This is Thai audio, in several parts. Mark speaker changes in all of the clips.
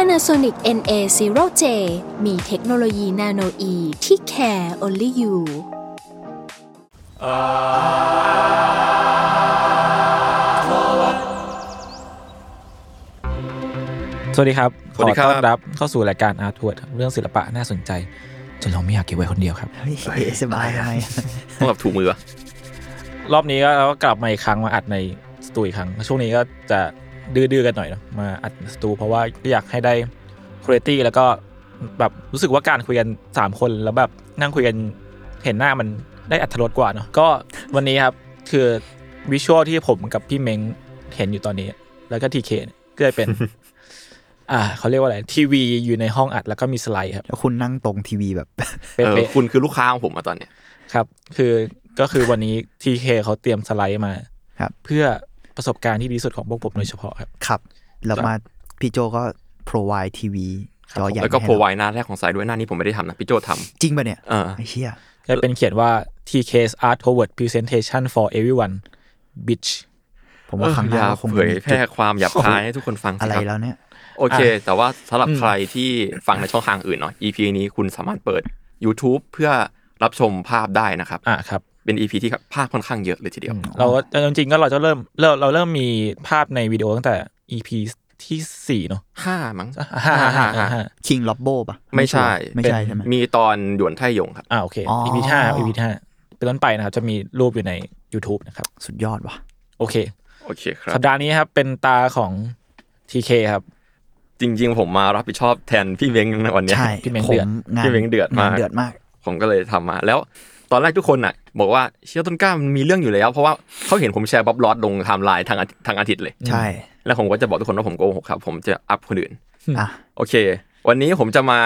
Speaker 1: Panasonic NA0J มีเทคโนโลยีนาโนอีที่ care only you
Speaker 2: สวัสดีครับ ขอ
Speaker 3: สวัสดีครับ
Speaker 2: ต้อนรับเข้าสู่รายการอาร์ทวดเรื่องศิลปะน่าสนใจ จนเราไม่อยากเก็บไว้คนเดียวครับ
Speaker 4: เฮ้ยสบายทำไม
Speaker 3: ต้องแบบถูกมือวะ
Speaker 2: รอบนี้ก็เราก็กลับมาอีกครั้งมาอัดในสตูอีกครั้ง ช่วงนี้ก็จะดื้อๆกันหน่อยเนาะมาอัดสตู เพราะว่าก็อยากให้ได้คุณภาพแล้วก็แบบรู้สึกว่าการคุยกันสามคนแล้วแบบนั่งคุยกันเห็นหน้ามันได้อัธรสกว่าเนาะก็วันนี้ครับคือวิชวลที่ผมกับพี่เม้งเห็นอยู่ตอนนี้ แล้วก็ทีเคก็จะเป็น อ่าเขาเรียกว่าอะไรทีวีอยู่ในห้องอัดแล้วก็มีสไลด์ครับ
Speaker 4: แล้วคุณนั่งตรงทีวีแบบ
Speaker 2: เป๊
Speaker 3: เออะ คุณคือลูกค้าของผมอะตอนเนี้ย
Speaker 2: ๆครับ คือก็คือวันนี้ TK เขาเตรียมสไลด์มา
Speaker 4: ครับ
Speaker 2: เพื่อประสบการณ์ที่ดีที่สุดของพวกผมโดยเฉพาะครับ
Speaker 4: ขับ แล้ว
Speaker 2: ครับ
Speaker 4: มาพี่โจก็ provide ทีวีจอใหญ่
Speaker 3: แล้วก็โปร
Speaker 4: ให้
Speaker 3: ไว
Speaker 4: เรา
Speaker 3: หน้าแรกของสายด้วยหน้านี้ผมไม่ได้ทำนะ พี่โจท
Speaker 4: จริงป่ะเนี่ย
Speaker 3: เออ
Speaker 4: ไอ้เชี่ย
Speaker 2: จะเป็นเขียนว่า TK's Art Toward Presentation for Everyone Bitch
Speaker 4: ผม
Speaker 3: ำ
Speaker 4: ว่าครั้งหน้า
Speaker 3: ย่า
Speaker 4: ก็คง
Speaker 3: เผยแพร่ความหยาบคายให้ทุกคนฟังสิ
Speaker 4: อะไร
Speaker 3: ครับ
Speaker 4: แล้วเนี่ย
Speaker 3: โอเค แต่ว่าสำหรับใครที่ฟังในช่องทางอื่นเนาะ EP นี้คุณสามารถเปิด YouTube เพื่อรับชมภาพได้นะครับ
Speaker 2: อ่ะครับ
Speaker 3: เป็น EP ที่ภาพค่อนข้างเยอะเลยทีเดียว
Speaker 2: เราก็จริงๆก็เราจะเริ่มเราเราเริ่มมีภาพในวิดีโอตั้งแต่ EP ที่สี่เนาะ
Speaker 3: ห้ามั้ง
Speaker 2: ห้าห้าห้าห้าห้า
Speaker 4: King Lobbo ป่ะ
Speaker 3: ไม่ใช่
Speaker 4: ไม่ใช่
Speaker 2: เป็น
Speaker 4: ใช่ไหม
Speaker 3: มีตอนด่วนไทยยงครับ
Speaker 2: อ่าโอเค
Speaker 4: อ๋อ
Speaker 2: EP ห้า EP ห้าเป็นต้นไปนะครับ จะมีรูปอยู่ใน YouTube นะครับ
Speaker 4: สุดยอดว่ะ
Speaker 2: โอเค
Speaker 3: โอเคครับ
Speaker 2: สัปดาห์นี้ครับเป็นตาของ TK ครับ
Speaker 3: จริง ๆ ผมมารับผิดชอบแทนพี่เม้งในวันเนี้ย
Speaker 4: ใช่
Speaker 2: พี่เม้ง
Speaker 4: ผ
Speaker 2: เดือด
Speaker 4: มงาน
Speaker 3: พี่เม้งเดือดมาก
Speaker 4: นเดือดมาก
Speaker 3: ผมก็เลยทำมา แล้วตอนแรกทุกคนอ่ะ บอกว่าเชี่ยต้นกล้ามันมีเรื่องอยู่แล้ว เพราะว่าเขาเห็นผมแชร์บ๊อบลอดลงไทม์ไลน์ทางอาทิตย์ทางอาทิตย์เลย
Speaker 4: ใช่
Speaker 3: แล้วผมก็จะบอกทุกคนว่าผมโกหกครับ ผมจะอัพคนอื่น
Speaker 4: อ่ะ
Speaker 3: โอเค วันนี้ผมจะมา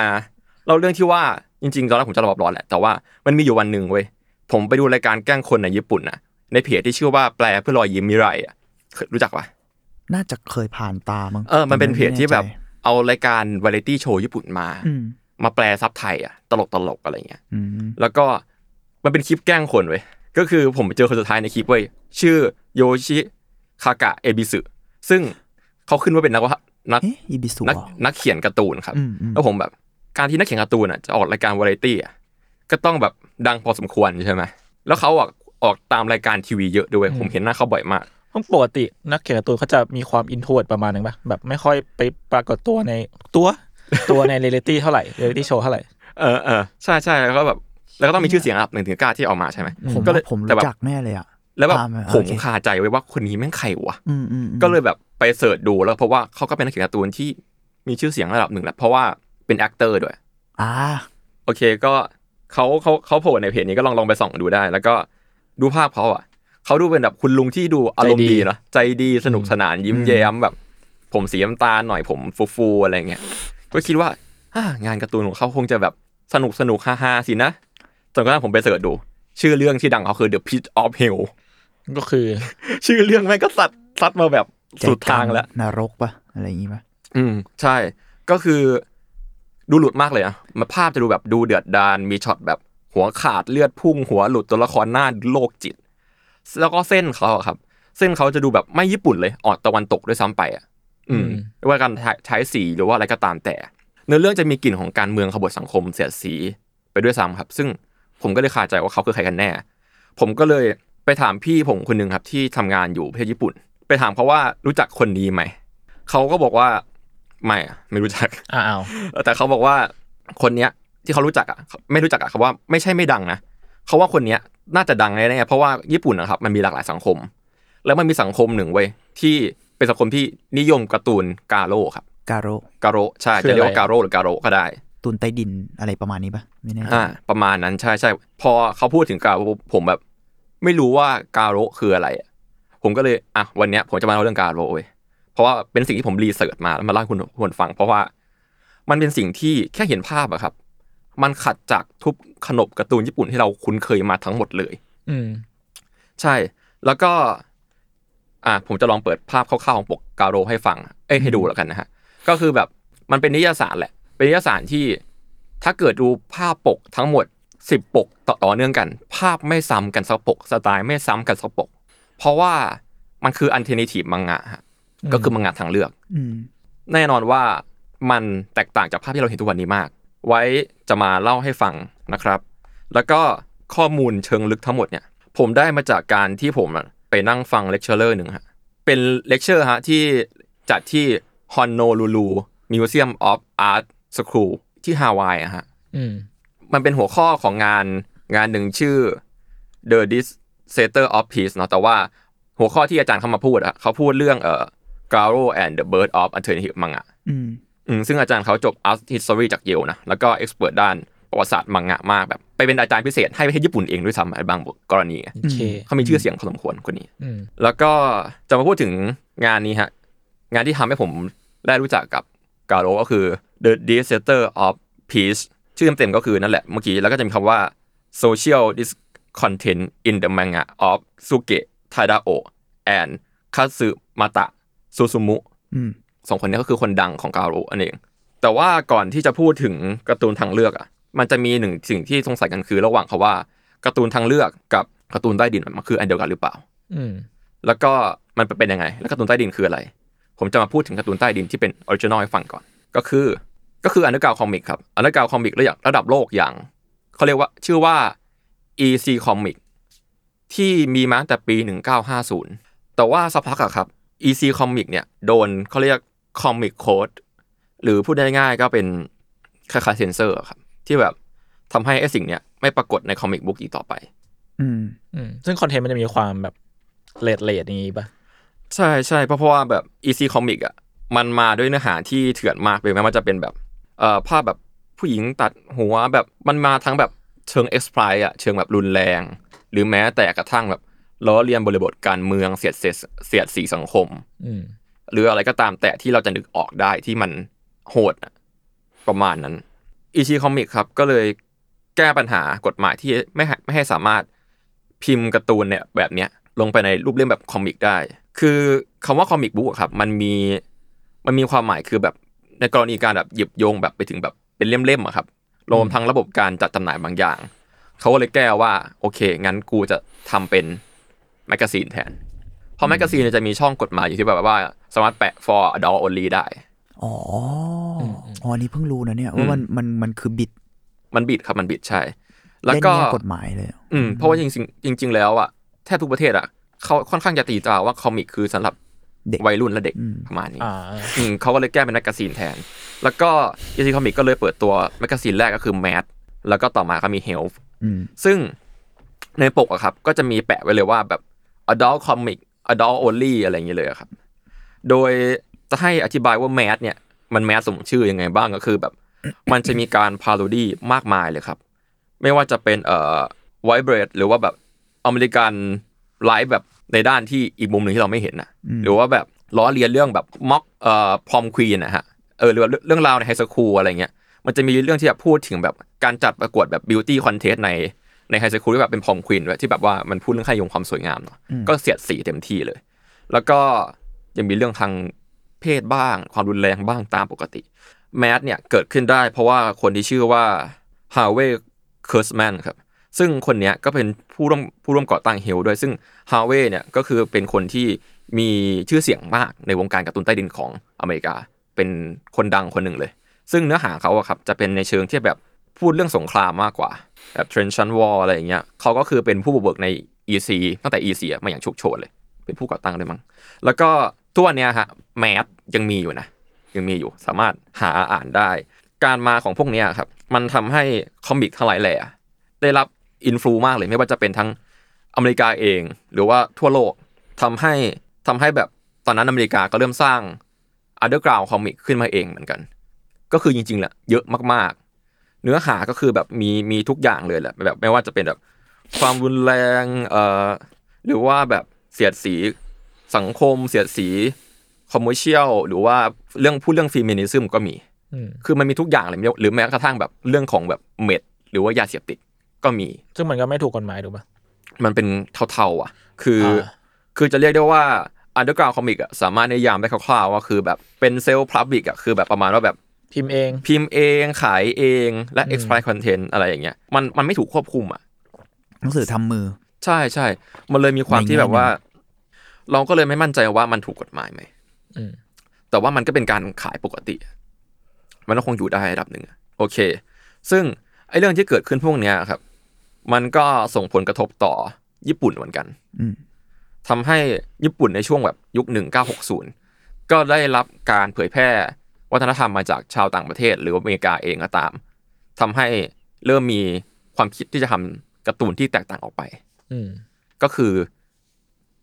Speaker 3: เล่าเรื่องที่ว่าจริง ๆ ตอนแรกผมจะเล่าบ๊อบลอดแหละแต่ว่ามันมีอยู่วันหนึ่งเว้ยผมไปดูรายการแกล้งคนในญี่ปุ่นน่ะในเพจที่ชื่อว่าแปลเพื่อรอยยิ้มมิไรอ่ะเคยรู้จักปะ
Speaker 4: น่าจะเคยผ่านตามั้ง
Speaker 3: เออ มันเป็นเพจที่แบบ
Speaker 4: ไม่น่ใจ
Speaker 3: เอารายการวาไรตี้โชว์ญี่ปุ่นมา
Speaker 4: อืม
Speaker 3: มาแปลซับไทยอ่ะ ตลกตลกๆอะไรเงี้ย
Speaker 4: อืม
Speaker 3: แล้วก็มันเป็นคลิปแกล้งคนเว้ย ก็คือผมเจอคนสุดท้ายในคลิปเว้ย ชื่อโยชิคากะเอบิสึซึ่งเขาขึ้นว่าเป็นนักวาดนัก
Speaker 4: เอ๊ะอีบิสุ
Speaker 3: นัก
Speaker 4: เหรอ
Speaker 3: นักเขียนการ์ตูนครับ
Speaker 4: อืมอืม
Speaker 3: แล้วผมแบบการที่นักเขียนการ์ตูนอ่ะจะออกรายการวาไรตี้อ่ะก็ต้องแบบดังพอสมควรใช่ไหมแล้วเขาออกออกตามรายการทีวีเยอะด้วย ผมเห็นหน้าเขาบ่อยมาก
Speaker 2: เพราะปกตินักเขียนการ์ตูนเขาจะมีความอินโทรดประมาณนึงป่ะแบบไม่ค่อยไปปรากฏตัวใน ตัว ตัวในเรียลิตี้เท่าไหร่เรียลิตี้โชว์เท่าไหร่
Speaker 3: เออเออใช่ใช่แล้วก็แบบแล้วก็ต้องมีชื่อเสียงอันดับหนึ่งถึงกล้าที่ออกมาใช่ไหม
Speaker 4: ผม
Speaker 3: ก็เลย
Speaker 4: ว่าผม
Speaker 3: แต่
Speaker 4: รู้
Speaker 3: แบบ
Speaker 4: จักแน่เลยอ่ะ
Speaker 3: แล้วแบบ
Speaker 4: ตามอ่ะ
Speaker 3: ผม
Speaker 4: โอเค
Speaker 3: คาใจไว้ว่าคนนี้แม่งใครวะ
Speaker 4: อืมอืมอืม
Speaker 3: ก็เลยแบบไปเสิร์ชดูแล้วเพราะว่าเขาก็เป็นนักเขียนการ์ตูนที่มีชื่อเสียงระดับหนึ่งแหละเพราะว่าเป็นแอคเตอร์ด้วย
Speaker 4: อ่า
Speaker 3: โอเคก็เขาเขาเขาโผล่ในเพจนี้ก็ลองลองไปส่องดูได้ แล้วก็ดูภาพเขาอ่ะเขาดูเป็นแบบคุณลุงที่ดูอารมณ์
Speaker 2: ใจดี
Speaker 3: ดีเนอะใจดีสนุกสนานยิ้มแย้มแบบ ผมสีน้ำตาลหน่อยผมฟูฟูๆอะไรเงี้ยก็คิดว่าอ่างานการ์ตูนของเขาคงจะแบบสนุกสนุกฮาฮาๆสินะจนกระทั่งผมไปเสิร์ชดู ชื่อเรื่องที่ดังเขาคือ The Pit of Hell
Speaker 2: ก็คือ
Speaker 3: ชื่อเรื่องแม่งก็สัดซัดมาแบบสุดทางแล้ว
Speaker 4: ใจกลนรกปะอะไรอย่างงี้ปะ
Speaker 3: อืมใช่ก็คือดูหลุดมากเลยนะมาภาพจะดูแบบดูเดือดดานมีช็อตแบบหัวขาดเลือดพุ่ง หัวหลุดตัวละครหน้าโลกจิต แล้วก็เส้นเขาอะครับ เส้นเขาจะดูแบบไม่ญี่ปุ่นเลยออกตะวันตกด้วยซ้ำไปอ่ะ อืมไม่ว่าการใช้สีหรือว่าอะไรก็ตามแต่ เนื้อเรื่องจะมีกลิ่นของการเมืองขบวนสังคมเสียดสี ไปด้วยซ้ำครับ ซึ่งผมก็เลยคาใจว่าเขาคือใครกันแน่ ผมก็เลยไปถามพี่ผมคนหนึ่งครับที่ทำงานอยู่ประเทศญี่ปุ่น ไปถามเขาว่ารู้จักคนนี้ไหม เขาก็บอกว่าไม่อะไม่รู้จัก
Speaker 2: อ้าว
Speaker 3: แต่เขาบอกว่าคนเนี้ยที่เขารู้จักอ่ะไม่รู้จักอ่ะเขาว่าไม่ใช่ไม่ดังนะเขาว่าคนเนี้ยน่าจะดังแน่ๆเพราะว่าญี่ปุ่นนะครับมันมีหลากหลายสังคม แล้วมันมีสังคมหนึ่งเว้ยที่เป็นสังคมที่นิยมการ์ตูนกาโร่ครับ
Speaker 4: กาโร
Speaker 3: กาโร่ใช่จะเรียกว่ากาโร่หรือกาโร่ก็ได้
Speaker 4: ตุนใต้ดินอะไรประมาณนี้ปะไม่แน่ใจ
Speaker 3: อ่าประมาณนั้นใช่ใช่พอเขาพูดถึงกาโร่ปุ๊บผมแบบ ไม่รู้ว่าการโร่คืออะไรอะผมก็เลยอ่ะวันเนี้ยผมจะมาเล่าเรื่องการโร่เว้ยเพราะว่าเป็นสิ่งที่ผมรีเสิร์ชมาแล้วมาเล่าให้คุณคุณฟัง เพราะว่า มันเป็นสิ่งที่แค่เห็นภาพอะครับ มันขัดจากทุกขนบการ์ตูนญี่ปุ่นที่เราคุ้นเคยมาทั้งหมดเลย
Speaker 2: อืม
Speaker 3: ใช่ แล้วก็ อ่ะผมจะลองเปิดภาพคร่าวๆของปกกาโรให้ฟัง เอ้ยให้ดูแล้วกันนะฮะ ก็คือแบบมันเป็นนิยายสารแหละ เป็นนิยายสารที่ถ้าเกิดดูภาพปกทั้งหมด 10 ปกต่อต่อเนื่องกัน ภาพไม่ซ้ำกันสักปก สไตล์ไม่ซ้ำกันสักปก เพราะว่ามันคืออันเทอร์เนทีฟมังงะฮะ ก็คือมังงะทางเลือก
Speaker 4: อืม
Speaker 3: แน่นอนว่ามันแตกต่างจากภาพที่เราเห็นทุกวันนี้มาก ไว้จะมาเล่าให้ฟังนะครับ แล้วก็ข้อมูลเชิงลึกทั้งหมดเนี่ย ผมได้มาจากการที่ผมอะไปนั่งฟังเลคเชอร์หนึ่งฮะ เป็นเลคเชอร์ฮะที่จัดที่ Honolulu Museum of Art School ที่ฮาวายอะฮะ
Speaker 2: อืม
Speaker 3: มันเป็นหัวข้อของงานงานหนึ่งชื่อ The d i s s e t e r of Peace เนาะแต่ว่าหัวข้อที่อาจารย์เขามาพูดอะเขาพูดเรื่องเอ่อ Garo and the Bird of Alternative Manga
Speaker 4: อืม
Speaker 3: อืมซึ่งอาจารย์เขาจบ art history จากเยลนะ แล้วก็ expert ด้านประวัติศาสตร์มังงะมากแบบ ไปเป็นอาจารย์พิเศษให้ประเทศญี่ปุ่นเองด้วยซ้ำในบางกรณีอะ
Speaker 2: โอเค
Speaker 3: เขามีชื่อเสียงพอสมควรคนนี้
Speaker 2: อืม
Speaker 3: แล้วก็จะมาพูดถึงงานนี้ฮะ งานที่ทำให้ผมได้รู้จักกับกาโรก็คือ The Disaster of Peace ชื่อเต็มๆก็คือนั่นแหละเมื่อกี้ แล้วก็จะมีคำว่า Social Discontent in the Manga of Suke Tadao and Katsumata Susumu
Speaker 4: อืม
Speaker 3: สองคนนี้ก็คือคนดังของกาโรอันเอง แต่ว่าก่อนที่จะพูดถึงการ์ตูนทางเลือกอ่ะ มันจะมีหนึ่งสิ่งที่สงสัยกันคือ ระหว่างคาว่าการ์ตูนทางเลือกกับการ์ตูนใต้ดินมันคืออันเดียวกันหรือเปล่า
Speaker 2: อืม
Speaker 3: แล้วก็มันเป็นยังไง แล้วการ์ตูนใต้ดินคืออะไร ผมจะมาพูดถึงการ์ตูนใต้ดินที่เป็นออริจินอลให้ฟังก่อน ก็คือ ก็คืออันดับเก่าคอมิกครับ อันดับเก่าคอมิกระดับระดับโลกอย่าง เขาเรียกว่าชื่อว่า EC Comic ที่มีมาตั้งแต่ปี 1950 แต่ว่าสักพักอะครับ EC Comic เนี่ยโดนเขาเรียก Comic Code หรือพูดง่ายๆก็เป็นคล้ายๆเซนเซอร์ครับ ที่แบบทำให้ไอ้สิ่งเนี้ยไม่ปรากฏในคอมิกบุ๊กอีกต่อไป
Speaker 4: อืม
Speaker 2: อืม ซึ่งคอนเทนต์มันจะมีความแบบเลดเลดอย่างงี้ป่ะ
Speaker 3: ใช่ใช่เพราะเพราะว่าแบบ EC Comic อ่ะมันมาด้วยเนื้อหาที่เถื่อนมากเลยแม้ว่าจะเป็นแบบเอ่อภาพแบบผู้หญิงตัดหัวแบบมันมาทั้งแบบเชิง e x p l i อ่ะเชิงแบบรุนแรง หรือแม้แต่กระทั่งแบบล้อเลียนบริบทการเมืองเสียดเสียดเสียดสีสังคม
Speaker 2: อืม
Speaker 3: หรืออะไรก็ตามแต่ที่เราจะนึกออกได้ที่มันโหดอะประมาณนั้นอีชีคอมิกครับก็เลยแก้ปัญหากฎหมายที่ไม่ให้ไม่ให้สามารถพิมพ์การ์ตูนเนี่ยแบบเนี้ยลงไปในรูปเล่มแบบคอมิกได้ คือคำว่าคอมิกบุ๊กครับมันมีมันมีความหมายคือแบบในกรณีการแบบหยิบโยงแบบไปถึงแบบเป็นเล่มๆอะครับรวมทั้งระบบการจัดจำหน่ายบางอย่าง เขาก็เลยแก้ว่าโอเค งั้นกูจะทำเป็นแมกกาซีนแทน เพราะแมกกาซีนเนี่ยจะมีช่องกฎหมายอยู่ที่แบบว่า สามารถแปะ for adult only ได้
Speaker 4: อ๋อออ๋ออันนี้เพิ่งรู้นะเนี่ยว่ามันมันมันคือบิด
Speaker 3: มันบิดครับ มันบิดใช่ แล้ว
Speaker 4: เล่น
Speaker 3: ก็
Speaker 4: แง่กฎหมายเลยอะ
Speaker 3: อืม เพราะว่าจริงๆจริง ๆ แล้วอ่ะ แทบทุกประเทศอ่ะ เขาค่อนข้างจะตีตราว่าคอมิกคือสำหรับ
Speaker 4: เด็ก
Speaker 3: วัยรุ่นและเด็ก
Speaker 4: อืม
Speaker 3: ประมาณนี้
Speaker 2: อ่า
Speaker 3: อืมเขาก็เลยแก้เป็นแมกกาซีนแทน แล้วก็อีซีคอมิกก็เลยเปิดตัวแมกกาซีนแรกก็คือแมทแล้วก็ต่อมาก็มีเฮล
Speaker 4: อืม
Speaker 3: ซึ่งในปกอะครับ ก็จะมีแปะไว้เลยว่าแบบ adult comic adult only อะไรอย่างเงี้ยเลยอะครับ โดยจะให้อธิบายว่าแมสเนี่ย มันแมสสมชื่อยังไงบ้างก็คือแบบ มันจะมีการพาโรดี้มากมายเลยครับ ไม่ว่าจะเป็นเอ่อ vibrate หรือว่าแบบอเมริกันไลฟ์แบบในด้านที่อีกมุมหนึ่งที่เราไม่เห็นนะ
Speaker 4: อืม
Speaker 3: หรือว่าแบบล้อเลียนเรื่องแบบม็อกเอ่อพรอมควีนนะฮะเออหรือว่าเรื่องราวในไฮสคูลอะไรเงี้ย มันจะมีเรื่องที่แบบพูดถึงแบบการจัดประกวดแบบบิวตี้คอนเทสในในไฮสคูลที่แบบเป็นพรอมควีนด้วยที่แบบว่ามันพูดเรื่องค่ายงความสวยงามเนาะก็เสียดสีเต็มที่เลย แล้วก็ยังมีเรื่องทางเพศบ้าง ความรุนแรงบ้างตามปกติ แมสเนี่ยเกิดขึ้นได้เพราะว่าคนที่ชื่อว่าฮาวเว y k เคิร์สแมนครับ ซึ่งคนเนี้ยก็เป็นผู้ร่วมผู้ร่วมก่อตั้งเฮลด้วย ซึ่งฮาวเว y เนี่ยก็คือเป็นคนที่มีชื่อเสียงมากในวงการการ์ตูนใต้ดินของอเมริกา เป็นคนดังคนหนึ่งเลย ซึ่งเนื้อหาเขาอะครับจะเป็นในเชิงที่แบบพูดเรื่องสงครามมากกว่า แบบเทรนชันวอลอะไรอย่างเงี้ยเขาก็คือเป็นผู้บุกเบิกใน EC ตั้งแต่ EC อะมาอย่างโชุกโชนเลย เป็นผู้ก่อตั้งด้วยมั้ง แล้วก็ตัวนเนี้ยฮะแมสยังมีอยู่นะ ยังมีอยู่สามารถหาอ่านได้ การมาของพวกเนี้ยครับ มันทำให้คอมิกทั้งหลายแหล่ได้รับอินฟลูมากเลยไม่ว่าจะเป็นทั้งอเมริกาเอง หรือว่าทั่วโลกทำให้ทำให้แบบตอนนั้นอเมริกาก็เริ่มสร้างอั d เดอร์กราวคอมิกขึ้นมาเองเหมือนกัน ก็คือจริงๆแหละเยอะมากๆ เนื้อหาก็คือแบบมีมีทุกอย่างเลยแหละแบบไม่ว่าจะเป็นแบบความรุนแรงเอ่อหรือว่าแบบเสียดสีสังคม เสียดสี คอมเมอร์เชียลหรือว่าเรื่องพูดเรื่องฟีมินิซึมก็มี
Speaker 2: อืม
Speaker 3: คือมันมีทุกอย่างเลยหรือแม้กระทั่งแบบเรื่องของแบบเม็ดหรือว่ายาเสพติดก็มี
Speaker 2: ซึ่งมันก็ไม่ถูกกฎหมายถูกปะ
Speaker 3: มันเป็นเท่าๆอ่ะ คือ
Speaker 2: อ่า
Speaker 3: คือจะเรียกได้ว่าอันเดอร์กราวคอมิกอ่ะสามารถนิยามได้คร่าวๆว่าคือแบบเป็นเซลล์พลับบิกอ่ะคือแบบประมาณว่าแบบ
Speaker 2: พิมพ์เอง
Speaker 3: พิมพ์เองขายเองและ exploit content อะไรอย่างเงี้ย มันมันไม่ถูกควบคุมอ่ะ
Speaker 4: หนังสือทำมือ
Speaker 3: ใช่ใช่ มันเลยมีความ
Speaker 4: ในแง่
Speaker 3: ที่แบบว่า เราก็เลยไม่มั่นใจว่ามันถูกกฎหมายไหม
Speaker 2: อืม
Speaker 3: แต่ว่ามันก็เป็นการขายปกติ มันก็คงอยู่ได้ระดับหนึ่งอะโอเค ซึ่งไอ้เรื่องที่เกิดขึ้นพวกเนี้ยครับ มันก็ส่งผลกระทบต่อญี่ปุ่นเหมือนกัน
Speaker 4: อืม
Speaker 3: ทำให้ญี่ปุ่นในช่วงแบบยุค 1960 ก็ได้รับการเผยแพร่วัฒนธรรมมาจากชาวต่างประเทศ หรือว่าอเมริกาเองก็ตามทำให้เริ่มมีความคิดที่จะทำการ์ตูนที่แตกต่างออกไป
Speaker 2: อืม
Speaker 3: ก็คือ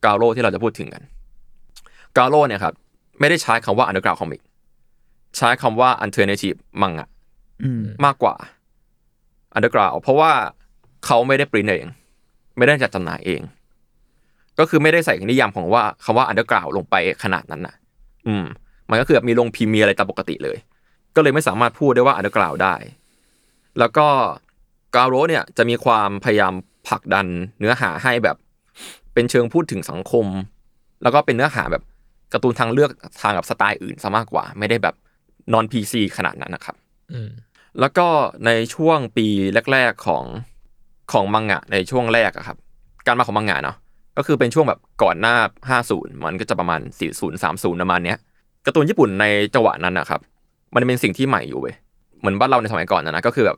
Speaker 3: กาโร่ที่เราจะพูดถึงกันกาโร่เนี่ยครับ ไม่ได้ใช้คำว่า underground comic ใช้คำว่า alternative มังงะ
Speaker 4: อืม
Speaker 3: มากกว่า underground เพราะว่าเขาไม่ได้ปริ้นเอง ไม่ได้จัดจำหน่ายเอง ก็คือไม่ได้ใส่นิยามของว่าคำว่า underground ลงไปขนาดนั้นน่ะ อืม มันก็คือแบบมีลงพรีเมียร์อะไรตามปกติเลย ก็เลยไม่สามารถพูดได้ว่า underground ได้ แล้วก็กาโร่เนี่ยจะมีความพยายามผลักดันเนื้อหาให้แบบ เป็นเชิงพูดถึงสังคม แล้วก็เป็นเนื้อหาแบบการ์ตูนทางเลือกทางแบบสไตล์อื่นซะมากกว่า ไม่ได้แบบนอน PC ขนาดนั้นนะครับ
Speaker 2: อืม
Speaker 3: แล้วก็ในช่วงปีแรก ๆของของมังงะในช่วงแรกอะครับ การมาของมังงะเนาะก็คือเป็นช่วงแบบก่อนหน้า 50 มันก็จะประมาณ 40 30 ประมาณเนี้ยการ์ตูนญี่ปุ่นในจังหวะนั้นนะครับ มันเป็นสิ่งที่ใหม่อยู่เว้ยเหมือนบ้านเราในสมัยก่อนนะนะก็คือแบบ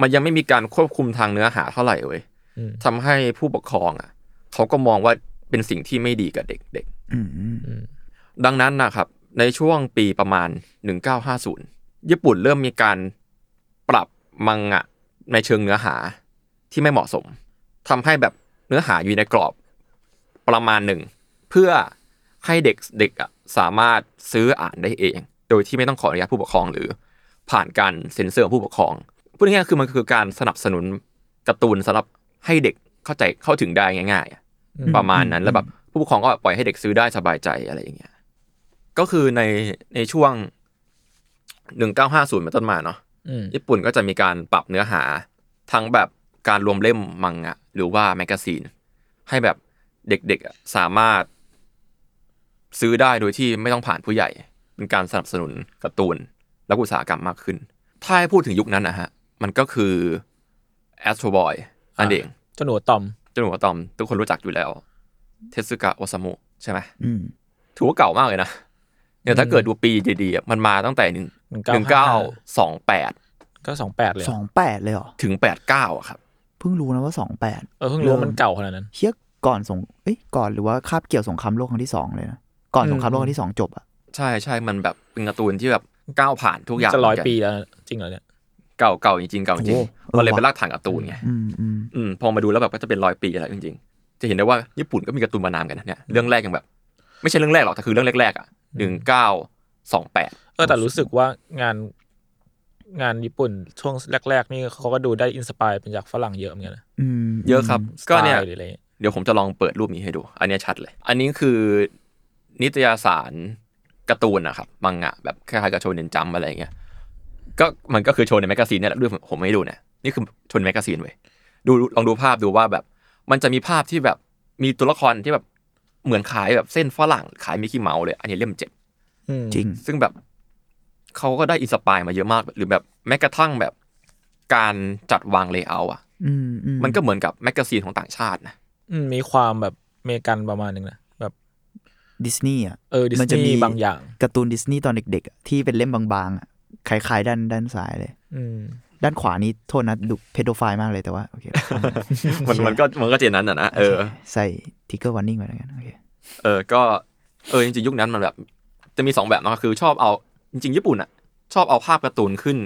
Speaker 3: มันยังไม่มีการควบคุมทางเนื้อหาเท่าไหร่เว้ย
Speaker 2: อืม
Speaker 3: ทำให้ผู้ปกครองอ่ะเขาก็มองว่าเป็นสิ่งที่ไม่ดีกับเด็ก ๆ
Speaker 4: อืมอืม
Speaker 2: อืม
Speaker 3: ดังนั้นนะครับในช่วงปีประมาณ 1950 ญี่ปุ่นเริ่มมีการปรับมังงะในเชิงเนื้อหาที่ไม่เหมาะสมทำให้แบบเนื้อหาอยู่ในกรอบประมาณหนึ่ง เพื่อให้เด็กเด็กอะสามารถซื้ออ่านได้เอง โดยที่ไม่ต้องขออนุญาตผู้ปกครอง หรือผ่านการเซ็นเซอร์ของผู้ปกครองพูดง่ายๆคือมันคือการสนับสนุนการ์ตูนสำหรับให้เด็กเข้าใจเข้าถึงได้ง่ายๆอะ ประมาณนั้นแล้วแบบผู้ปกครองก็ปล่อยให้เด็กซื้อได้สบายใจอะไรอย่างเงี้ย ก็คือในในช่วง 1950เป็นต้นมาเนาะ
Speaker 2: อืม
Speaker 3: ญี่ปุ่นก็จะมีการปรับเนื้อหา ทั้งแบบการรวมเล่มมังงะหรือว่าแมกกาซีน ให้แบบเด็กๆอะสามารถ ซื้อได้โดยที่ไม่ต้องผ่านผู้ใหญ่ เป็นการสนับสนุนการ์ตูน และอุตสาหกรรมมากขึ้น ถ้าให้พูดถึงยุคนั้นนะฮะ มันก็คือ Astro Boy อันเอง
Speaker 2: เจ้าหนูตอม
Speaker 3: จนหัวตอมทุกคนรู้จักอยู่แล้ว เทสึกะโอซามุใช่ไหม
Speaker 4: อืม
Speaker 3: ถือว่าเก่ามากเลยนะเนี่ยถ้าเกิดดูปีดีๆอ่ะมันมาตั้งแต่หนึ่งหนึ่งเก้า
Speaker 2: 1955
Speaker 3: สองแปด
Speaker 2: ก็สองแปดเลย
Speaker 4: สองแปดเลยเหรอ
Speaker 3: ถึงแปดเก้าครับ
Speaker 4: เพิ่งรู้นะว่าสองแปด
Speaker 2: เออเพิ่งรู้ว่ามันเก่าขนาดนั้น
Speaker 4: เฮียก่อนสงเอ้ยก่อนหรือว่าคาบเกี่ยวสงครามโลกครั้งที่สองเลยนะก่อนสงครามโลกครั้งที่สองจบอ่ะ
Speaker 3: ใช่ใช่มันแบบเป็นการ์ตูนที่แบบก้าวผ่านทุกอย่าง
Speaker 2: จะร้อย
Speaker 3: เหมืนกัน
Speaker 2: ปีแล้วจริงเหรอเนี่ย
Speaker 3: เก่าเก่าจริงๆเก่าจริงมันเลยเป็นรากฐานการ์ตูนไง
Speaker 4: อืมอืม
Speaker 3: อืมพอมาดูแล้วแบบก็จะเป็นร้อยปีแล้วจริง ๆ จะเห็นได้ว่าญี่ปุ่นก็มีการ์ตูนมานานกันนะเนี่ยเรื่องแรกยังแบบ ไม่ใช่เรื่องแรกหรอกแต่คือเรื่องแรกๆอ่ะหนึ่งเก้าสองแปด
Speaker 2: เออแต่รู้สึกว่างานงานญี่ปุ่นช่วงแรก ๆ นี่เขาก็ดูได้อินสปายเป็นจากฝรั่งเยอะเหมือนกันนะ
Speaker 4: อืม
Speaker 3: เยอะครับ ก็เนี่ย
Speaker 2: สไตล์หรืออะไร
Speaker 3: เดี๋ยวผมจะลองเปิดรูปนี้ให้ดู อันนี้ชัดเลย อันนี้คือนิตยสารการ์ตูนนะครับ มังงะ แบบคล้ายๆกับโชเนนจัมป์อะไรอย่างเงี้ย ก็มันก็คือโชว์ในแมกกาซีนเนี่ยแหละด้วยผมไม่ดูเนี่ย นี่คือโชว์ในแมกกาซีนเว้ย ดูลองดูภาพดูว่าแบบ มันจะมีภาพที่แบบมีตัวละครที่แบบเหมือนขายแบบเส้นฝรั่งขายมิกกี้เมาส์เลย อันนี้เล่มเจ็ด
Speaker 2: อืม
Speaker 4: จริง
Speaker 3: ซึ่งแบบเขาก็ได้อินสปายมาเยอะมาก หรือแบบแม้กระทั่งแบบการจัดวางเลเยอร์อะ
Speaker 4: อืมอืม
Speaker 3: มันก็เหมือนกับแมกกาซีนของต่างชาตินะ
Speaker 2: อืมมีความแบบอเมริกันประมาณหนึ่งนะแบบ
Speaker 4: ดิสนีย์อ่ะ
Speaker 2: เออดิส
Speaker 4: มันจะ
Speaker 2: นี
Speaker 4: มี
Speaker 2: ย์บางอย่าง
Speaker 4: การ์ตูนดิสนีย์ตอนเด็กๆอะที่เป็นเล่มบางๆอ่ะคล้ายๆด้านด้านซ้ายเลย
Speaker 2: อืม
Speaker 4: ด้านขวานี้โทษนะดูเพโดไฟล์มากเลยแต่ว่าโอเค
Speaker 3: มันมันก็มันก็เจนนั้นอ่ะนะเออ
Speaker 4: ใส่ทิกเกอร์วันนิ่งไว้แล้วกันโอเค
Speaker 3: เออก็เออจริงๆยุคนั้นมันแบบ จะมีสองแบบเนาะคือ ชอบเอาจริง ๆ ญี่ปุ่นอ่ะ ชอบเอาภาพการ์ตูนขึ้น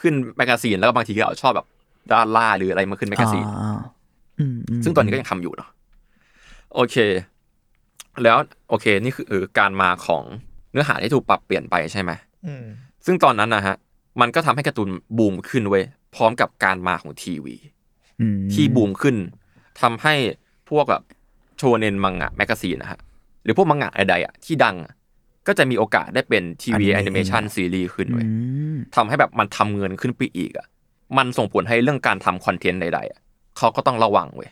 Speaker 3: ขึ้นแมกกาซีนแล้วก็บางทีก็เอาชอบแบบด้านล่าหรืออะไรมาขึ้นแมกกาซีน
Speaker 4: อ่าๆอืมๆ
Speaker 3: ซึ่งตอนนี้ก็ยังทำอยู่เนาะโอเค แล้วโอเค นี่คือเออการมาของเนื้อหาที่ถูกปรับเปลี่ยนไปใช่ไหม
Speaker 2: อืม
Speaker 3: ซึ่งตอนนั้นนะฮะ มันก็ทำให้การ์ตูนบูมขึ้นเว้ยพร้อมกับการมาของทีวี
Speaker 4: อืม
Speaker 3: ที่บูมขึ้นทำให้พวกแบบโชเนนมังงะแมกกาซีนนะฮะ หรือพวกมังงะใดๆอ่ะที่ดังอะ ก็จะมีโอกาสได้เป็นทีวี
Speaker 4: Anime
Speaker 3: แอนิเมชันซีรีส์ขึ้น
Speaker 4: อื
Speaker 3: เว้ย
Speaker 4: ม
Speaker 3: ทำให้แบบมันทำเงินขึ้นไปอีกอ่ะมันส่งผลให้เรื่องการทำคอนเทนต์ใดๆอะเขาก็ต้องระวังเว้ย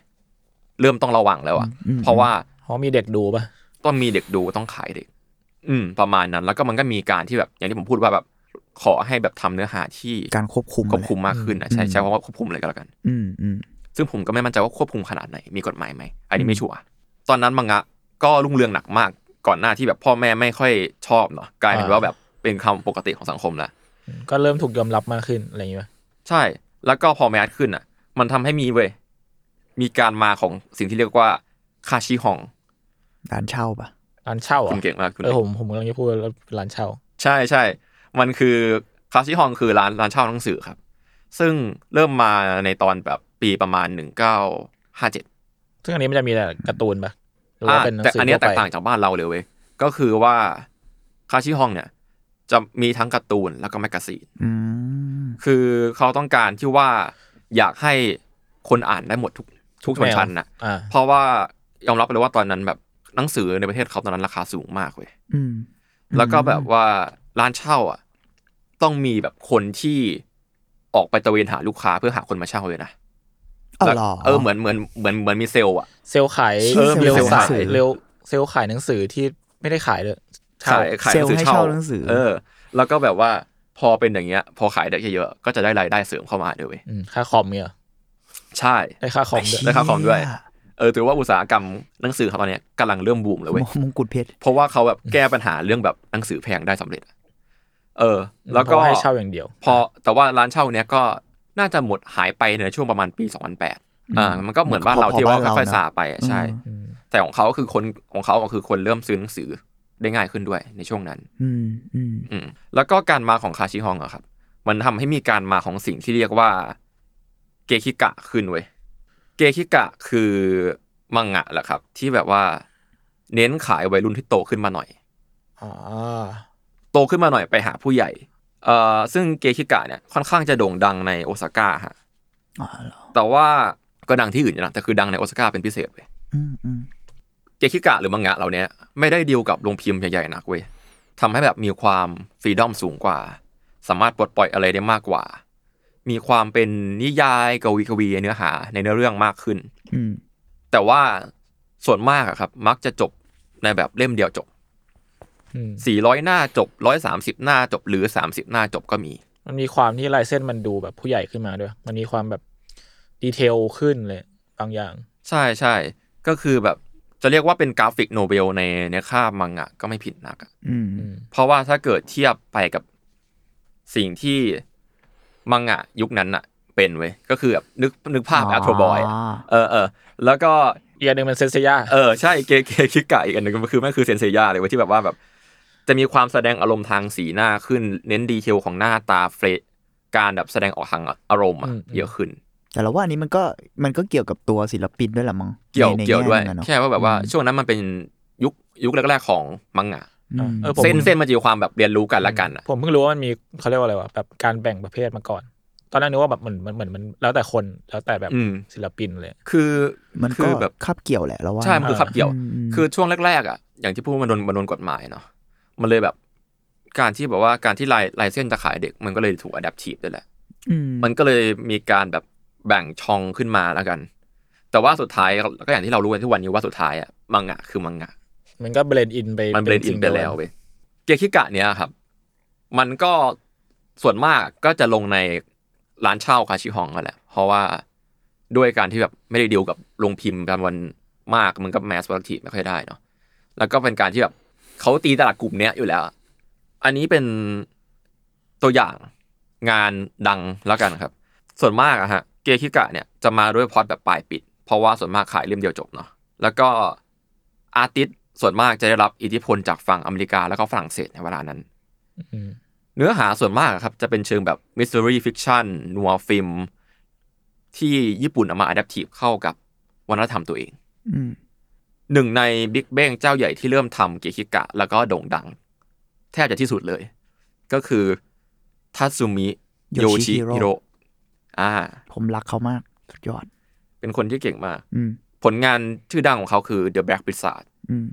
Speaker 3: เริ่มต้องระวังแล้วอ่ะเพราะว่า
Speaker 2: เพราะมีเด็กดูปะ
Speaker 3: ต้องมีเด็กดูต้องขายเด็ก อืม ประมาณนั้น แล้วก็มันก็มีการที่แบบ อย่างที่ผมพูดว่าแบบ ขอให้แบบทำเนื้อหาที่
Speaker 4: การควบคุม
Speaker 3: ควบคุม
Speaker 4: อะไร
Speaker 3: มากขึ้นนะใช่ใช่เพราะว่าควบคุมเลยก็แล้วกัน
Speaker 4: อืมอืม
Speaker 3: ซึ่งผมก็ไม่มั่นใจว่าควบคุมขนาดไหน มีกฎหมายไหม อันนี้ไม่ชัวร์ตอนนั้นมังงะก็รุ่งเรืองหนักมาก ก่อนหน้าที่แบบพ่อแม่ไม่ค่อยชอบเนาะกลายเป็นว่าแบบเป็นคำปกติของสังคมละ
Speaker 2: ก็เริ่มถูกยอมรับมากขึ้นอะไรอย่างเงี้ย
Speaker 3: ใช่ แล้วก็พอแมสขึ้นอ่ะ มันทำให้มีเว้ยมีการมาของสิ่งที่เรียกว่าคาชิฮอง
Speaker 4: ร้านเช่าปะ
Speaker 2: ร้านเช่าเหร
Speaker 3: คุณ
Speaker 2: อ่ะ
Speaker 3: เก่งมากคุณ
Speaker 2: เออง
Speaker 3: เก่
Speaker 2: ผมผมกำลังจะพูดว่าร้านเช่า
Speaker 3: ใช่ใช่ มันคือคาชิฮองคือร้านร้านเช่าหนังสือครับ ซึ่งเริ่มมาในตอนแบบปีประมาณ 1957
Speaker 2: ซึ่งอันนี้มันจะมีแต่การ์ตูนปะหรือ
Speaker 3: อ่า
Speaker 2: ว่าเป็นหนัง
Speaker 3: แต่
Speaker 2: สือ
Speaker 3: อั
Speaker 2: อั
Speaker 3: นเนี้ยแตกต่างจากบ้านเราเลยเว้ย ก็คือว่าคาชิฮองเนี่ย จะมีทั้งการ์ตูนแล้วก็แมกกาซีน
Speaker 4: อืม
Speaker 3: คือเขาต้องการที่ว่าอยากให้คนอ่านได้หมดทุกทุกชนชั้นนะ
Speaker 2: อ่า
Speaker 3: เพราะว่ายอมรับเลยว่าตอนนั้นแบบหนังสือในประเทศเขาตอนนั้นราคาสูงมากเว้ย
Speaker 4: อืม
Speaker 3: แล้วก็แบบว่าร้านเช่าอ่ะ ต้องมีแบบคนที่ออกไปตระเวนหาลูกค้าเพื่อหาคนมาเช่าเลยนะ
Speaker 4: เอา
Speaker 3: แล้ว
Speaker 4: หรอ
Speaker 3: เออเหมือนเหมือนเหมือนเหมือนมีเซลล์อ่ะ
Speaker 2: เซลล์ขาย
Speaker 4: เออมี
Speaker 2: เร็ว
Speaker 4: เซลล์
Speaker 2: ขา
Speaker 4: ขาย ย
Speaker 2: เร็วเซลล์ขายหนังสือที่ไม่ได้ขายเลยเช่า
Speaker 3: ขายขายหนังสื
Speaker 4: เซลล์
Speaker 3: อ
Speaker 4: ให้
Speaker 3: เช่า
Speaker 4: เช่าหนังสือ
Speaker 3: เออ แล้วก็แบบว่าพอเป็นอย่างเงี้ย พอขายได้เยอะๆก็จะได้รายได้เสริมเข้ามาด้วยเวย
Speaker 2: อืมค่าคอมเนี่ยเหรอ
Speaker 3: ใช่
Speaker 2: ได้ค่าคอมด้วย
Speaker 3: ได้ค่าคอมด้วย เออถือว่าอุตสาหกรรมหนังสือเขาตอนเนี้ยกำลังเริ่มบูมเลยเว้ย
Speaker 4: มงกุฎเพชร
Speaker 3: เพราะว่าเขาแบบแก้ปัญหาเรื่องแบบหนังสือแพงได้สำเร็จอะเออ แล้วก็
Speaker 2: เพราะาให้เช่าอย่างเดียว
Speaker 3: พอแต่ว่าร้านเช่าเนี้ยก็น่าจะหมดหายไปในช่วงประมาณปี 2008อ่ามันก็เหมือนบ้านเราที่ว่าค่อยๆซาไปอะใช่
Speaker 2: อืม
Speaker 3: แต่ของเขาก็คือคนของเขาก็คือคนเริ่มซื้อหนังสือได้ง่ายขึ้นด้วยในช่วงนั้น
Speaker 4: อืมอืม
Speaker 3: อืมแล้วก็การมาของคาชิฮองอะครับ มันทำให้มีการมาของสิ่งที่เรียกว่าเกคิกะขึ้นเว้ยเกคิกะคือมังงะแหละครับ ที่แบบว่าเน้นขายวัยรุ่นที่โตขึ้นมาหน่อย
Speaker 2: อ๋อ
Speaker 3: โตขึ้นมาหน่อยไปหาผู้ใหญ่เอ่อซึ่งเกคิกะเนี่ยค่อนข้างจะโด่งดังในโอซาก้าฮะ
Speaker 4: อ๋อเหรอ
Speaker 3: แต่ว่าก็ดังที่อื่นอยู่นะแต่คือดังในโอซาก้าเป็นพิเศษเว้ย
Speaker 4: อืมอืม
Speaker 3: เกคิกะหรือมังงะเหล่าเนี้ยไม่ได้ดีลกับโรงพิมพ์ใหญ่ๆนักเว้ยทำให้แบบมีความฟรีดอมสูงกว่า สามารถปลดปล่อยอะไรได้มากกว่า มีความเป็นนิยายกวีกวีเนื้อหาในเนื้อเรื่องมากขึ้น
Speaker 4: อืม
Speaker 3: แต่ว่าส่วนมากอะครับ มักจะจบในแบบเล่มเดียวจบ
Speaker 2: อืม
Speaker 3: 400 หน้าจบ 130 หน้าจบหรือ 30 หน้าจบก็มี
Speaker 2: มันมีความที่ลายเส้นมันดูแบบผู้ใหญ่ขึ้นมาด้วย มันมีความแบบดีเทลขึ้นเลยบางอย่าง
Speaker 3: ใช่ใช่ก็คือแบบจะเรียกว่าเป็นกราฟิกโนเบลในในคาบมังงะก็ไม่ผิดนักอะ
Speaker 4: อืม
Speaker 2: อืม
Speaker 3: เพราะว่าถ้าเกิดเทียบไปกับสิ่งที่มังงะยุคนั้นอะเป็นเว้ยก็คือแบบนึกนึกภาพแอทโทบอยเออเออแล้วก็
Speaker 2: อีกอย่างหนึ่งมันเซนเซีย
Speaker 3: เออใช่เกเกคิกะอีกอันหนึ่งก็คือมันคือเซนเซย่าเลยเว้ยที่แบบว่าแบบ จะมีความแสดงอารมณ์ทางสีหน้าขึ้น เน้นดีเทลของหน้าตาเฟรการแบบแสดงออกทางอารมณ์อะเยอะขึ้น
Speaker 4: แต่เราว่าอันนี้มันก็มันก็เกี่ยวกับตัวศิลปินด้วยแหละมั้ง
Speaker 3: เกี่ยว
Speaker 4: ในใน
Speaker 3: เกี่ยวด้วย
Speaker 4: แง่หนึ่งอะเนอะ
Speaker 3: แค่ว่าแบบว่าช่วงนั้นมันเป็นยุคยุคแรกๆของมังงะ
Speaker 4: อืม
Speaker 2: เออผม
Speaker 3: เส้นเส้นมันจะมีความแบบเรียนรู้กันละกันอะ
Speaker 2: ผมเพิ่งรู้ว่ามันมีเขาเรียกว่าอะไรวะแบบการแบ่งประเภทมาก่อน ตอนแรกนึกว่าแบบเหมือนมันเหมือนมันแล้วแต่คนแล้วแต่แบบ
Speaker 3: อืม
Speaker 2: ศิลปินเลย
Speaker 3: คือ
Speaker 4: มัน
Speaker 3: คื
Speaker 4: ก็
Speaker 3: อแบบ
Speaker 4: คาบเกี่ยวแหละเราว่า
Speaker 3: ใช่ มันคือ
Speaker 2: อ่า
Speaker 3: ขับเกี่ยว
Speaker 4: อืม
Speaker 3: คือช่วงแรกๆอ่ะ อย่างที่พูดว่ามันโดนมันโดนกฎหมายเนาะ มันเลยแบบ การที่แบบว่าการที่ลายลายเส้นจะขายเด็ก มันก็เลยถูกอะดัปทีฟด้วยแหละ
Speaker 4: อืม
Speaker 3: มันก็เลยมีการแบบแบ่งช่องขึ้นมาแล้วกัน แต่ว่าสุดท้ายก็อย่างที่เรารู้กันทุกวันนี้ว่าสุดท้ายอ่ะ มังงะคือมังงะ
Speaker 2: มันก็เบลนอินไป
Speaker 3: มันเบรนอิ
Speaker 2: สิ่
Speaker 3: น
Speaker 2: ง
Speaker 3: ไป
Speaker 2: ดียกั
Speaker 3: แล้วเว้ยเกียร์คิกะเนี่ยครับ มันก็ส่วนมากก็จะลงในร้านเช่าคาชิฮองกันแหละ เพราะว่าด้วยการที่แบบไม่ได้ดีลกับโรงพิมพ์การวันมากมันก็แมสโปรดักทีฟไม่ค่อยได้เนาะแล้วก็เป็นการที่แบบเขาตีตลาดกลุ่มเนี้ยอยู่แล้ว อันนี้เป็นตัวอย่างงานดังแล้วกันครับ ส่วนมากอะฮะเกียร์คิกะเนี่ยจะมาด้วยพล็อดแบบปลายปิด เพราะว่าส่วนมากขายเล่มเดียวจบเนาะแล้วก็อาร์ติสต์ส่วนมากจะได้รับอิทธิพลจากฝั่งอเมริกาแล้วก็ฝรั่งเศสในเวลานั้น
Speaker 2: อืม
Speaker 3: เนื้อหาส่วนมากอะครับ จะเป็นเชิงแบบมิส t ต r y ี่ฟิ t ชันนัวฟิล์มที่ญี่ปุ่นเอามาอัด p t ทีฟเข้ากับวัฒนธรรมตัวเอง
Speaker 4: อืม
Speaker 3: หนึ่งในบิ๊กเบ้งเจ้าใหญ่ที่เริ่มทำเกคิกะ แล้วก็โด่งดัง แทบจะที่สุดเลย ก็คือทัต s ุมิโยชิฮิโร่อ่า
Speaker 4: ผมรักเขามากสุดยอด
Speaker 3: เป็นคนที่เก่งมาก
Speaker 4: อืม
Speaker 3: ผลงานชื่อดังของเขาคือ The Black Wizard
Speaker 4: อืม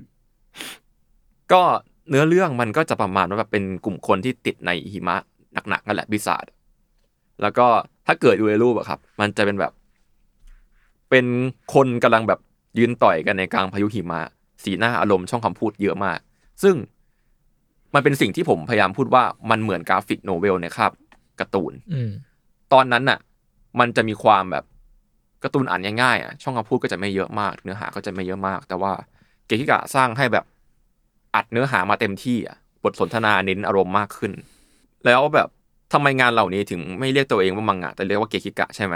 Speaker 3: ก็ เนื้อเรื่องมันก็จะประมาณว่าแบบเป็นกลุ่มคนที่ติดในหิมะหนักๆนั่นแหละปีศาจแล้วก็ถ้าเกิดดูในรูปอะครับ มันจะเป็นแบบ เป็นคนกำลังแบบยืนต่อยกันในกลางพายุหิมะ สีหน้าอารมณ์ช่องคำพูดเยอะมาก ซึ่งมันเป็นสิ่งที่ผมพยายามพูดว่ามันเหมือนกราฟิกโนเวลในคาบการ์ตูน
Speaker 2: อืม
Speaker 3: ตอนนั้นน่ะ มันจะมีความแบบการ์ตูนอ่านง่ายๆอ่ะช่องคำพูดก็จะไม่เยอะมาก เนื้อหาก็จะไม่เยอะมาก แต่ว่าเกคิกะสร้างให้แบบอัดเนื้อหามาเต็มที่อ่ะบทสนทนาเน้นอารมณ์มากขึ้น แล้วแบบทำไมงานเหล่านี้ถึงไม่เรียกตัวเองว่ามังงะแต่เรียกว่าเกคิกะใช่ไหม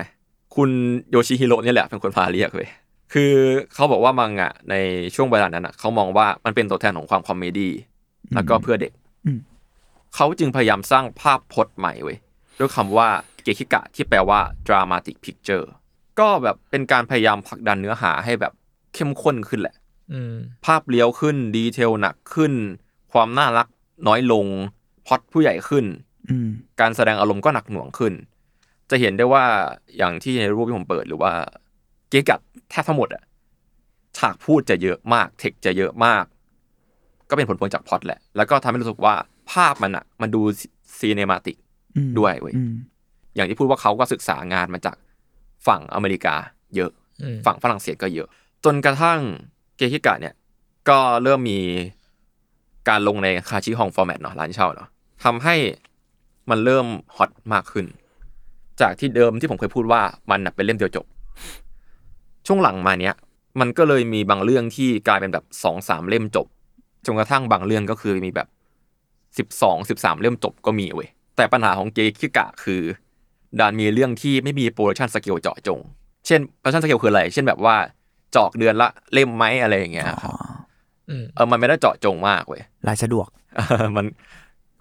Speaker 3: คุณโยชิฮิโร่เนี่ยแหละเป็นคนพาเรียกเลยคือเขาบอกว่ามังงะในช่วงเวลานั้นอ่ะเขามองว่ามันเป็นตัวแทนของความคอมเมดี้แล้วก็เพื่อเด็ก
Speaker 4: อืม
Speaker 3: เขาจึงพยายามสร้างภาพพจน์ใหม่เว้ย ด้วยคำว่าเกคิกะที่แปลว่า dramatic picture ก็แบบเป็นการพยายามผลักดันเนื้อหาให้แบบเข้มข้นขึ้นแหละ
Speaker 2: อืม
Speaker 3: ภาพเลี้ยวขึ้น ดีเทลหนักขึ้น ความน่ารักน้อยลงพล็อตผู้ใหญ่ขึ้น
Speaker 4: อืม
Speaker 3: การแสดงอารมณ์ก็หนักหน่วงขึ้น จะเห็นได้ว่าอย่างที่ในรูปที่ผมเปิดหรือว่าเกกัดแทบทั้งหมดอะฉากพูดจะเยอะมาก เทคจะเยอะมาก ก็เป็นผลพวงจากพล็อตแหละ แล้วก็ทำให้รู้สึกว่าภาพมันอะมันดูซีเนมาติก
Speaker 4: อืม
Speaker 3: ด้วยเว้ย
Speaker 4: อืม
Speaker 3: อย่างที่พูดว่าเขาก็ศึกษางานมาจากฝั่งอเมริกา เยอะ
Speaker 2: อืม
Speaker 3: ฝั่งฝรั่งเศสก็เยอะ จนกระทั่งเกคิกะเนี่ย ก็เริ่มมีการลงในคาชิฮองฟอร์แมตเนาะร้านเช่าเนาะทำให้มันเริ่มฮอตมากขึ้น จากที่เดิมที่ผมเคยพูดว่ามันน่ะเป็นเล่มเดียวจบ ช่วงหลังมาเนี้ย มันก็เลยมีบางเรื่องที่กลายเป็นแบบสองสามเล่มจบจนกระทั่งบางเรื่องก็คือมีแบบสิบสองสิบสามเล่มจบก็มีเว้ยแต่ปัญหาของเกคิกะคือดันมีเรื่องที่ไม่มีโปรดักชันสเกลเจาะจง เช่นโปรดักชันสเกลคืออะไร เช่นแบบว่าเจาะเดือนละเล่มไหมอะไรอย่างเงี้ยครับ
Speaker 4: อ๋อ
Speaker 2: อืม
Speaker 3: เออมันไม่ได้เจาะจงมากเว้ย
Speaker 4: ลายสะดวก
Speaker 3: เออ มัน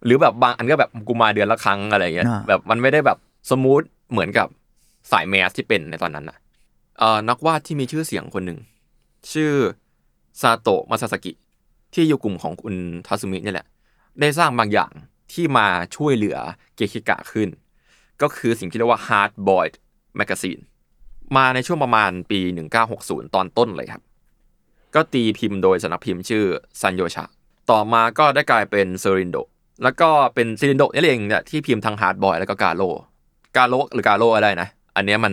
Speaker 3: หรือแบบบางอันก็แบบกูมาเดือนละครั้งอะไรอย่างเงี้ย
Speaker 4: อ่า
Speaker 3: แบบมันไม่ได้แบบสมูทเหมือนกับสายแมสที่เป็นในตอนนั้นนะเอ่อนักวาดที่มีชื่อเสียงคนหนึ่ง ชื่อซาโตะมาซาสกิ ที่อยู่กลุ่มของคุณทาสุมิเนี่ยแหละ ได้สร้างบางอย่างที่มาช่วยเหลือเกคิกะขึ้น ก็คือสิ่งที่เรียกว่า Hard Boiled Magazine มาในช่วงประมาณปี 1960 ตอนต้นเลยครับ ก็ตีพิมพ์โดยสำนักพิมพ์ชื่อซันโยชะ ต่อมาก็ได้กลายเป็นเซรินโด แล้วก็เป็นเซรินโดนี่เองเนี่ยที่พิมพ์ทางฮาร์ดบอยแล้วก็กาโล กาโลหรือกาโลก็ได้นะ อันเนี้ยมัน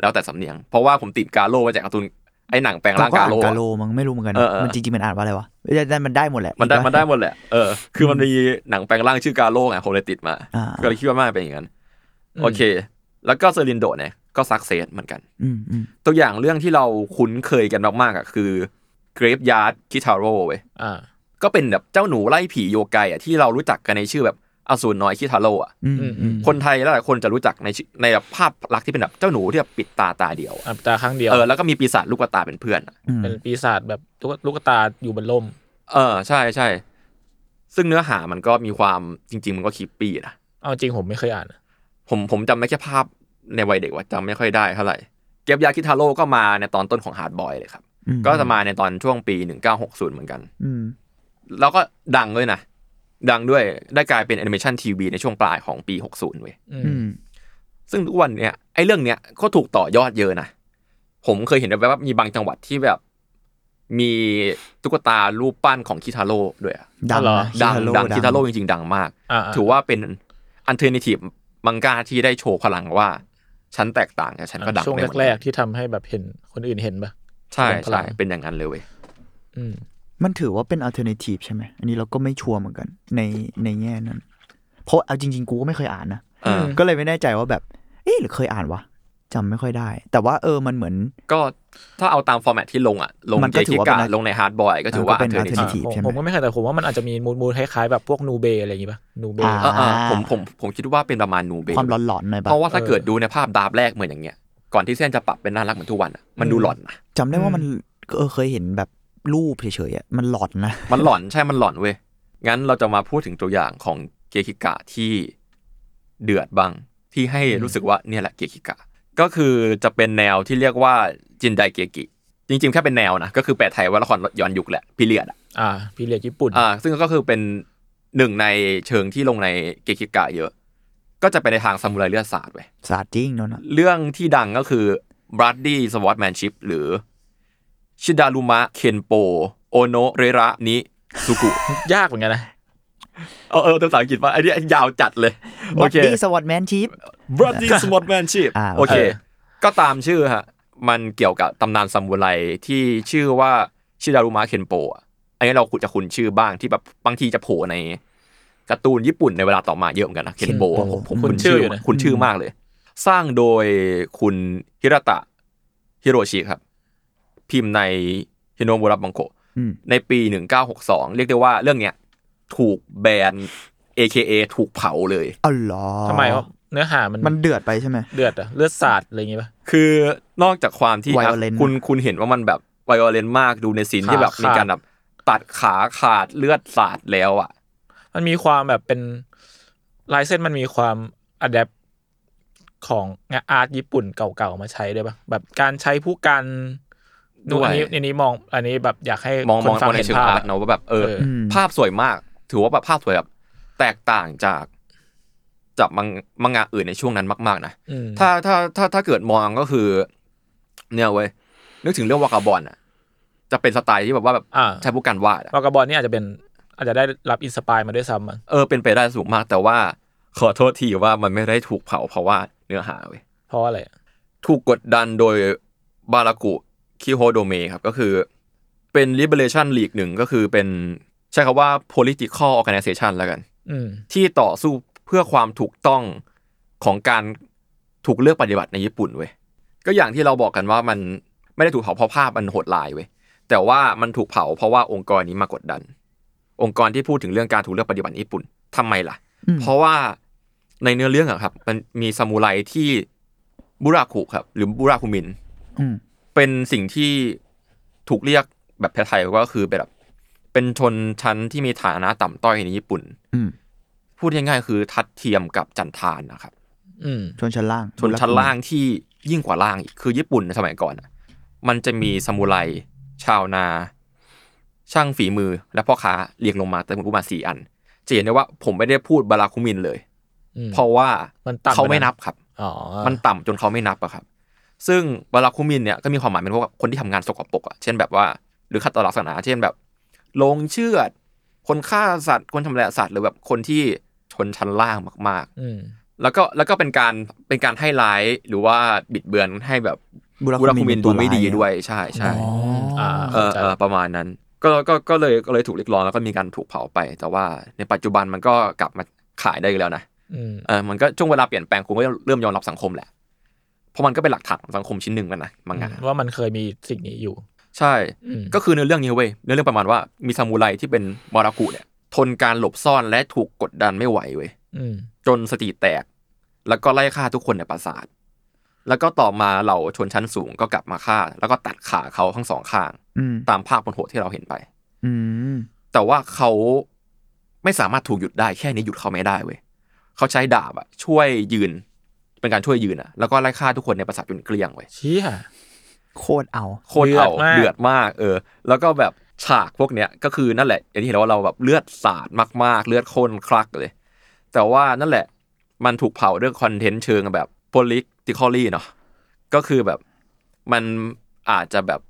Speaker 3: แล้วแต่สำเนียง เพราะว่าผมติดกาโลมาจากการ์ตูนไอ้หนังแปลงร่าง
Speaker 4: ก็
Speaker 3: กา
Speaker 4: อ่าน
Speaker 3: โล
Speaker 4: กา
Speaker 3: อะ
Speaker 4: โลมั้งไม่รู้เหมือนกัน
Speaker 3: เออเออ
Speaker 4: มันจริงๆมันอ่านว่าอะไรวะเอ้ยได้มันได้หมดแหละ
Speaker 3: มันได้
Speaker 4: อีกปะ
Speaker 3: มันได้หมดแหละ เออ คือมันมีหนังแปลงร่างชื่อกาโร่ไงผมเลยติดมา
Speaker 4: อ่า
Speaker 3: ก็เลยคิดว่ามันเป็นอย่างนั้น โอเค แล้วก็เซรินโดเนี่ยก็ซักเซสเหมือนกัน
Speaker 4: อืมอืม
Speaker 3: ตัวอย่างเรื่องที่เราคุ้นเคยกันมากๆอ่ะคือ Graveyard Kitaro เว้ย
Speaker 2: อ่า
Speaker 3: ก็เป็นแบบเจ้าหนูไล่ผีโยไกอ่ะที่เรารู้จักกันในชื่อแบบอสูรน้อยคิทาโร่อ่ะ
Speaker 4: อืม
Speaker 2: อืมอื
Speaker 4: อื
Speaker 2: ม
Speaker 4: ม
Speaker 3: คนไทยหลายๆคนจะรู้จักในชื่อในแบบภาพลักษณ์ที่เป็นแบบเจ้าหนูที่แบบปิดตาตาเดียวอะ
Speaker 2: อับตาข้างเดียว
Speaker 3: เออแล้วก็มีปีศาจลูกตาเป็นเพื่อนอะ
Speaker 4: อืม
Speaker 2: เป็นปีศาจแบบลูกลูกตาอยู่บนล่ม
Speaker 3: เออใช่ใช่ซึ่งเนื้อหามันก็มีความจริง ๆ มันก็คีปปี้นะ
Speaker 2: เอาจริงผมไม่เคยอ่านนะ
Speaker 3: ผมผมจำได้แค่ภาพในวัยเด็กว่าจำไม่ค่อยได้เท่าไหร่ เก็บยาคิทาโร่ก็มาในตอนต้นของฮาร์ดบอยเลยครับ
Speaker 4: อื
Speaker 3: ก็จะมาในตอนช่วงปี 1960 เหมือนกัน
Speaker 4: อืม
Speaker 3: แล้วก็ดังด้วยนะ ดังด้วยได้กลายเป็นแอนิเมชันทีวีในช่วงปลายของปี 60เว้ย
Speaker 2: อื
Speaker 4: อื
Speaker 2: ม
Speaker 4: ม
Speaker 3: ซึ่งทุกวันเนี่ยไอ้เรื่องเนี้ยก็ถูกต่อยอดเยอะนะ ผมเคยเห็นแบบว่ามีบางจังหวัดที่แบบ มีตุ๊กตารูปปั้นของคิทาโร่ด้วยอะ
Speaker 4: ดั
Speaker 2: อ๋
Speaker 4: ง
Speaker 2: อเหรอ
Speaker 4: นะ
Speaker 3: ดัง
Speaker 4: โร่
Speaker 3: ดังคิทาโร่จริงๆ ดังมาก
Speaker 2: อ่า
Speaker 3: ถือว่าเป็นอันเทอร์น v ทีฟมังกาที่ได้โชว์พลังว่า ฉันแตกต่างจากฉันก็ดัง
Speaker 2: ช่วง
Speaker 3: ไม่เหมือนน
Speaker 2: แรกๆที่ทำให้แบบเห็นคนอื่นเห็นปะ
Speaker 3: ใช่
Speaker 2: พลั
Speaker 3: ใช่
Speaker 2: ง
Speaker 3: เป็นอย่างนั้นเลยเว้ย
Speaker 2: อืม
Speaker 4: มันถือว่าเป็นอัลเทอร์เนทีฟใช่ไหมอันนี้เราก็ไม่ชัวร์เหมือนกัน ในในแง่นั้น เพราะเอาจริง ๆ กูก็ไม่เคยอ่านนะ
Speaker 3: เอออ
Speaker 2: ม
Speaker 4: ก็เลยไม่แน่ใจว่าแบบ เอ๊ะหรือเคยอ่านวะจำไม่ค่อยได้ แต่ว่าเออมันเหมือน
Speaker 3: ก็ถ้าเอาตามฟอร์แมตที่ลงอ่ะ ลง
Speaker 4: มัน
Speaker 3: เจ
Speaker 4: ก็ถือว่าก
Speaker 3: คิะ
Speaker 4: เป็น
Speaker 3: ลงในฮาร์ดบอยก็ถือว่า
Speaker 4: ก็เป็น
Speaker 3: เทอร์น
Speaker 4: alternative
Speaker 2: ผม
Speaker 4: ใช่ไหม
Speaker 2: ผมก็ไม่เคยแต่ผมว่ามันอาจจะมีมูลมูลคล้ายๆแบบพวกนูเบอะไรอย่างงี้ปะนูเบ
Speaker 4: อ่า
Speaker 3: ผมผมผมคิดว่าเป็นประมาณนูเบ
Speaker 4: ความหลอนๆหน่อยปะ
Speaker 3: เพราะว่าถ้า
Speaker 2: เออ
Speaker 3: เกิดดูในภาพดาบแรกเหมือนอย่างเงี้ย ก่อนที่เส้นจะปรับเป็นน่ารักเหมือนทุกวันอะมันดู
Speaker 2: อืม
Speaker 3: หลอนนะ
Speaker 4: จำได้ว่ามันเออเคยเห็นแบบรูปเฉยๆอะมันหลอนนะ
Speaker 3: มันหลอนใช่ มันหลอนเว้ย งั้นเราจะมาพูดถึงตัวอย่างของเกคิกะที่เดือดบ้าง ที่ให้รู้สึกว่าเนี่ยแหละเกคิกะ ก็คือจะเป็นแนวที่เรียกว่าจินไดเกกิ จริงๆ แค่เป็นแนวนะ ก็คือแปลไทยว่าละครย้อนยุคแหละพิเรียดอะ
Speaker 2: อ่าพีเรียดญี่ปุ่น
Speaker 3: อ่า ซึ่งก็คือเป็นหนึ่งในเชิงที่ลงในเกคิกะเยอะ ก็จะไปในทางซามูไรเลือดสาดเว้ย
Speaker 4: สาดจริงเนอะนะ
Speaker 3: เรื่องที่ดังก็คือ Bloody Swordmanship หรือ ชิดารุมะ เคนโป โอโนะเรระนิ สุกุ
Speaker 2: ยากเหมือนกันนะ
Speaker 3: เออเออภาษาอังกฤษว่าไอ้เนี่ยยาวจัดเลย โอ
Speaker 4: บัต
Speaker 3: เค
Speaker 4: ตี้สวอตแมนชีพ
Speaker 5: Bloody Swordmanship
Speaker 4: อ่า
Speaker 3: โอเค
Speaker 2: เออ
Speaker 3: ก็ตามชื่อฮะ มันเกี่ยวกับตำนานซามูไรที่ชื่อว่าชิดารุมะเคนโปะอันนี้เราคุจะคุ้นชื่อบ้างที่แบบบางทีจะโผล่ในการ์ตูนญี่ปุ่นในเวลาต่อมาเยอะเหมือนกันนะเคนโปะ
Speaker 4: Kenpo
Speaker 3: ผมผม
Speaker 4: อืม
Speaker 3: คุ้นชื่ออยู่นะคุ้นชื่อมากเลย สร้างโดยคุณฮิรตะฮิโรชิครับ พิมพ์ในฮิโนมุระบังโก
Speaker 4: อืม
Speaker 3: ในปี 1962 เรียกได้ว่าเรื่องเนี้ยถูกแบน AKA ถูกเผาเลย
Speaker 4: เอาเหรอ
Speaker 2: ทำไมวะเนื้อหามัน
Speaker 4: มันเดือดไปใช่ไหม
Speaker 2: เดือดอะเลือดสาดอะไรอย่างงี้ป่ะ
Speaker 3: คือนอกจากความที่อ่ะ
Speaker 4: Violent
Speaker 3: คุณคุณเห็นว่ามันแบบไวโอเลนมากดูในซีน
Speaker 2: ขา
Speaker 3: ที่แบบ
Speaker 2: ขาด
Speaker 3: มีการแบบตัดขาขาดเลือดสาดแล้วอ่ะ
Speaker 2: มันมีความแบบเป็นลายเส้นมันมีความอัดแอปของงานอาร์ตญี่ปุ่นเก่าๆมาใช้ด้วยป่ะแบบการใช้ผู้กันดู
Speaker 3: ด้วย
Speaker 2: อันนี้อันนี้มองอันนี้แบบอยากให้
Speaker 3: มอง
Speaker 2: ค
Speaker 3: ม
Speaker 2: น
Speaker 3: อง
Speaker 2: ฟัง
Speaker 3: ใน
Speaker 2: เห็น
Speaker 3: เชิง
Speaker 2: ภาพ
Speaker 3: อาร์ต
Speaker 2: อะ
Speaker 3: เนอะว่าแบบเออ
Speaker 2: เออ
Speaker 4: อืม
Speaker 3: ภาพสวยมาก ถือว่าแบบภาพสวยแบบแตกต่างจากจากมังมังงะอื่นในช่วงนั้นมากๆนะ
Speaker 2: อืม
Speaker 3: ถ้าถ้าถ้าถ้าเกิดมองก็คือ เนี่ยเว้ยนึกถึงเรื่องวากาบอนอ่ะ จะเป็นสไตล์ที่แบบว่าแบบ
Speaker 2: อ่า
Speaker 3: ใช้ผู้กันวาดอะ
Speaker 2: วากาบอลนี่อาจจะเป็นอาจจะได้รับอินสปายมาด้วยซ้ำอะ
Speaker 3: เออเป็นไปได้สูงมากแต่ว่าขอโทษทีว่ามันไม่ได้ถูกเผาเพราะว่าเนื้อหาเว้ย
Speaker 2: เพราะอะไรอะ
Speaker 3: ถูกกดดันโดยบารากุคิโฮโดเมะครับ ก็คือเป็น Liberation League หนึ่งก็คือเป็นใช้คำว่า political organization แล้วกัน
Speaker 2: อืม
Speaker 3: ที่ต่อสู้เพื่อความถูกต้องของการถูกเลือกปฏิบัติในญี่ปุ่นเว้ยก็อย่างที่เราบอกกันว่ามันไม่ได้ถูกเผาเพราะภาพมันโหดร้ายเว้ยแต่ว่ามันถูกเผาเพราะว่าองค์กรนี้มากดดัน องค์กรที่พูดถึงเรื่องการถูกเลือกปฏิบัติในญี่ปุ่นทำไมล่ะ
Speaker 4: อืม
Speaker 3: เพราะว่าในเนื้อเรื่องอะครับ มันมีซามูไรที่บุราคุครับ หรือบุราคุมิน
Speaker 4: อืม
Speaker 3: เป็นสิ่งที่ถูกเรียกแบบไทยๆก็คือเป็นแบบเป็นชนชั้นที่มีฐานะต่ำต้อยในญี่ปุ่น
Speaker 4: อืม
Speaker 3: พูดง่ายๆคือทัดเทียมกับจันทานนะครับ
Speaker 2: อืม
Speaker 4: ชนชั้นล่าง
Speaker 3: ชนชั้นล่างที่ยิ่งกว่าล่างอีกคือญี่ปุ่นในสมัยก่อนอะมันจะมีซามูไรชาวนา ช่างฝีมือและพ่อค้าเรียงลงมาแต่ผมพูดมาสี่อันจะเห็นได้ว่าผมไม่ได้พูดบาราคุมินเลย
Speaker 2: อืม
Speaker 3: เพราะว่า
Speaker 2: มันต่ำ
Speaker 3: เขาไม่
Speaker 2: ไปนะ
Speaker 3: นับครับ
Speaker 2: อ๋อ
Speaker 3: มันต่ำจนเขาไม่นับอะครับ ซึ่งบาราคุมินเนี่ยก็มีความหมายเป็นพวกคนที่ทำงานสกปรกอะเช่นแบบว่า หรือขัดต่อหลักศาสนา เช่นแบบลงเชือด คนฆ่าสัตว์ คนทำลายสัตว์ หรือแบบคนที่ชนชั้นล่างมาก
Speaker 2: อืม
Speaker 3: ๆ แล้วก็แล้วก็เป็นการเป็นการให้ร้ายหรือว่าบิดเบือนให้แบบบุราคุมินดูไม่ดีด้วย ใช่ใช่
Speaker 4: อ๋ออ่า
Speaker 2: อ่า
Speaker 3: เออเออประมาณนั้น ก็ก็ก็เลยก็เลยถูกเรียกร้องแล้วก็มีการถูกเผาไป แต่ว่าในปัจจุบันมันก็กลับมาขายได้อีกแล้วนะ
Speaker 2: อืม
Speaker 3: เออมันก็ช่วงเวลาเปลี่ยนแปลงคุณก็เริ่มยอมรับสังคมแหละ เพราะมันก็เป็นหลักฐานของสังคมชิ้นหนึ่งกันนะมังงะ
Speaker 2: ว่ามันเคยมีสิ่งนี้อยู่
Speaker 3: ใช่
Speaker 2: อืม
Speaker 3: ก็คือเนื้อเรื่องนี้เว้ยเนื้อเรื่องประมาณว่ามีซามูไรที่เป็นมารากุเนี่ย ทนการหลบซ่อนและถูกกดดันไม่ไหวเว้ย
Speaker 2: อืม
Speaker 3: จนสติแตก แล้วก็ไล่ฆ่าทุกคนในปราสาท แล้วก็ต่อมาเหล่าชนชั้นสูงก็กลับมาฆ่า แล้วก็ตัดขาเขาทั้งสองข้าง
Speaker 4: อืม
Speaker 3: ตามภาพบนโหดที่เราเห็นไป
Speaker 4: อืม
Speaker 3: แต่ว่าเขาไม่สามารถถูกหยุดได้แค่นี้หยุดเขาไม่ได้เว้ยเขาใช้ดาบอะช่วยยืน เป็นการช่วยยืนอะแล้วก็ไล่ฆ่าทุกคนในปราสาทจนเกลี้ยงเว้ย
Speaker 2: เชี่ย
Speaker 4: โคตรเอา
Speaker 3: โคตรเอา
Speaker 2: เดือดมาก
Speaker 3: เดือดมาก เออ แล้วก็แบบฉากพวกเนี้ยก็คือนั่นแหละ อย่างที่เห็นว่าเราแบบเลือดสาดมาก ๆ เลือดข้นคลักเลย แต่ว่านั่นแหละ มันถูกเผาเรื่องคอนเทนต์เชิงแบบ politically เนาะก็คือแบบมันอาจจะแบบ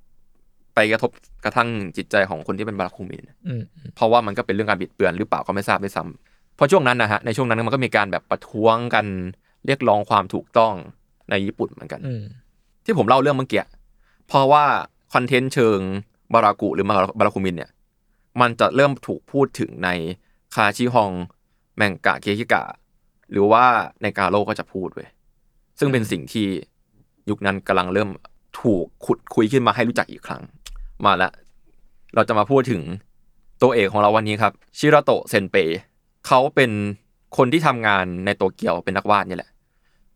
Speaker 3: ไปกระทบกระทั่งจิตใจของคนที่เป็นบาราคุมิน
Speaker 2: อืม
Speaker 3: เพราะว่ามันก็เป็นเรื่องการบิดเบือนหรือเปล่าก็ไม่ทราบด้วยซ้ำเพราะช่วงนั้นนะฮะในช่วงนั้นมันก็มีการแบบประท้วงกันเรียกร้องความถูกต้องในญี่ปุ่นเหมือนกัน
Speaker 2: อืม
Speaker 3: ที่ผมเล่าเรื่องเมื่อกี้เพราะว่าคอนเทนต์เชิงบารากุหรือบาราบาราคุมินเนี่ยมันจะเริ่มถูกพูดถึงในคาชิฮองแมงกะเคคิกะ หรือว่าในกาโร่ก็จะพูดเว้ยซึ่งเป็นสิ่งที่ยุคนั้นกำลังเริ่มถูกขุดคุยขึ้นมาให้รู้จักอีกครั้ง มาละเราจะมาพูดถึงตัวเอกของเราวันนี้ครับชิราโตะเซนเปเขาเป็นคนที่ทำงานในโตเกียวเป็นนักวาดเนี่ยแหละ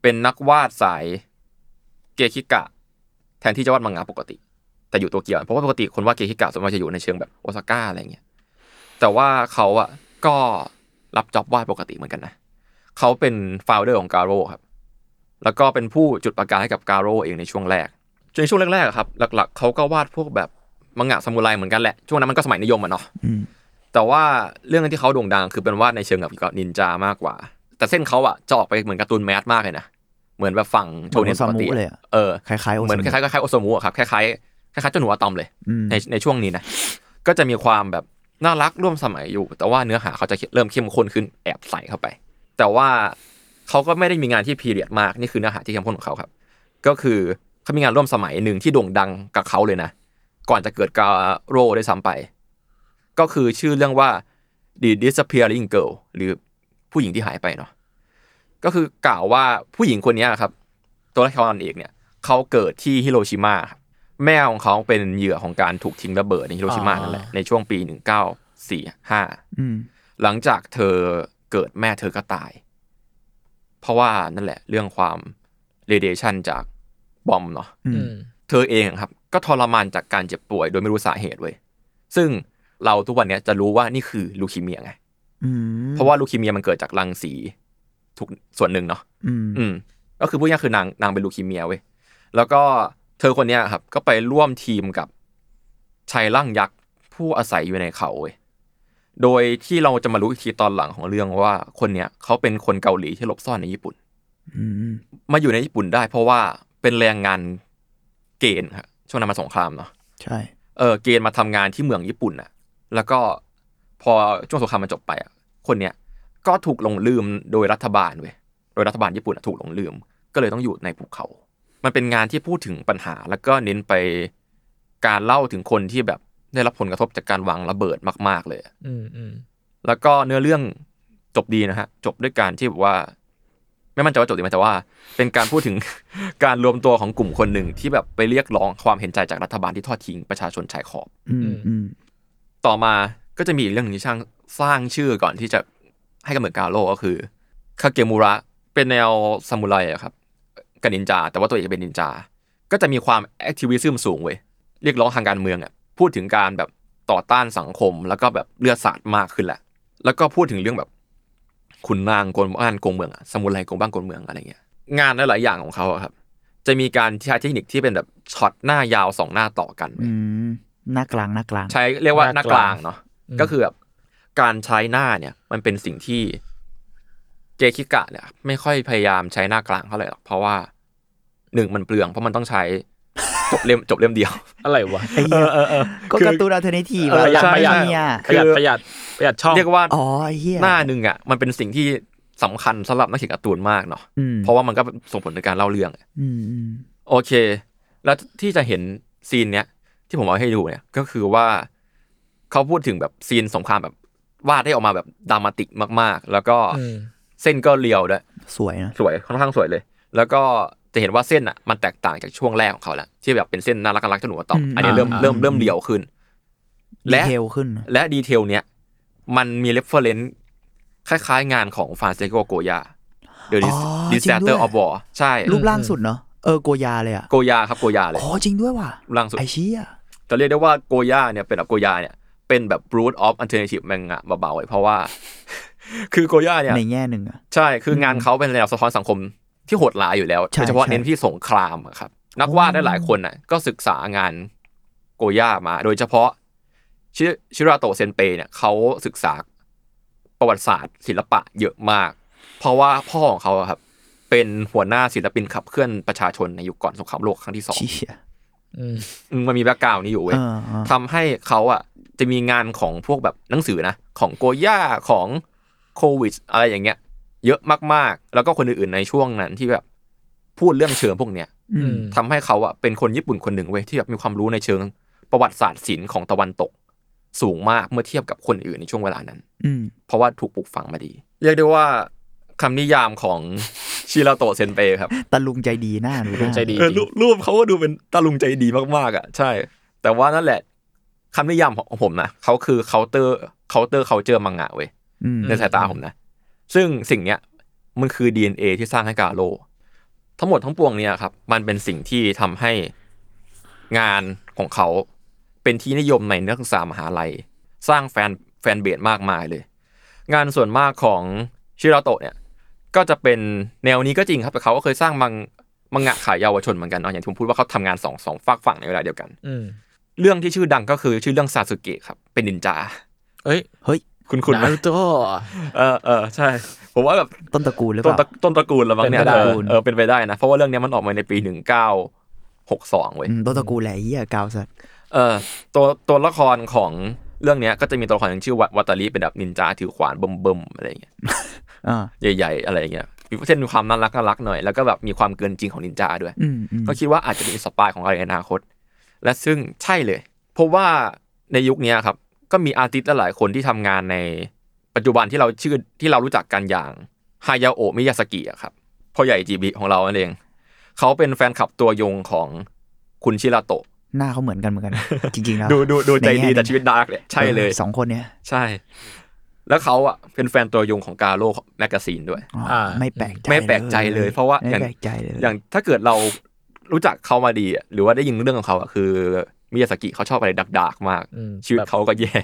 Speaker 3: เป็นนักวาดสายเกคิกะ แทนที่จะวาดมังงะปกติ แต่อยู่โตเกียวเพราะว่าปกติคนวาดเกคิกะส่วนมากจะอยู่ในเชิงแบบโอซาก้าอะไรเงี้ยแต่ว่าเขาอะก็รับจ็อบวาดปกติเหมือนกันนะเขาเป็นโฟลเดอร์ของการโร่ครับ แล้วก็เป็นผู้จุดประกายให้กับการโร่เองในช่วงแรก ในช่วงแรกๆอะครับ หลัก ๆเขาก็วาดพวกแบบมังงะซามูไรเหมือนกันแหละ ช่วงนั้นมันก็สมัยนิยมอะเนาะ
Speaker 4: อืม
Speaker 3: แต่ว่าเรื่องที่เขาโด่งดังคือเป็นวาดในเชิงแบบเกี่ยวกับนินจามากกว่า แต่เส้นเขาอะจะออกไปเหมือนการ์ตูนแมสมากเลยนะเหมือนแบบฝั่งโชเนนปกติ
Speaker 4: เหมือนโอซามุเลยอะ
Speaker 3: เออ
Speaker 4: คล้ายๆโอ
Speaker 3: เหมือนคล้ายๆคล้ายๆโอโซมุอะครับคล้ายๆคล้ายๆเจนหัวอะตอมเลย
Speaker 4: อืม
Speaker 3: ในในช่วงนี้นะ ก็จะมีความแบบ น่ารักร่วมสมัยอยู่ แต่ว่าเนื้อหาเขาจะเริ่มเข้มข้นขึ้นแอบใส่เข้าไป แต่ว่าเขาก็ไม่ได้มีงานที่พีเรียดมากนี่คือเนื้อหาที่เข้มข้นของเขาครับ ก็คือเขามีงานร่วมสมัยหนึ่งที่โด่งดังกับเขาเลยนะ ก่อนจะเกิดกาโร่ได้วยซ้ำไป ก็คือชื่อเรื่องว่า The Disappearing Girl หรือผู้หญิงที่หายไปเนาะก็คือกล่าวว่าผู้หญิงคนเนี้ยครับ ตัวละครเอกเนี่ยเขาเกิดที่ฮิโรชิมาครับแม่ของเขาเป็นเหยื่อของการถูกทิ้งระเบิดในฮิโรชิมา
Speaker 4: อ่า
Speaker 3: นั่นแหละในช่วงปี 1945
Speaker 4: อืม
Speaker 3: หลังจากเธอเกิดแม่เธอก็ตาย เพราะว่านั่นแหละเรื่องความเรเดชันจากบอมเนาะ
Speaker 4: อืม
Speaker 3: เธอเองครับ ก็ทรมานจากการเจ็บป่วยโดยไม่รู้สาเหตุเว้ยซึ่งเราทุกวันเนี้ยจะรู้ว่านี่คือลูคีเมียไง
Speaker 4: อืม
Speaker 3: เพราะว่าลูคีเมียมันเกิดจากรังสีถูกส่วนหนึ่งเนาะ
Speaker 4: อืม
Speaker 3: อืมก็คือพูดง่ายๆคือนางนางเป็นลูคีเมียเว้ยแล้วก็เธอคนเนี้ยครับ ก็ไปร่วมทีมกับชายร่างยักษ์ผู้อาศัยอยู่ในเขาเว้ยโดยที่เราจะมารู้อีกทีตอนหลังของเรื่องว่าคนเนี้ยเขาเป็นคนเกาหลีที่หลบซ่อนในญี่ปุ่น
Speaker 4: อืม
Speaker 3: มาอยู่ในญี่ปุ่นได้ เพราะว่าเป็นแรงงานเกณฑ์ครับช่วงนั้นมาสงครามเนาะ
Speaker 4: ใช่
Speaker 3: เออเกณฑ์มาทำงานที่เมืองญี่ปุ่นน่ะ แล้วก็พอช่วงสงครามมันจบไปอ่ะ คนเนี้ยก็ถูกลงลืมโดยรัฐบาลเว้ย โดยรัฐบาลญี่ปุ่นอะถูกลงลืม ก็เลยต้องอยู่ในภูเขา มันเป็นงานที่พูดถึงปัญหา แล้วก็เน้นไปการเล่าถึงคนที่แบบได้รับผลกระทบจากการวางระเบิดมาก ๆ เลยอะ
Speaker 2: อืมอืม
Speaker 3: แล้วก็เนื้อเรื่องจบดีนะฮะ จบด้วยการที่แบบว่า ไม่มั่นใจว่าจบดีไหมแต่ว่า เป็นการพูดถึง การรวมตัวของกลุ่มคนหนึ่งที่แบบไปเรียกร้องความเห็นใจจากรัฐบาลที่ทอดทิ้งประชาชนชายขอบ
Speaker 4: อืมอืม
Speaker 3: ต่อมาก็จะมีอีกเรื่องหนึงที่ช่างสร้างชื่อก่อนที่จะให้กำเนิดกาโร่ก็คือคาเกมูระเป็นแนวซามูไรอะครับกับนินจา แต่ว่าตัวเองจะเป็นนินจา ก็จะมีความแอคทิวิซึมสูงเว้ยเรียกร้องทางการเมืองอะพูดถึงการแบบต่อต้านสังคมแล้วก็แบบเลือดสาดมากขึ้นแหละ แล้วก็พูดถึงเรื่องแบบขุนนางโกนบ้านโกงเมืองอะสมุไรโกงบ้านโกงเมืองอะไรเงี้ยงานหลายๆอย่างของเขาอะครับ จะมีการใช้เทคนิคที่เป็นแบบช็อตหน้ายาวสองหน้าต่อกันเว้ย
Speaker 4: อืมหน้ากลางหน้ากลาง
Speaker 3: ใช้เรียกว่าหน้ากลางเนาะก็คือแบบการใช้หน้าเนี่ย มันเป็นสิ่งที่เจคิกะเนี่ย ไม่ค่อยพยายามใช้หน้ากลางเท่าไหร่หรอกเพราะว่าหนึ่งมันเปลืองเพราะมันต้องใช้ จบเล่มจบเล่มเดียว
Speaker 2: อะไรวะ
Speaker 4: ไอ้เหี้ย
Speaker 2: เออเออ
Speaker 4: ก็
Speaker 3: คือ
Speaker 4: การ์ตูนอัลเทอร์เนทีฟ
Speaker 2: เออประหยัด
Speaker 4: ใช่
Speaker 2: ประหยัด
Speaker 4: เนี่ย
Speaker 2: ประหยัดประหยัดประหยัดช่อง
Speaker 3: เรียกว่า
Speaker 4: อ๋อไอ้เหี้ย
Speaker 3: หน้าหนึ่งอ่ะ มันเป็นสิ่งที่สำคัญสำหรับนักเขียนการ์ตูนมากเนาะ
Speaker 4: อืม
Speaker 3: เพราะว่ามันก็ส่งผลในการเล่าเรื่อง
Speaker 4: อืมอืม
Speaker 3: โอเค แล้วที่จะเห็นซีนเนี้ย ที่ผมเอาให้ดูเนี่ย ก็คือว่าเขาพูดถึงแบบซีนสงครามแบบวาดได้ออกมาแบบดรามาติกมาก ๆ แล้วก็
Speaker 2: อืม
Speaker 3: เส้นก็เรียวด้วย
Speaker 4: สวยนะ
Speaker 3: สวยค่อนข้างสวยเลย แล้วก็จะเห็นว่าเส้นอ่ะมันแตกต่างจากช่วงแรกของเขาแล้วที่แบบเป็นเส้นน่ารักน่ารักจนหนูตอบอันนี้เริ่มเริ่มเริ่มเรียวขึ้น
Speaker 4: ดี
Speaker 3: และ
Speaker 4: เทลขึ้น
Speaker 3: และดีเทลเนี้ยมันมีเรฟเฟอร์เรนซ์คล้าย ๆ งานของฟรานเซโกโกยาเดอะ
Speaker 4: อ๋อจริ
Speaker 3: ดิ
Speaker 4: ง
Speaker 3: สแตนเตอ
Speaker 4: ด้
Speaker 3: ร์
Speaker 4: ว
Speaker 3: อย อฟวอร์ใช่
Speaker 4: รูปร่างสุดเนาะเออโกยาเลยอ่ะ
Speaker 3: โกยาครับโกยาเลย
Speaker 4: อ๋อจริงด้วยว่ะ
Speaker 3: รูปร่างสุด
Speaker 4: ไอ้เชี่ย
Speaker 3: จะเรียกได้ว่าโกย่าเนี่ยเป็นแบบโกย่าเนี่ยเป็นแบบ root of alternative แมงงะเบาๆไว้เพราะว่า คือโกย่าเนี่ย
Speaker 4: ในแง่หนึ่งอ่ะ
Speaker 3: ใช่คืองานเขาเป็นแนวสะท้อนสังคมที่โหดร้ายอยู่แล้ว
Speaker 4: ใช่
Speaker 3: โดยเฉพาะ
Speaker 4: ใช่
Speaker 3: เน้นที่สงครามอะครับ นักวาดได้หลายคนน่ะก็ศึกษางานโกย่ามา โดยเฉพาะชิชิราโตะเซนเปเนี่ยเขาศึกษาประวัติศาสตร์ ศิลปะเยอะมาก เพราะว่าพ่อของเขาอะครับ เป็นหัวหน้าศิลปินขับเคลื่อนประชาชนในยุคก่อนสงครามโลกครั้งที่สอง
Speaker 4: เชี่ย
Speaker 2: อืม
Speaker 3: อืมมันมีแบ็กกราวนี้อยู่เว้ย
Speaker 4: เออเออ
Speaker 3: ทำให้เขาอ่ะจะมีงานของพวกแบบหนังสือนะ ของโกย่าของโควิด อะไรอย่างเงี้ย เยอะมากๆ แล้วก็คนอื่นๆในช่วงนั้นที่แบบพูดเรื่องเชิงพวกเนี้ย
Speaker 4: อืม
Speaker 3: ทำให้เขาอ่ะเป็นคนญี่ปุ่นคนหนึ่งเว้ยที่แบบมีความรู้ในเชิงประวัติศาสตร์ศิลป์ของตะวันตก สูงมากเมื่อเทียบกับคนอื่นในช่วงเวลานั้น
Speaker 4: อืม
Speaker 3: เพราะว่าถูกปลูกฝังมาดี เรียกได้ว่าคำนิยามของ ชิราโตะเซนเปครับ
Speaker 4: ตาลุงใจดีหน้าดูหน้า
Speaker 2: ใจดี
Speaker 3: เออ
Speaker 2: จ
Speaker 3: รู
Speaker 2: ริง
Speaker 3: ปรูปเขาก็ดูเป็นตาลุงใจดีมากๆอ่ะ ใช่ แต่ว่านั่นแหละคำนิยามของผมนะเขาคือ counter counter culture มังงะเว้ย
Speaker 4: อืม
Speaker 3: ในสายตาผมนะ ซึ่งสิ่งเนี้ยมันคือ DNA ที่สร้างให้กาโล ทั้งหมดทั้งปวงเนี่ยครับ มันเป็นสิ่งที่ทำให้งานของเขาเป็นที่นิยมในนักศึกษามหาลัย สร้างแฟนแฟนเบสมากมายเลย งานส่วนมากของชิราโตะเนี่ย ก็จะเป็นแนวนี้ก็จริงครับแต่เขาก็เคยสร้างมังมังงะขายเยาวชนเหมือนกันเนาะอย่างที่ผมพูดว่าเขาทำงานสองสองฝากฝั่งในเวลาเดียวกัน
Speaker 2: อืม
Speaker 3: เรื่องที่ชื่อดังก็คือชื่อเรื่องซาสึเกะครับ เป็นนินจา
Speaker 2: เอ้ย
Speaker 4: เฮ้ย
Speaker 3: คุณคุณ
Speaker 2: นารูโตะ
Speaker 3: เออเออใช่ ผมว่าแบบ
Speaker 4: ต้นตระกูลหรือเป
Speaker 3: ต้นตระ
Speaker 4: ล่า
Speaker 3: ต้นตระกูลละมั้งเนี่ย
Speaker 2: เป็นไปได้
Speaker 3: เออเออเป็นไปได้นะ เพราะว่าเรื่องเนี้ยมันออกมาในปีหนึ่งเก้าหกสองเว้ย
Speaker 4: อืมต้นตระกูลแหละไอ้เหี้ยกาวสัตว์
Speaker 3: เออตัวตัวละครของ เรื่องเนี้ยก็จะมีตัวละครหนึ่งชื่อวาวาตาริเป็นแบบนินจาถือขวานเบิ่มๆอะไรอย่างเงี้ย
Speaker 4: อ่า
Speaker 3: ใหญ่ๆอะไรอย่างเงี้ยเช่นมีความน่ารักน่ารักหน่อยแล้วก็แบบมีความเกินจริงของนินจาด้วย
Speaker 4: อืมอืม
Speaker 3: ก็คิดว่าอาจจะเป็นสปายของอะไรในอนาคต และซึ่งใช่เลย เพราะว่าในยุคเนี้ยครับ ก็มีอาร์ติสต์หลายๆคนที่ทำงานในปัจจุบันที่เราชื่อที่เรารู้จักกันอย่างฮายาโอะมิยาสกิอะครับพ่อใหญ่จีบีของเรานั่นเอง เขาเป็นแฟนคลับตัวยงของคุณชิราโตะ
Speaker 4: หน้าเขาเหมือนกันเหมือนกัน จริงๆแล้ว
Speaker 3: ดูดูดูใจดี
Speaker 4: น่
Speaker 3: แต่ชีวิตดาร์กเลยใช่เลย
Speaker 4: ออสองคนเนี้ย
Speaker 3: ใช่ แล้วเขาอ่ะเป็นแฟนตัวยงของกาโร่แมกกาซีนด้วย
Speaker 4: อ๋ออา ไม่แปลกใจ
Speaker 3: ไม่แปลกใจเลยเพราะว่า
Speaker 4: ไม่
Speaker 3: อย่าง
Speaker 4: แปลกใจเลย
Speaker 3: อย่างถ้าเกิดเรารู้จักเขามาดีอะหรือว่าได้ยินเรื่องของเขาอะคือมิยาสกิเขาชอบอะไรดักๆมาก
Speaker 2: อืม
Speaker 3: ชีวิต
Speaker 2: แบบ
Speaker 3: เขาก็แย่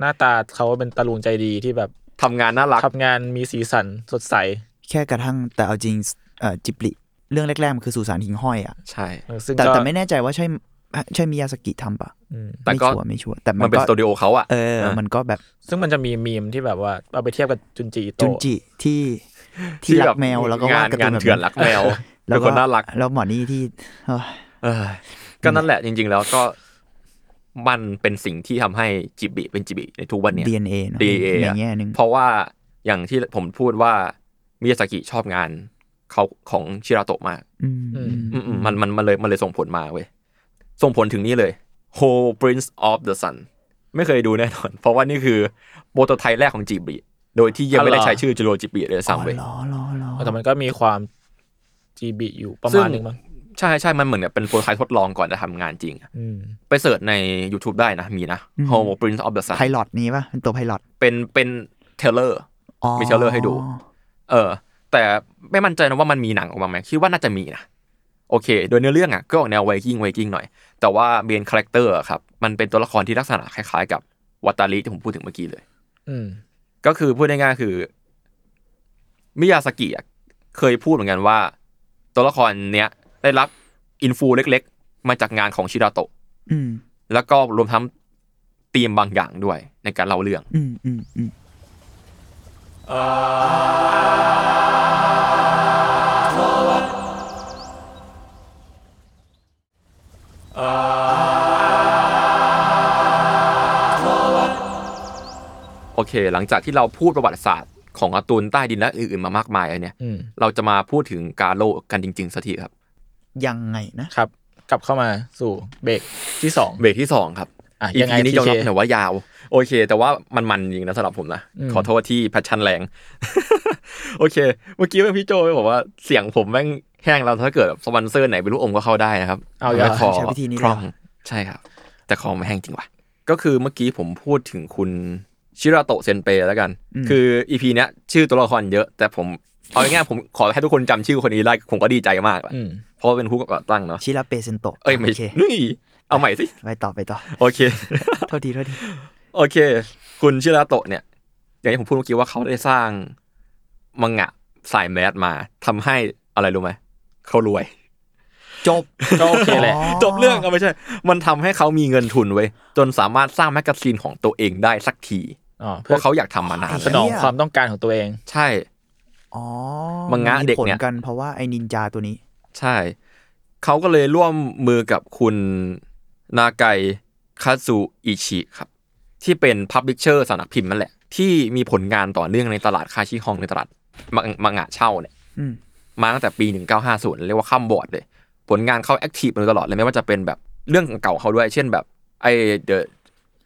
Speaker 2: หน้าตาเขาเป็นตาลุงใจดีที่แบบ
Speaker 3: ทำงานน่ารัก
Speaker 2: ทำงานมีสีสันสดใส
Speaker 4: แค่กระทั่งแต่เอาจริงเอ่อจิบลิเรื่องแรกๆมันคือสุสานหิงห้อยอ่ะ
Speaker 3: ใช่
Speaker 2: เออซึ่ง
Speaker 4: แต่
Speaker 2: ก็
Speaker 4: แต่ไม่แน่ใจว่าใช่ใช่มิยาสกิทำปะ
Speaker 2: อืม
Speaker 3: แต่
Speaker 4: ไม่
Speaker 3: ก็
Speaker 4: ชัวร์ไม่ชัวร์แต่
Speaker 3: มันเป็นสตูดิโอเขาอะ
Speaker 4: เออ
Speaker 3: ะ
Speaker 4: มันก็แบบ
Speaker 2: ซึ่งมันจะมีมีมที่แบบว่าเอาไปเทียบกับจุนจิอิโตะ
Speaker 4: จุนจิที่ที่
Speaker 3: ที่
Speaker 4: รั
Speaker 3: แบ
Speaker 4: ก
Speaker 3: บ
Speaker 4: แมวแล้วก็วาดการ์ตูน
Speaker 3: งาน
Speaker 4: แบบ
Speaker 3: เถื่อนรักแมว
Speaker 4: แล้ว
Speaker 3: เป็น
Speaker 4: ก็
Speaker 3: คนน่ารัก
Speaker 4: แล้วหมอนี่ที่เอ้ย
Speaker 3: เออก็นั่นแหละจริง ๆ แล้วก็มันเป็นสิ่งที่ทำให้จิบิเป็นจิบิในทุกวันเนี้ย
Speaker 4: ดีเอ็นเอเนาะ
Speaker 3: DNA
Speaker 4: ใน
Speaker 3: อะ
Speaker 4: แง่หนึ่ง
Speaker 3: เพราะว่าอย่างที่ผมพูดว่ามิยาสกิชอบงานเขาของชิราโตะมาก
Speaker 4: อืม
Speaker 2: อื
Speaker 4: อื
Speaker 2: ม
Speaker 4: ม
Speaker 3: อืมๆมันมันมันเลยมันเลยส่งผลมาเว้ย ส่งผลถึงนี่เลย Whole Prince of the Sun ไม่เคยดูแน่นอน เพราะว่านี่คือโปรโตไทป์แรกของจิบลิโดยที่ยังไม่ได้ใช้ชื่อจิโรจิบลิเลยซ้ำเว้ย
Speaker 4: อ๋อเหรอเหรอเหรอ
Speaker 2: แต่มันก็มีความจีบีอยู่ประ
Speaker 3: ซึ่
Speaker 2: มาง ณหนึ่งมั้ง
Speaker 3: ใช่ใช่มันเหมือนแบบเป็นโปรโตไทป์ทดลองก่อนจะทำงานจริง
Speaker 2: อืม
Speaker 3: ไปเสิร์ชใน YouTube ได้นะ มีนะ
Speaker 4: อืม
Speaker 3: Whole Prince of the Sun
Speaker 4: ไพลอตนี้ปะเป็นตัวไพลอต
Speaker 3: เป็นเป็นเทเลอร์
Speaker 4: อ๋อ
Speaker 3: มีเทรลเลอร์ให้ดู เออ แต่ไม่มั่นใจนะว่ามันมีหนังออกมาไหมคิดว่าน่าจะมีนะ โอเค โดยเนื้อเรื่องอ่ะก็ออกแนวไวกิ้งไวกิ้งหน่อย แต่ว่าเมนคาแรคเตอร์ครับ มันเป็นตัวละครที่ลักษณะคล้ายๆ กับวัตตาริที่ผมพูดถึงเมื่อกี้เลย
Speaker 2: อืม
Speaker 3: ก็คือพูดง่ายๆคือ มิยาสกิอะเคยพูดเหมือนกันว่า ตัวละครเนี้ยได้รับอินฟูเล็กๆ มาจากงานของชิราโตะ
Speaker 4: อืม
Speaker 3: แล้วก็รวมทั้งธีมบางอย่างด้วยในการเล่าเรื่อง
Speaker 4: อืมอืมอืม
Speaker 3: โอเค หลังจากที่เราพูดประวัติศาสตร์ของการ์ตูนใต้ดินและอื่นๆมามากมายแล้วเนี่ย
Speaker 2: อืม
Speaker 3: เราจะมาพูดถึงกาโลกันจริงๆสักทีครับ
Speaker 4: ยังไงนะ
Speaker 2: ครับ กลับเข้ามาสู่เบรกที่สอง
Speaker 3: เบรกที่สองครับ
Speaker 2: อ่ะ
Speaker 3: อี
Speaker 2: ยังไง
Speaker 3: พีนี้
Speaker 2: TK
Speaker 3: ยอมรับหน่อยว่ายาว โอเค แต่ว่ามันมันจริงนะสำหรับผมนะ
Speaker 2: อืม
Speaker 3: ขอโทษที่แพชชั่นแรง โอเค เมื่อกี้พี่โจบอกว่าเสียงผมแม่งแห้งเราถ้าเกิดสปอนเซอร์ไหนไม่รู้อมก็เข้าได้นะครับ
Speaker 2: เอาอ
Speaker 3: แล้
Speaker 2: ย่าง
Speaker 3: วคอ
Speaker 4: ใช้วิธีนี้เลย
Speaker 3: พร่องใช่ครับ แต่คอไม่แห้งจริงว่ะก็คือเมื่อกี้ผมพูดถึงคุณชิราโตะเซนเปแล้วกัน คืออีพีเนี้ยชื่อตัวละครเยอะ แต่ผมเอาง่ายๆผมขอให้ทุกคนจำชื่อคนนี้ได้ผมก็ดีใจมากละ
Speaker 2: อืม
Speaker 3: เพราะว่าเป็นผู้ก่อตั้งเนาะ
Speaker 4: ชิราเปเซนโตะ
Speaker 3: เอ้ยไม่
Speaker 4: โอเค
Speaker 3: นี่เอาใหม่สิ
Speaker 4: ไปต่อไปต่อ
Speaker 3: โอเค
Speaker 4: โทษทีโทษที
Speaker 3: โอเค คุณชิราโตะเนี่ย อย่างที่ผมพูดเมื่อกี้ว่าเขาได้สร้างมังงะสายแมสมาทำให้อะไรรู้ไหมเขารวย
Speaker 4: จบ
Speaker 2: ก็โอเคแหละ
Speaker 3: จบเรื่องเอาไม่ใช่ มันทำให้เขามีเงินทุนไว้ยจนสามารถสร้างแมกกาซีนของตัวเองได้สักที
Speaker 2: อ๋อ
Speaker 3: เพ
Speaker 2: เพื่อ
Speaker 3: ราะเขาอยากทำมานาน
Speaker 2: ส
Speaker 3: แล้ว
Speaker 2: นอง
Speaker 4: เหี้ย
Speaker 2: ความต้องการของตัวเอง
Speaker 3: ใช่
Speaker 4: อ๋อ
Speaker 3: มังงะเด็กเนี่ย
Speaker 4: มีผลกันเพราะว่าไอ้นินจาตัวนี้
Speaker 3: ใช่ เขาก็เลยร่วมมือกับคุณนาไกคาซุอิชิครับ ที่เป็นพับลิเชอร์สำนักพิมพ์นั่นแหละ ที่มีผลงานต่อเนื่องในตลาดคาชิฮองในตลาดมังมังงะเช่าเนี่ย
Speaker 4: อืม
Speaker 3: มาตั้งแต่ปี 1950 เรียกว่าข้ามบอร์ดเลย ผลงานเขาแอคทีฟมาโดยตลอดเลยไม่ว่าจะเป็นแบบเรื่องเก่าๆเขาด้วย เช่นแบบไอเดอะ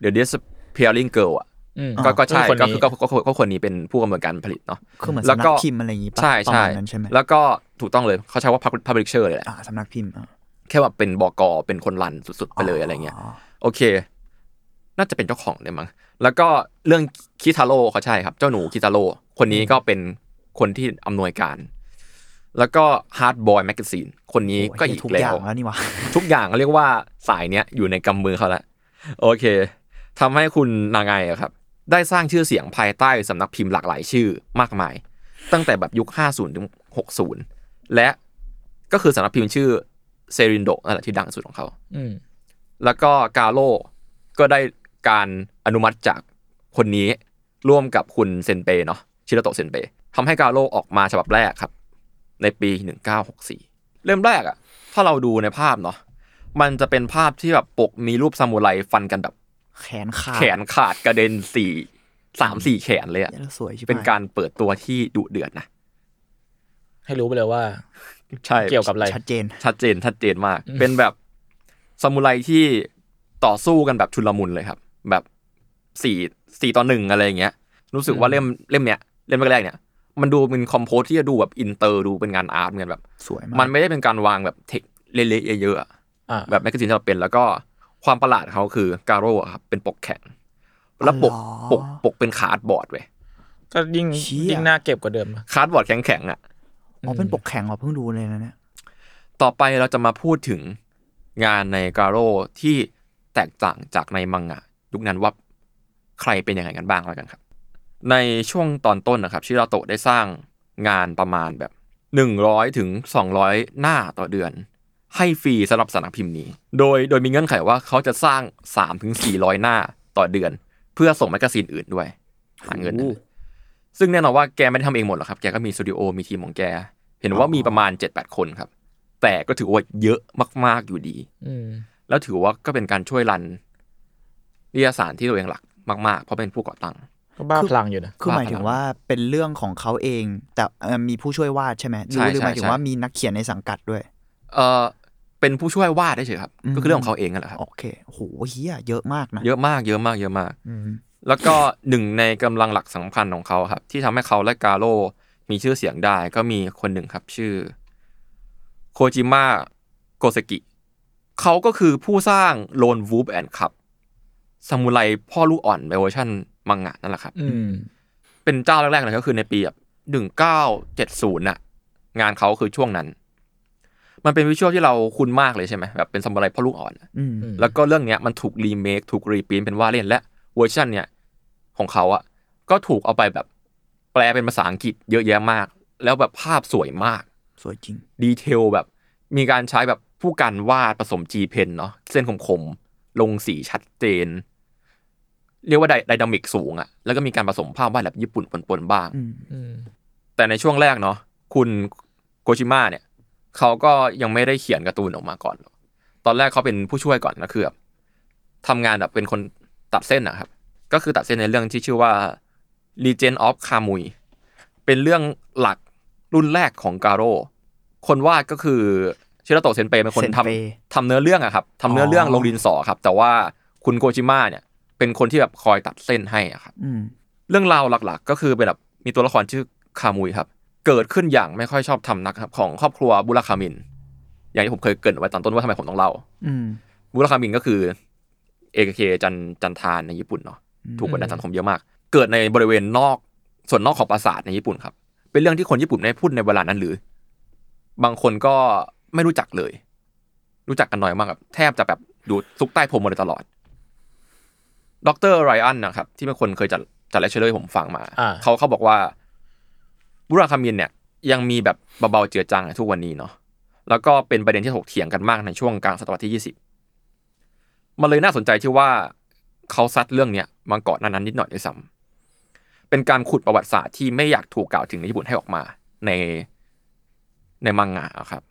Speaker 3: เดอะดิสเพียริงเกิลอ่ะ
Speaker 2: อืม
Speaker 3: ก็ก็ใช่
Speaker 2: คน
Speaker 3: ก็
Speaker 2: นี้
Speaker 3: คือก็ก็ก็ก็คนนี้เป็นผู้กำหนดการผลิตเนาะ
Speaker 4: คือเหมือน
Speaker 3: แล้ว
Speaker 4: สำนั
Speaker 3: ก็
Speaker 4: กพิมพ์อะไรอย่างงี้ปะ
Speaker 3: ใช่
Speaker 4: ประ
Speaker 3: ใช่
Speaker 4: มาณนั้นใช่ไหม
Speaker 3: แล้วก็ถูกต้องเลยเขาใช้ว่าพับลิเชอร์เลยแหละ
Speaker 4: อ่าสำนักพิมพ์อ่ะ
Speaker 3: แค่ว่าเป็นบกเป็นคนรันสุดๆ ไปเลยอะไรเงี้ย โอเค น่าจะเป็นเจ้าของเลยมั้งแล้วก็เรื่องคิทาโร่เขาใช่ครับ เจ้าหนูคิทาโร่คนนี้ก็เป็นคนที่อำนวยการ แล้วก็ฮาร์ดบอยแมกซีนคนนี้
Speaker 4: โโห
Speaker 3: ก็อีก
Speaker 4: ทุก
Speaker 3: แล้
Speaker 4: อย่าง
Speaker 3: ว
Speaker 4: แล้วนี่หวะ
Speaker 3: ทุกอย่างเรียกว่าสายเนี้ยอยู่ในกำมือเขาแล้วโอเคทำให้คุณนางไงอะครับ ได้สร้างชื่อเสียงภายใต้สำนักพิมพ์หลากหลายชื่อมากมาย ตั้งแต่แบบยุค 50 ถึง 60 และก็คือสำนักพิมพ์ชื่อเซรินโดนั่นแหละที่ดังสุดของเขา
Speaker 2: อืม
Speaker 3: แล้วก็กาโลก็ได้การอนุมัติจากคนนี้ร่วมกับคุณเซนเปเนาะชิราโตะเซนเปทำให้กาโลออกมาฉบับแรกครับ ในปี 1964 เริ่มแรกอะถ้าเราดูในภาพเนาะมันจะเป็นภาพที่แบบปกมีรูปซามูไรฟันกันแบบ
Speaker 4: แขนขาด
Speaker 3: แขนขาดกระเด็นสี่สามสี่แขนเลยอะ
Speaker 4: เนี่ยแล้วสวยชิบหย
Speaker 3: เป็นการเปิดตัวที่ดุเดือดนะ
Speaker 2: ให้รู้ไปเลยว่า
Speaker 3: ใช่
Speaker 2: เกี่ยวกับอะไร
Speaker 4: ชัดเจน
Speaker 3: ชัดเจนชัดเจนมาก
Speaker 2: อืม
Speaker 3: เป็นแบบซามูไรที่ต่อสู้กันแบบชุลมุนเลยครับ แบบสี่สี่ต่อหนึ่งอะไรอย่างเงี้ย รู้สึกว่าเล่มเล่มเนี้ยเล่มแรกๆเนี่ย มันดูเป็นคอมโพสที่จะดูแบบอินเตอร์ดูเป็นงานอาร์ตเหมือนกันแบบ
Speaker 4: สวยมาก
Speaker 3: มันไม่ได้เป็นการวางแบบเทคเละๆเยอะๆอะ
Speaker 2: อ่า
Speaker 3: แบบแมกกาซีนที่เราเป็นแล้วก็ความประหลาดของเขาคือการโร่อะครับเป็นปกแข็งแล้วปกปกปกเป็นคาร์ดบอร์ดเว้ย
Speaker 2: ก็ยิ่ง
Speaker 4: เชี่ย
Speaker 2: ยิ่งน่าเก็บกว่าเดิมนะ
Speaker 3: คาร์ดบอร์ดแข็งๆอ่ะ
Speaker 4: อ๋อเป็นปกแข็งเหรอเพิ่งดูเลยนะเนี่ย
Speaker 3: ต่อไปเราจะมาพูดถึงงานในการโร่ที่แตกต่างจากในมังงะยุคนั้นว่าใครเป็นยังไงกันบ้างแล้วกันครับ ในช่วงตอนต้นนะครับ ชิราโตะได้สร้างงานประมาณแบบ 100ถึง200 หน้าต่อเดือน ให้ฟรีสำหรับสำนักพิมพ์นี้ โดยโดยมีเงื่อนไขว่าเขาจะสร้าง3ถึง400 หน้าต่อเดือน เพื่อส่งแมกกาซีนอื่นด้วยหาเงินนั่นแหละซึ่งแน่นอนว่าแกไม่ได้ทำเองหมดหรอกครับแกก็มีสตูดิโอมีทีมของแก เห็นว่ามีประมาณ 7-8 คนครับ แต่ก็ถือว่าเยอะมาก ๆ อยู่ดี
Speaker 2: อืม
Speaker 3: แล้วถือว่าก็เป็นการช่วยรันนิตยสารที่ตัวเองหลักมาก ๆ เพราะเป็นผู้ก่อตั้ง
Speaker 2: ก็บ้าพลังอยู่นะ
Speaker 4: คือหมายถึงว่าเป็นเรื่องของเขาเอง แต่เอ่อมีผู้ช่วยวาดใช่ไหมหรือ
Speaker 3: ใช่
Speaker 4: หรือหมาย
Speaker 3: ใช่
Speaker 4: ถึ
Speaker 3: ใช่
Speaker 4: งว่ามีนักเขียนในสังกัดด้วย
Speaker 3: เออเป็นผู้ช่วยวาดได้เฉยๆครับ
Speaker 4: อืม
Speaker 3: ก็คือเรื่องของเขาเองนั่นแหละครับ
Speaker 4: โอเคโหเฮียเยอะมากนะ
Speaker 3: เยอะมากเยอะมากเยอะมาก
Speaker 4: อืม
Speaker 3: แล้วก็ หนึ่งในกำลังหลักสำคัญของเขาครับ ที่ทำให้เขาและกาโร่มีชื่อเสียงได้ ก็มีคนหนึ่งครับ ชื่อ โคจิมะโกเซกิเขาก็คือผู้สร้างโลนวูฟแอนด์คับซามูไรพ่อลูกอ่อนในเวอร์ชันมังงะนั่นแหละครับ
Speaker 2: อืม
Speaker 3: เป็นเจ้าแรกๆเลยก็คือในปีแบบหนึ่งเก้าเจ็ดศูนย์น่ะ งานเขาคือช่วงนั้น มันเป็นวิชวลที่เราคุ้นมากเลยใช่ไหมแบบเป็นซามูไรพ่อลูกอ่อนน่ะ
Speaker 4: อืม
Speaker 3: แล้วก็เรื่องเนี้ยมันถูกรีเมคถูกรีปรินท์เป็นว่าเล่นและเวอร์ชันเนี่ยของเขาอะก็ถูกเอาไปแบบแปลเป็นภาษาอังกฤษเยอะแยะมาก แล้วแบบภาพสวยมาก
Speaker 4: สวยจริง
Speaker 3: ดีเทลแบบมีการใช้แบบผู้การวาดผสม G Pen เนาะเส้นคมๆ ลงสีชัดเจน เรียกว่าไดไดนามิกสูงอะแล้วก็มีการผสมภาพวาดแบบญี่ปุ่นปนๆบ้าง
Speaker 4: อืม
Speaker 2: อืม
Speaker 3: แต่ในช่วงแรกเนาะคุณโกชิมะเนี่ยเขาก็ยังไม่ได้เขียนการ์ตูนออกมาก่อนหรอกตอนแรกเขาเป็นผู้ช่วยก่อนก็คือแบบทำงานแบบเป็นคนตัดเส้นนะครับ ก็คือตัดเส้นในเรื่องที่ชื่อว่า Legend of Kamui เป็นเรื่องหลักรุ่นแรกของการโร่คนวาดก็คือชิราโตะเซนเปเป็นคน
Speaker 4: เซ
Speaker 3: ทำ
Speaker 4: เป
Speaker 3: ทำเนื้อเรื่องอะครับทำเนื้อเรื่อง
Speaker 4: อ๋อ
Speaker 3: ลงดินสอครับ แต่ว่าคุณโกจิมะเนี่ย เป็นคนที่แบบคอยตัดเส้นให้อะครับ
Speaker 4: อืม
Speaker 3: เรื่องราวหลักๆ ก็คือเป็นแบบมีตัวละครชื่อคามุยครับ เกิดขึ้นอย่างไม่ค่อยชอบทำนักครับ ของครอบครัวบุราคามิน อย่างที่ผมเคยเกรินไว้ตอนต้นว่าทำไมผมต้องเล่า
Speaker 4: อืม
Speaker 3: บุราคามินก็คือเอกเคจันจันทานในญี่ปุ่นเนาะ
Speaker 4: อืม
Speaker 3: ถูกกดดันสังคมเยอะมาก เกิดในบริเวณนอกส่วนนอกของปราสาทในญี่ปุ่นครับ เป็นเรื่องที่คนญี่ปุ่นไม่ได้พูดในเวลานั้นหรือ บางคนก็ไม่รู้จักเลย รู้จักกันน้อยมากครับแทบจะแบบดูซุกใต้พรมมาโดยตลอดดรไรอันนะครับ ที่เป็นคนเคยจัดจัดเลคเชอร์ให้ผมฟังมา
Speaker 2: อ่า
Speaker 3: เขาเขาบอกว่า บุราคามินเนี่ย ยังมีแบบเบาๆเจือจางในทุกวันนี้เนาะแล้วก็เป็นประเด็นที่ถกเถียงกันมากในช่วงกลางศตวรรษที่ 20 มันเลยน่าสนใจที่ว่าเขาซัดเรื่องเนี้ยมาก่อนหนานั้นนิดหน่อยด้วยซ้ำเป็นการขุดประวัติศาสตร์ที่ไม่อยากถูกกล่าวถึงในญี่ปุ่นให้ออกมา ในในมังงะอะครับ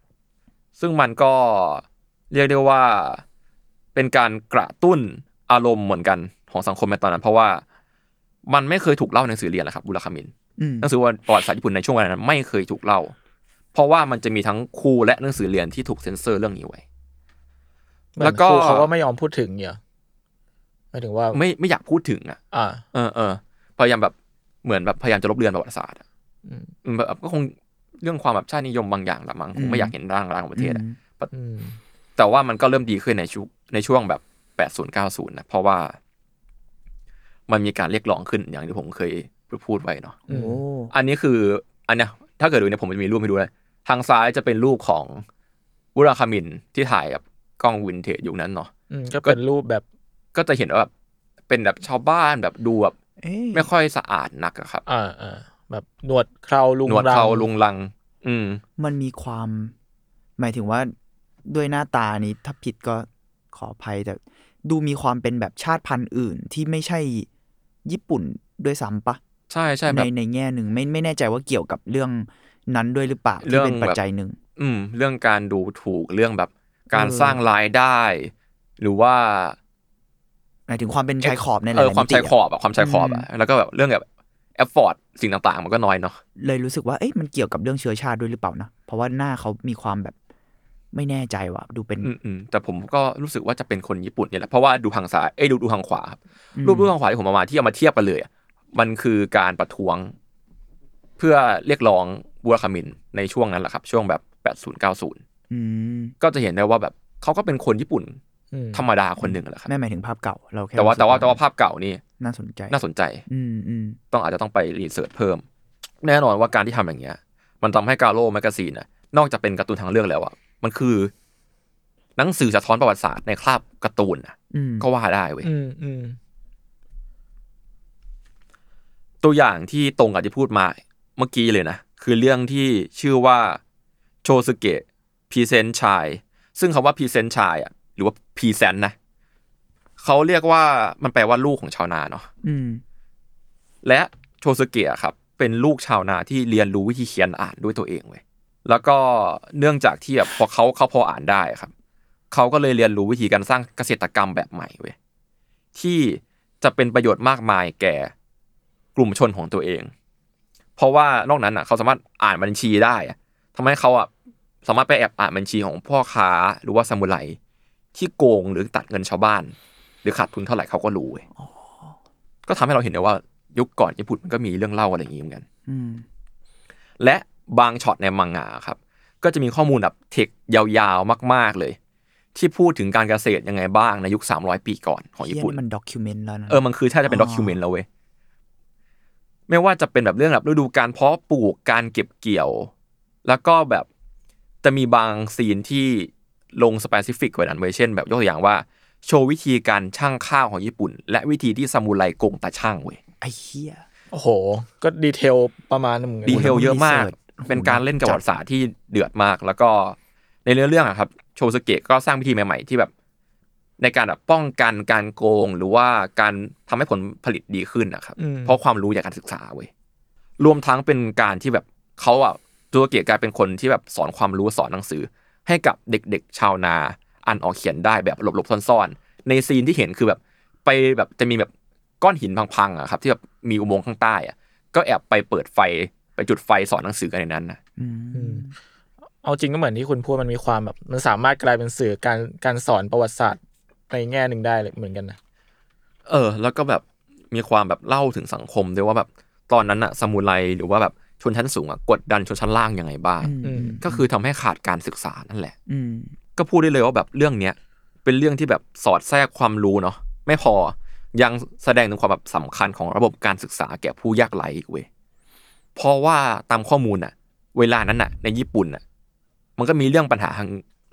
Speaker 3: ซึ่งมันก็เรียกได้ว่าเป็นการกระตุ้นอารมณ์เหมือนกันของสังคมในตอนนั้น เพราะว่ามันไม่เคยถูกเล่าในหนังสือเรียนนะครับบุราคามิน
Speaker 4: อืม
Speaker 3: หนังสือประวัติศาสตร์ญี่ปุ่นในช่วงเวลานั้นไม่เคยถูกเล่า เพราะว่ามันจะมีทั้งครูและหนังสือเรียนที่ถูกเซ็นเซอร์เรื่องนี้ไว้
Speaker 2: เหมือน
Speaker 3: แล้วก็
Speaker 2: ครูเขาก็ไม่ยอมพูดถึงเนี่ยหมายถึงว่า
Speaker 3: ไม่ไม่อยากพูดถึงอ่ะ
Speaker 2: อ่า
Speaker 3: เออเออพยายามแบบเหมือนแบบพยายามจะลบเลือนประวัติศาสตร์อะ
Speaker 2: อืม
Speaker 3: อืมแบบก็คงเรื่องความแบบชาตินิยมบางอย่างละมั้งคงไม่อยากเห็นร่างร่างของประเทศอะ
Speaker 4: อืม
Speaker 2: อืม
Speaker 3: แต่ว่ามันก็เริ่มดีขึ้นในช่วงในช่วงแบบแปดศูนย์เก้าศูนย์นะ เพราะว่า มันมีการเรียกร้องขึ้นอย่างที่ผมเคยพูดไว้เนาะ
Speaker 4: โอ้
Speaker 3: อันนี้คืออันเนี้ยถ้าเกิดดูเนี่ยผมจะมีรูปให้ดูเลยทางซ้ายจะเป็นรูปของวุราคามินที่ถ่ายกับกล้องวินเทจยุคนั้นเนาะ
Speaker 2: อืมก็เป็นรูปแบบ
Speaker 3: ก็จะเห็นว่าแบบเป็นแบบชาวบ้านแบบดูแบบ
Speaker 4: เอ้ย
Speaker 3: ไม่ค่อยสะอาดนักอะครับ
Speaker 2: อ่าอ่าแบบหนวดเคราลุง
Speaker 3: หนวด
Speaker 2: รัง
Speaker 3: เขาลุงลัง อืม
Speaker 4: มันมีความ หมายถึงว่าด้วยหน้าตานี้ถ้าผิดก็ขออภัยแต่ดูมีความเป็นแบบชาติพันธุ์อื่นที่ไม่ใช่ญี่ปุ่นด้วยซ้ำปะ
Speaker 3: ใช่ใช่แบ
Speaker 4: ใน
Speaker 3: บ
Speaker 4: ในแง่หนึ่งไม่ไม่แน่ใจว่าเกี่ยวกับเรื่องนั้นด้วยหรือเปล่า
Speaker 3: เรื่
Speaker 4: ที่
Speaker 3: อง
Speaker 4: เป็นปัจ
Speaker 3: แบบ
Speaker 4: จัยหนึ่ง
Speaker 3: อืม เรื่องการดูถูกเรื่องแบบการ
Speaker 4: เออ
Speaker 3: สร้างรายได้ หรือว่า
Speaker 4: หมายถึงความเป็นชายขอบในหลา
Speaker 3: เออ
Speaker 4: ๆ
Speaker 3: ยความ
Speaker 4: มิติ
Speaker 3: ชายขอบอะความชายขอบอะแล้วก็แบบเรื่องแบบแอฟฟอร์ดสิ่งต่างๆ มันก็น้อยเนาะ
Speaker 4: เลยรู้สึกว่าเอ๊ะมันเกี่ยวกับเรื่องเชื้อชาติด้วยหรือเปล่านะ เพราะว่าหน้าเขามีความแบบไม่แน่ใจว่ะดูเป็น
Speaker 3: อืมอืมแต่ผมก็รู้สึกว่าจะเป็นคนญี่ปุ่นเนี่ยแหละเพราะว่าดูทางซ้ายเอ้ยดูดูทางขวาครับรูปรูปทางขวาที่ผมเอามาที่เอามาเทียบกันเลยอะมันคือการประท้วง เพื่อเรียกร้องบูรคามินในช่วงนั้นแหละครับ ช่วงแบบ 80 90
Speaker 4: อืม
Speaker 3: ก็จะเห็นได้ว่าแบบเขาก็เป็นคนญี่ปุ่น
Speaker 2: อืม
Speaker 3: ธรรมดาคนหนึ่งแหละครับ
Speaker 4: ไม่หมายถึงภาพเก่าเราแค่
Speaker 3: แต่ว่าแต่ว่าแต่ว่า
Speaker 4: รู้สึก
Speaker 3: ภาพเก่านี่
Speaker 4: น่าสนใจ
Speaker 3: น่าสนใจ
Speaker 4: อืมอืม
Speaker 3: ต้องอาจจะต้องไปรีเสิร์ชเพิ่ม แน่นอนว่าการที่ทำอย่างเงี้ย มันทำให้กาโร่แมกกาซีนน่ะนอกจากเป็นการ์ตูนทางเลือกแล้วอะมันคือ หนังสือสะท้อนประวัติศาสตร์ในคราบการ์ตูนน่ะ
Speaker 4: อืม
Speaker 3: ก็ว่าได้เว้ย
Speaker 2: อืมอืม
Speaker 3: ตัวอย่างที่ตรงกับที่พูดมาเมื่อกี้เลยนะ คือเรื่องที่ชื่อว่าโชสเกะพรีเซนชายซึ่งคำว่าพรีเซนชายอะหรือว่าพรีเซนนะเขาเรียกว่ามันแปลว่าลูกของชาวนาเนาะ
Speaker 4: อืม
Speaker 3: และโชสเกะครับ เป็นลูกชาวนาที่เรียนรู้วิธีเขียนอ่านด้วยตัวเองเว้ยแล้วก็เนื่องจากที่แบบพอเขาเขาพออ่านได้ครับ เขาก็เลยเรียนรู้วิธีการสร้างเกษตรกรรมแบบใหม่เว้ยที่จะเป็นประโยชน์มากมายแก่กลุ่มชนของตัวเอง เพราะว่านอกนั้นอ่ะ เขาสามารถอ่านบัญชีได้อะทำให้เขาอ่ะสามารถไปแอบอ่านบัญชีของพ่อค้าหรือว่าซามูไรที่โกงหรือตัดเงินชาวบ้าน หรือขาดทุนเท่าไหร่เขาก็รู้เว้ยก็ทำให้เราเห็นได้ว่ายุคก่อนญี่ปุ่นมันก็มีเรื่องเล่าอะไรอย่างนี้เหมือนกัน
Speaker 4: อืม
Speaker 3: และบางช็อตในมังงะครับ ก็จะมีข้อมูลแบบเทคยาวๆมาก ๆเลย ที่พูดถึงการเกษตรยังไงบ้างในยุค 300 ปีก่อนของญี่ปุ่น
Speaker 4: เหี้ยนี่มันด็อกิวเมนต์แล้วนะ
Speaker 3: เออ มันคือแทบจะเป็น
Speaker 4: อ๋
Speaker 3: ด็
Speaker 4: อ
Speaker 3: อกิวเมนต์แล้วเว้ย ไม่ว่าจะเป็นแบบเรื่องแบบฤดูการเพาะปลูก การเก็บเกี่ยว แล้วก็แบบจะมีบางซีนที่ลงสเปซิฟิกกว่านั้นเว้ยเช่นแบบยกตัวอย่างว่า โชว์วิธีการช่างข้าวของญี่ปุ่น และวิธีที่ซามูไรโกงตาช่างเว้ย
Speaker 4: ไอ้เหี้ย
Speaker 2: โอ้โห ก็ดีเทลประมาณหนึงเหมือนกัน
Speaker 3: ดีเทลเยอะมาก
Speaker 4: รีเสิร์ชโอ้โห
Speaker 3: เป็นการเล่นกับประวัติศาสตร์ที่เดือดมาก แล้วก็ในเนื้อเรื่องอะครับ โชสเกะก็สร้างวิธีใหม่ ๆ ที่แบบ ในการแบบป้องกันการโกงหรือว่าการทำให้ผลผลิตดีขึ้นนะครับ
Speaker 2: อืม
Speaker 3: เพราะความรู้จากการศึกษาเว้ย รวมทั้งเป็นการที่แบบเขาอ่ะตัวเกียรติกลายเป็นคนที่แบบสอนความรู้สอนหนังสือ ให้กับเด็กๆ ชาวนาอ่านออกเขียนได้แบบหลบๆซ่อนๆ ในซีนที่เห็นคือแบบไปแบบจะมีแบบก้อนหินพังๆอะครับ ที่แบบมีอุโมงค์ข้างใต้อะก็แอบไปเปิดไฟไปจุดไฟสอนหนังสือกันในนั้นนะ
Speaker 2: อืมเอาจริงก็เหมือนที่คุณพูดมันมีความแบบ มันสามารถกลายเป็นสื่อการการสอนประวัติศาสตร์ในแง่หนึ่งได้เลยเหมือนกันนะ
Speaker 3: เออ แล้วก็แบบมีความแบบเล่าถึงสังคมด้วยว่าแบบตอนนั้นอะซามูไรหรือว่าแบบชนชั้นสูงอะกดดันชนชั้นล่างยังไงบ้าง
Speaker 4: อืม
Speaker 3: ก็คือทำให้ขาดการศึกษานั่นแหละ
Speaker 4: อืม
Speaker 3: ก็พูดได้เลยว่าแบบเรื่องเนี้ยเป็นเรื่องที่แบบสอดแทรกความรู้เนาะไม่พอยังแสดงถึงความแบบสำคัญของระบบการศึกษาแก่ผู้ยากไร้อีกเว้ยเพราะว่าตามข้อมูลอะเวลานั้นอะในญี่ปุ่นอะมันก็มีเรื่องปัญหาทาง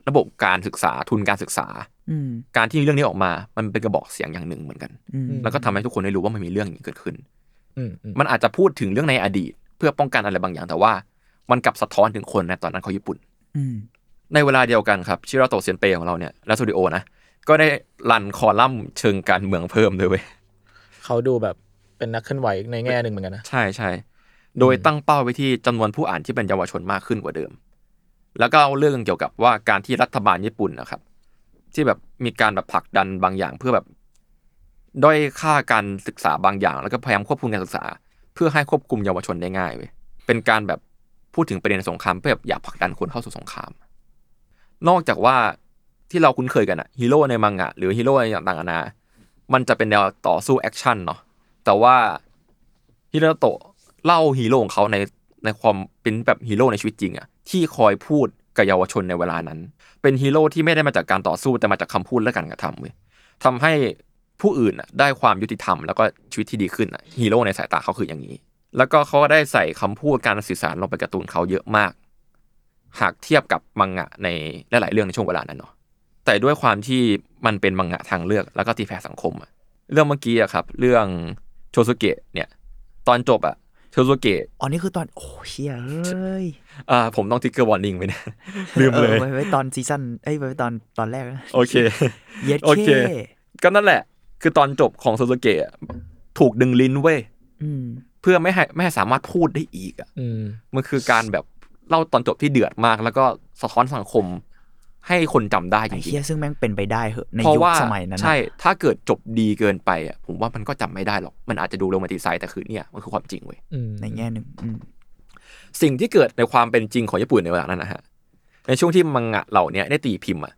Speaker 3: ระบบการศึกษาทุนการศึกษา
Speaker 4: อืม
Speaker 3: การที่เรื่องนี้ออกมา มันเป็นกระบอกเสียงอย่างหนึ่งเหมือนกัน
Speaker 4: อืม
Speaker 2: ม
Speaker 3: แล้วก็ทำให้ทุกคนได้รู้ว่ามันมีเรื่องอย่างนี้เกิดขึ้น
Speaker 2: อืมอืม
Speaker 3: มันอาจจะพูดถึงเรื่องในอดีต เพื่อป้องกันอะไรบางอย่างแต่ว่า มันกลับสะท้อนถึงคนในตอนนั้นของญี่ปุ่น
Speaker 4: อืม
Speaker 3: ในเวลาเดียวกันครับ ชิราโตะเซียนเปย์ของเราเนี่ยและสตูดิโอนะ ก็ได้รันคอลัมน์เชิงการเมืองเพิ่มด้วยเว้ย
Speaker 2: เขาดูแบบเป็นนักเคลื่อนไหวในแง่หนึ่งเหมือนกันนะ
Speaker 3: ใช่ใช่โดยตั้งเป้าไว้ที่จำนวนผู้อ่านที่เป็นเยาวชนมากขึ้นกว่าเดิม แล้วก็เอาเรื่องเกี่ยวกับว่าการที่รัฐบาลญี่ปุ่นนะครับ ที่แบบมีการแบบผลักดันบางอย่างเพื่อแบบด้อยค่าการศึกษาบางอย่าง แล้วก็พยายามควบคุมการศึกษา เพื่อให้ควบคุมเยาวชนได้ง่ายเว้ยเป็นการแบบพูดถึงประเด็นสงครามเพื่อแบบอยากผลักดันคนเข้าสู่สงคราม นอกจากว่าที่เราคุ้นเคยกันอะฮีโร่ในมังงะหรือฮีโร่ในต่างๆนานามันจะเป็นแนวต่อสู้แอคชั่นเนาะแต่ว่า ฮิราโตะเล่าฮีโร่ของเขาในในความเป็นแบบฮีโร่ในชีวิตจริงอะที่คอยพูดกับเยาวชนในเวลานั้น เป็นฮีโร่ที่ไม่ได้มาจากการต่อสู้แต่มาจากคำพูดและการกระทำเว้ยทำให้ผู้อื่นอะได้ความยุติธรรมแล้วก็ชีวิตที่ดีขึ้นอะฮีโร่ในสายตาเขาคืออย่างนี้ แล้วก็เขาก็ได้ใส่คำพูดการสื่อสารลงไปการ์ตูนเขาเยอะมาก หากเทียบกับมังงะในหลายๆเรื่องในช่วงเวลานั้นเนาะแต่ด้วยความที่มันเป็นมังงะทางเลือกแล้วก็ตีแผ่สังคมอะเรื่องเมื่อกี้อะครับ เรื่องโชซุเกะเนี่ย ตอนจบอะเทโซเกะ
Speaker 4: อ๋อนี่คือตอนโอ้เชี่ยเอ้ย
Speaker 3: อ่าผมต้องติ๊กเกอร์วอร์นิ่งไว้นะ ลืมเล
Speaker 4: อ
Speaker 3: ย
Speaker 4: อไว้ไว้ตอนซีซั่นเอ้ยไว้ไว้ตอนตอนแรกนะ
Speaker 3: โอเค
Speaker 4: เย็ด
Speaker 3: โอเค
Speaker 4: เค
Speaker 3: ก็นั่นแหละ คือตอนจบของโซโซเกะอะถูกดึงลิ้นเว้ย
Speaker 4: อืม
Speaker 3: เพื่อไม่ให้ไม่ให้สามารถพูดได้อีกอะ
Speaker 2: อืม
Speaker 3: มันคือการแบบเล่าตอนจบที่เดือดมาก แล้วก็สะท้อนสังคม ให้คนจำได้จ
Speaker 4: ไอ้
Speaker 3: ริ
Speaker 4: เฮี
Speaker 3: ง
Speaker 4: ยซึ่งแม่งเป็นไปได้เหอะใน
Speaker 3: ๆเพราะ
Speaker 4: ยุค
Speaker 3: ว่า
Speaker 4: สมัยนั้นน่ะ
Speaker 3: ใช่ถ้าเกิดจบดีเกินไปอ่ะผมว่ามันก็จำไม่ได้หรอก มันอาจจะดูโรแมนติไซด์แต่คือเนี่ยมันคือความจริงเว้ย
Speaker 2: อืม
Speaker 4: ในแง่หนึ่งอืม
Speaker 3: สิ่งที่เกิดในความเป็นจริงของญี่ปุ่นในเวลานั้นนะฮะ ในช่วงที่มังงะเหล่าเนี้ยได้ตีพิมพ์อะ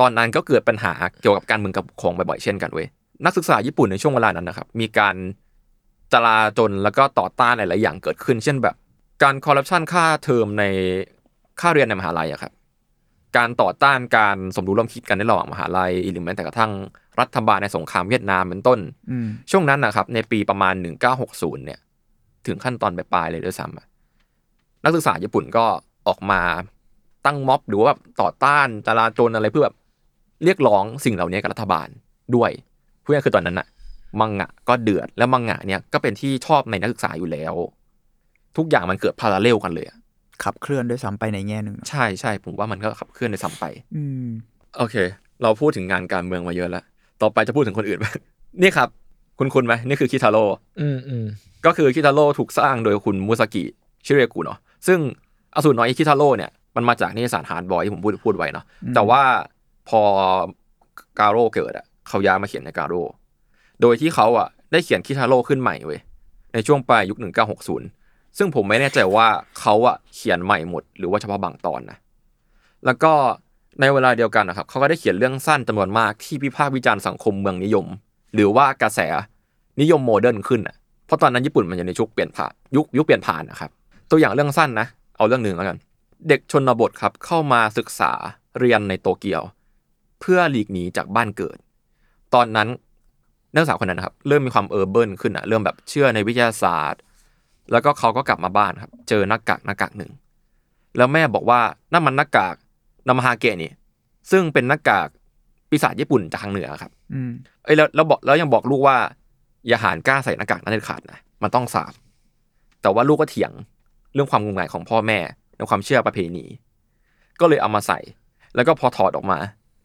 Speaker 3: ตอนนั้นก็เกิดปัญหาเกี่ยวกับการเมืองกับปกครองบ่อยๆเช่นกันเว้ย นักศึกษาญี่ปุ่นในช่วงเวลานั้นนะครับ มีการจลาจลแล้วก็ต่อต้านหลายๆอย่างเกิดขึ้น เช่นแบบ การคอร์รัปชันค่าเทอมในค่าเรียนในมหาลัยอะครับ การต่อต้านการสมรู้ร่วมคิดกันในระหว่างมหาลัยหรือแม้แต่กระทั่งรัฐบาลในสงครามเวียดนามเป็นต้น
Speaker 4: อืม
Speaker 3: ช่วงนั้นนะครับ ในปีประมาณ 1960 เนี่ย ถึงขั้นตอนปลายๆเลยด้วยซ้ำอะนักศึกษาญี่ปุ่นก็ออกมาตั้งม็อบหรือว่าแบบต่อต้านจราจรอะไรเพื่อแบบเรียกร้องสิ่งเหล่านี้กับรัฐบาลด้วยเพื่อคือตอนนั้นอะมังงะก็เดือดแล้วมังงะเนี่ยก็เป็นที่ชอบในนักศึกษาอยู่แล้ว ทุกอย่างมันเกิดพาราเลลกันเลยอะ
Speaker 4: ขับเคลื่อนด้วยซ้ำไปในแง่หนึ่งเนอะ
Speaker 3: ใช่ใช่ผมว่ามันก็ขับเคลื่อนในซ้ำไป
Speaker 4: อืม
Speaker 3: โอเค เราพูดถึงงานการเมืองมาเยอะแล้ว ต่อไปจะพูดถึงคนอื่นไหม นี่ครับ คุณคุณไหมนี่คือคิทาโร่
Speaker 2: อืมอืม
Speaker 3: ก็คือคิทาโร่ถูกสร้างโดยคุณมุสกิชิเรกุเนาะซึ่งอสูรน้อยคิทาโร่เนี่ยมันมาจากนิยสารฮาร์ดบอยที่ผมพูดพูดไว้เนาะ
Speaker 4: อืม
Speaker 3: แต่ว่าพอการโร่เกิดอะเขาย้ายมาเขียนในการโร่โดยที่เขาอะได้เขียนคิทาโร่ขึ้นใหม่เว้ยในช่วงปลายยุค 1960 ซึ่งผมไม่แน่ใจว่าเขาอะเขียนใหม่หมด หรือว่าเฉพาะบางตอนนะแล้วก็ในเวลาเดียวกันนะครับเขาก็ได้เขียนเรื่องสั้นจำนวนมากที่พิพากษ์วิจารณ์สังคมเมืองนิยม หรือว่ากระแส นิยมโมเดิร์นขึ้นอ่ะ เพราะตอนนั้นญี่ปุ่นมันอยู่ในช่วงเปลี่ยนผ่านยุคยุคเปลี่ยนผ่านนะครับ ตัวอย่างเรื่องสั้นนะ เอาเรื่องหนึ่งแล้วกัน เด็กชนบทครับเข้ามาศึกษาเรียนในโตเกียว เพื่อหลีกหนีจากบ้านเกิด ตอนนั้นนักศึกษาคนนั้นนะครับ เริ่มมีความเออร์เบิร์นขึ้นอ่ะ เริ่มแบบเชื่อในวิทยาศาสตร์ แล้วก็เขาก็กลับมาบ้านครับ เจอหน้ากากหน้ากากหนึ่ง แล้วแม่บอกว่านั่นมันหน้ากากนามาฮาเกะนี่ ซึ่งเป็นหน้ากากปีศาจญี่ปุ่นจากทางเหนือครับ
Speaker 4: อืม
Speaker 3: เอ้ยแล้วแล้วบอกแล้วยังบอกลูกว่า อย่าหานกล้าใส่หน้ากากนั้นเด็ดขาดนะมันต้องสาบแต่ว่าลูกก็เถียงเรื่องความงมงายของพ่อแม่ในความเชื่อประเพณี ก็เลยเอามาใส่ แล้วก็พอถอดออกมา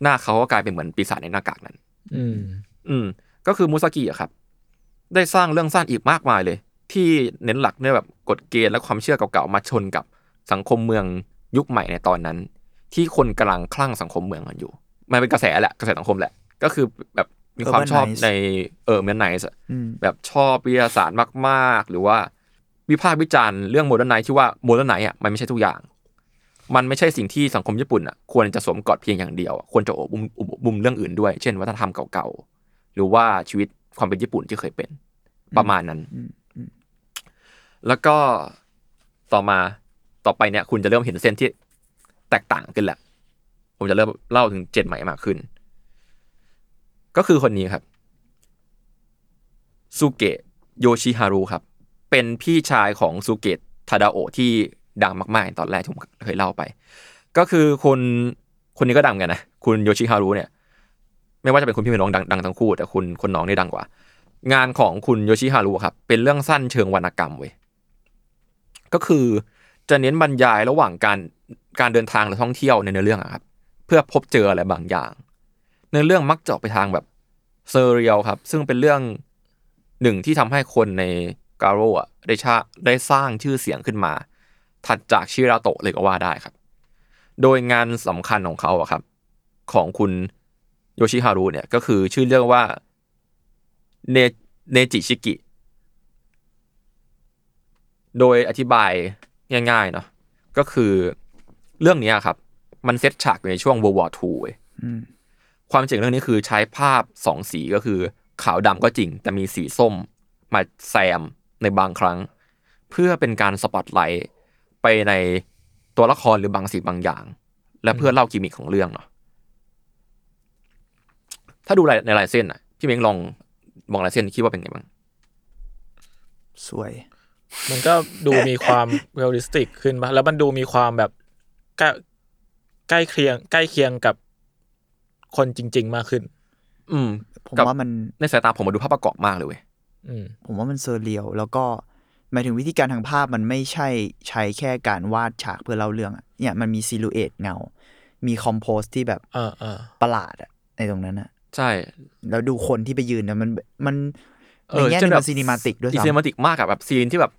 Speaker 3: หน้าเขาก็กลายเป็นเหมือนปีศาจในหน้ากากนั้น
Speaker 2: อืม
Speaker 3: อืม ก็คือมุสกิอะครับ ได้สร้างเรื่องสั้นอีกมากมายเลย ที่เน้นหลักเนี่ยแบบกฎเกณฑ์และความเชื่อเก่าๆมาชนกับสังคมเมืองยุคใหม่ในตอนนั้น ที่คนกำลังคลั่งสังคมเมืองกันอยู่ มันเป็นกระแสแหละกระแสสังคมแหละ ก็คือแบบมีความชอบ
Speaker 4: Urbanize
Speaker 3: ในเออเมืองไหน
Speaker 4: อืม
Speaker 3: แบบชอบวิทยาศาสตร์มาก ๆ หรือว่าวิพากษ์วิจารณ์เรื่องโมเดิร์นไนที่ว่าโมเดิร์นไนอ่ะมันไม่ใช่ทุกอย่าง มันไม่ใช่สิ่งที่สังคมญี่ปุ่นอ่ะควรจะสวมกอดเพียงอย่างเดียวอะควรจะโอบอุ้มอุมอุมเรื่องอื่นด้วย เช่นวัฒนธรรมเก่าๆ หรือว่าชีวิตความเป็นญี่ปุ่นที่เคยเป็นประมาณนั้น
Speaker 4: อืมอืม
Speaker 3: แล้วก็ต่อมาต่อไปเนี่ย คุณจะเริ่มเห็นเส้นที่แตกต่างกันแหละ ผมจะเริ่มเล่าถึงเจนใหม่มากขึ้น ก็คือคนนี้ครับซูเกะโยชิฮารุครับ เป็นพี่ชายของซูเกะทาดาโอะที่ดังมากๆ ตอนแรกที่ผมเคยเล่าไป ก็คือคนคนนี้ก็ดังเหมือนกันนะ คุณโยชิฮารุเนี่ย ไม่ว่าจะเป็นคุณพี่เป็นน้องดังดังทั้งคู่ แต่คุณคนน้องนี่ดังกว่า งานของคุณโยชิฮารุครับ เป็นเรื่องสั้นเชิงวรรณกรรมเว้ยก็คือจะเน้นบรรยายระหว่างการการเดินทางหรือท่องเที่ยวในเนื้อเรื่องอะครับ เพื่อพบเจออะไรบางอย่าง ในอเรื่องมักจะออกไปทางแบบเซอร์เรียลครับ ซึ่งเป็นเรื่องหนึ่งที่ทำให้คนในกาโร่อะได้ชาได้สร้างชื่อเสียงขึ้นมา ถัดจากชิราโตะเลยก็ว่าได้ครับ โดยงานสำคัญของเขาอะครับ ของคุณโยชิฮารุเนี่ยก็คือชื่อเรื่องว่าเนเนจิชิกิ โดยอธิบายง่ายๆเนาะก็คือเรื่องเนี้ยครับ มันเซตฉากอยู่ในช่วง World War II เว้ย
Speaker 4: อืม
Speaker 3: ความจริงเรื่องนี้คือใช้ภาพสองสีก็คือ ขาวดำก็จริง แต่มีสีส้มมาแซมในบางครั้ง เพื่อเป็นการสปอตไลท์ไปในตัวละครหรือบางสิ่งบางอย่าง และเพื่อเล่ากิมมิคของเรื่องเนาะถ้าดูในลายเส้นอ่ะพี่เม้งลองมองลายเส้นคิดว่าเป็นไงบ้าง
Speaker 4: สวย
Speaker 2: มันก็ดูมีความเรียลลิสติกขึ้นปะแล้วมันดูมีความแบบใกล้ใกล้เคียง ใกล้เคียงกับคนจริง ๆ มากขึ้น
Speaker 3: อืม
Speaker 4: ผม
Speaker 3: กับ
Speaker 4: ว่ามัน
Speaker 3: ในสายตาผมมาดูภาพประกอบมากเลยเว้ย
Speaker 2: อืม
Speaker 4: ผมว่ามันเซอร์เรียลแล้วก็หมายถึงวิธีการทางภาพมันไม่ใช่ใช้แค่การวาดฉากเพื่อเล่าเรื่องอะเนี่ยมันมีซิลูเอตเงา มีคอมโพสที่แบบ
Speaker 2: เออเออ
Speaker 4: ประหลาดอะในตรงนั้นอะ
Speaker 3: ใช่
Speaker 4: แล้วดูคนที่ไปยืนนะมันมัน
Speaker 3: เอ
Speaker 4: ใน
Speaker 3: อ
Speaker 4: แง่ห
Speaker 3: จ
Speaker 4: นึ
Speaker 3: น
Speaker 4: ง
Speaker 3: แบบ
Speaker 4: มันซีนิมาติกด้วย
Speaker 3: อี
Speaker 4: ซ้ำ
Speaker 3: ซีนมาติกมากอะแบบซีนที่แบบ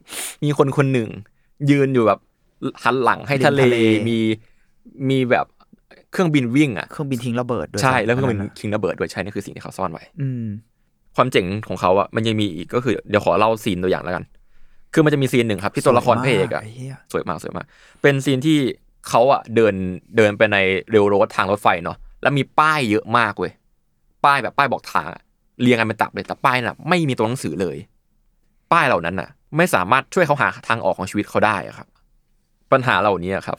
Speaker 3: มีคนคนหนึ่ง ยืนอยู่แบบหันหลังให้ทะเล
Speaker 4: ริมทะเล
Speaker 3: มีมีแบบ เครื่องบินวิ่งอ่ะ
Speaker 4: เครื่องบินทิ้งระเบิดด้วย
Speaker 3: ใช่แล้วเครื่องบิน
Speaker 4: อัะ
Speaker 3: คิงระเบิดด้วยใช่นี่คือสิ่งที่เขาซ่อนไว้
Speaker 4: อืม
Speaker 3: ความเจ๋งของเขาอ่ะมันยังมีอีกก็คือเดี๋ยวขอเล่าซีนตัวอย่างแล้วกัน คือมันจะมีซีนหนึ่งครับ ที่ตัวละครพระเอกอ่ะ
Speaker 4: สวยมากไเหี้ย
Speaker 3: สวยมากสวยมากเป็นซีนที่เขาอ่ะเดินเดินไปในเรลโรดทางรถไฟเนาะแล้วมีป้ายเยอะมากเว้ยป้ายแบบป้ายบอกทางอะเรียงกันเป็นตับเลยแต่ป้ายน่ะ ไม่มีตัวหนังสือเลย ป้ายเหล่านั้นน่ะ ไม่สามารถช่วยเขาหาทางออกของชีวิตเขาได้อะครับ ปัญหาเหล่านี้อะครับ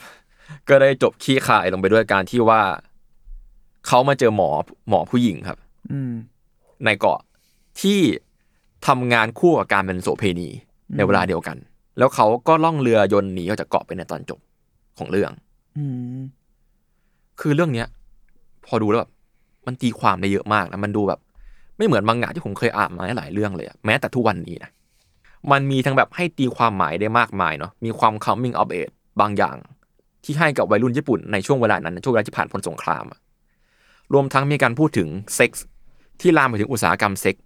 Speaker 3: ก็ได้จบขี้คายลงไปด้วยการที่ว่าเขามาเจอหมอหมอผู้หญิงครับ
Speaker 4: อืม
Speaker 3: ในเกาะที่ทำงานคู่กับการเป็นโสเพณี
Speaker 4: อืม
Speaker 3: ในเวลาเดียวกัน แล้วเขาก็ล่องเรือยนต์หนีออกจากเกาะไปในตอนจบของเรื่อง
Speaker 4: อืม
Speaker 3: คือเรื่องเนี้ย พอดูแล้วแบบมันตีความได้เยอะมากนะมันดูแบบ ไม่เหมือนมังงะที่ผมเคยอ่านมาหลายเรื่องเลยอะแม้แต่ทุกวันนี้นะมันมีทั้งแบบให้ตีความหมายได้มากมายเนาะมีความ coming of age บางอย่าง ที่ให้กับวัยรุ่นญี่ปุ่นในช่วงเวลานั้นช่วงเวลาที่ผ่านพ้นสงครามอะรวมทั้งมีการพูดถึงเซ็กส์ที่ลามไปถึงอุตสาหกรรมเซ็กส์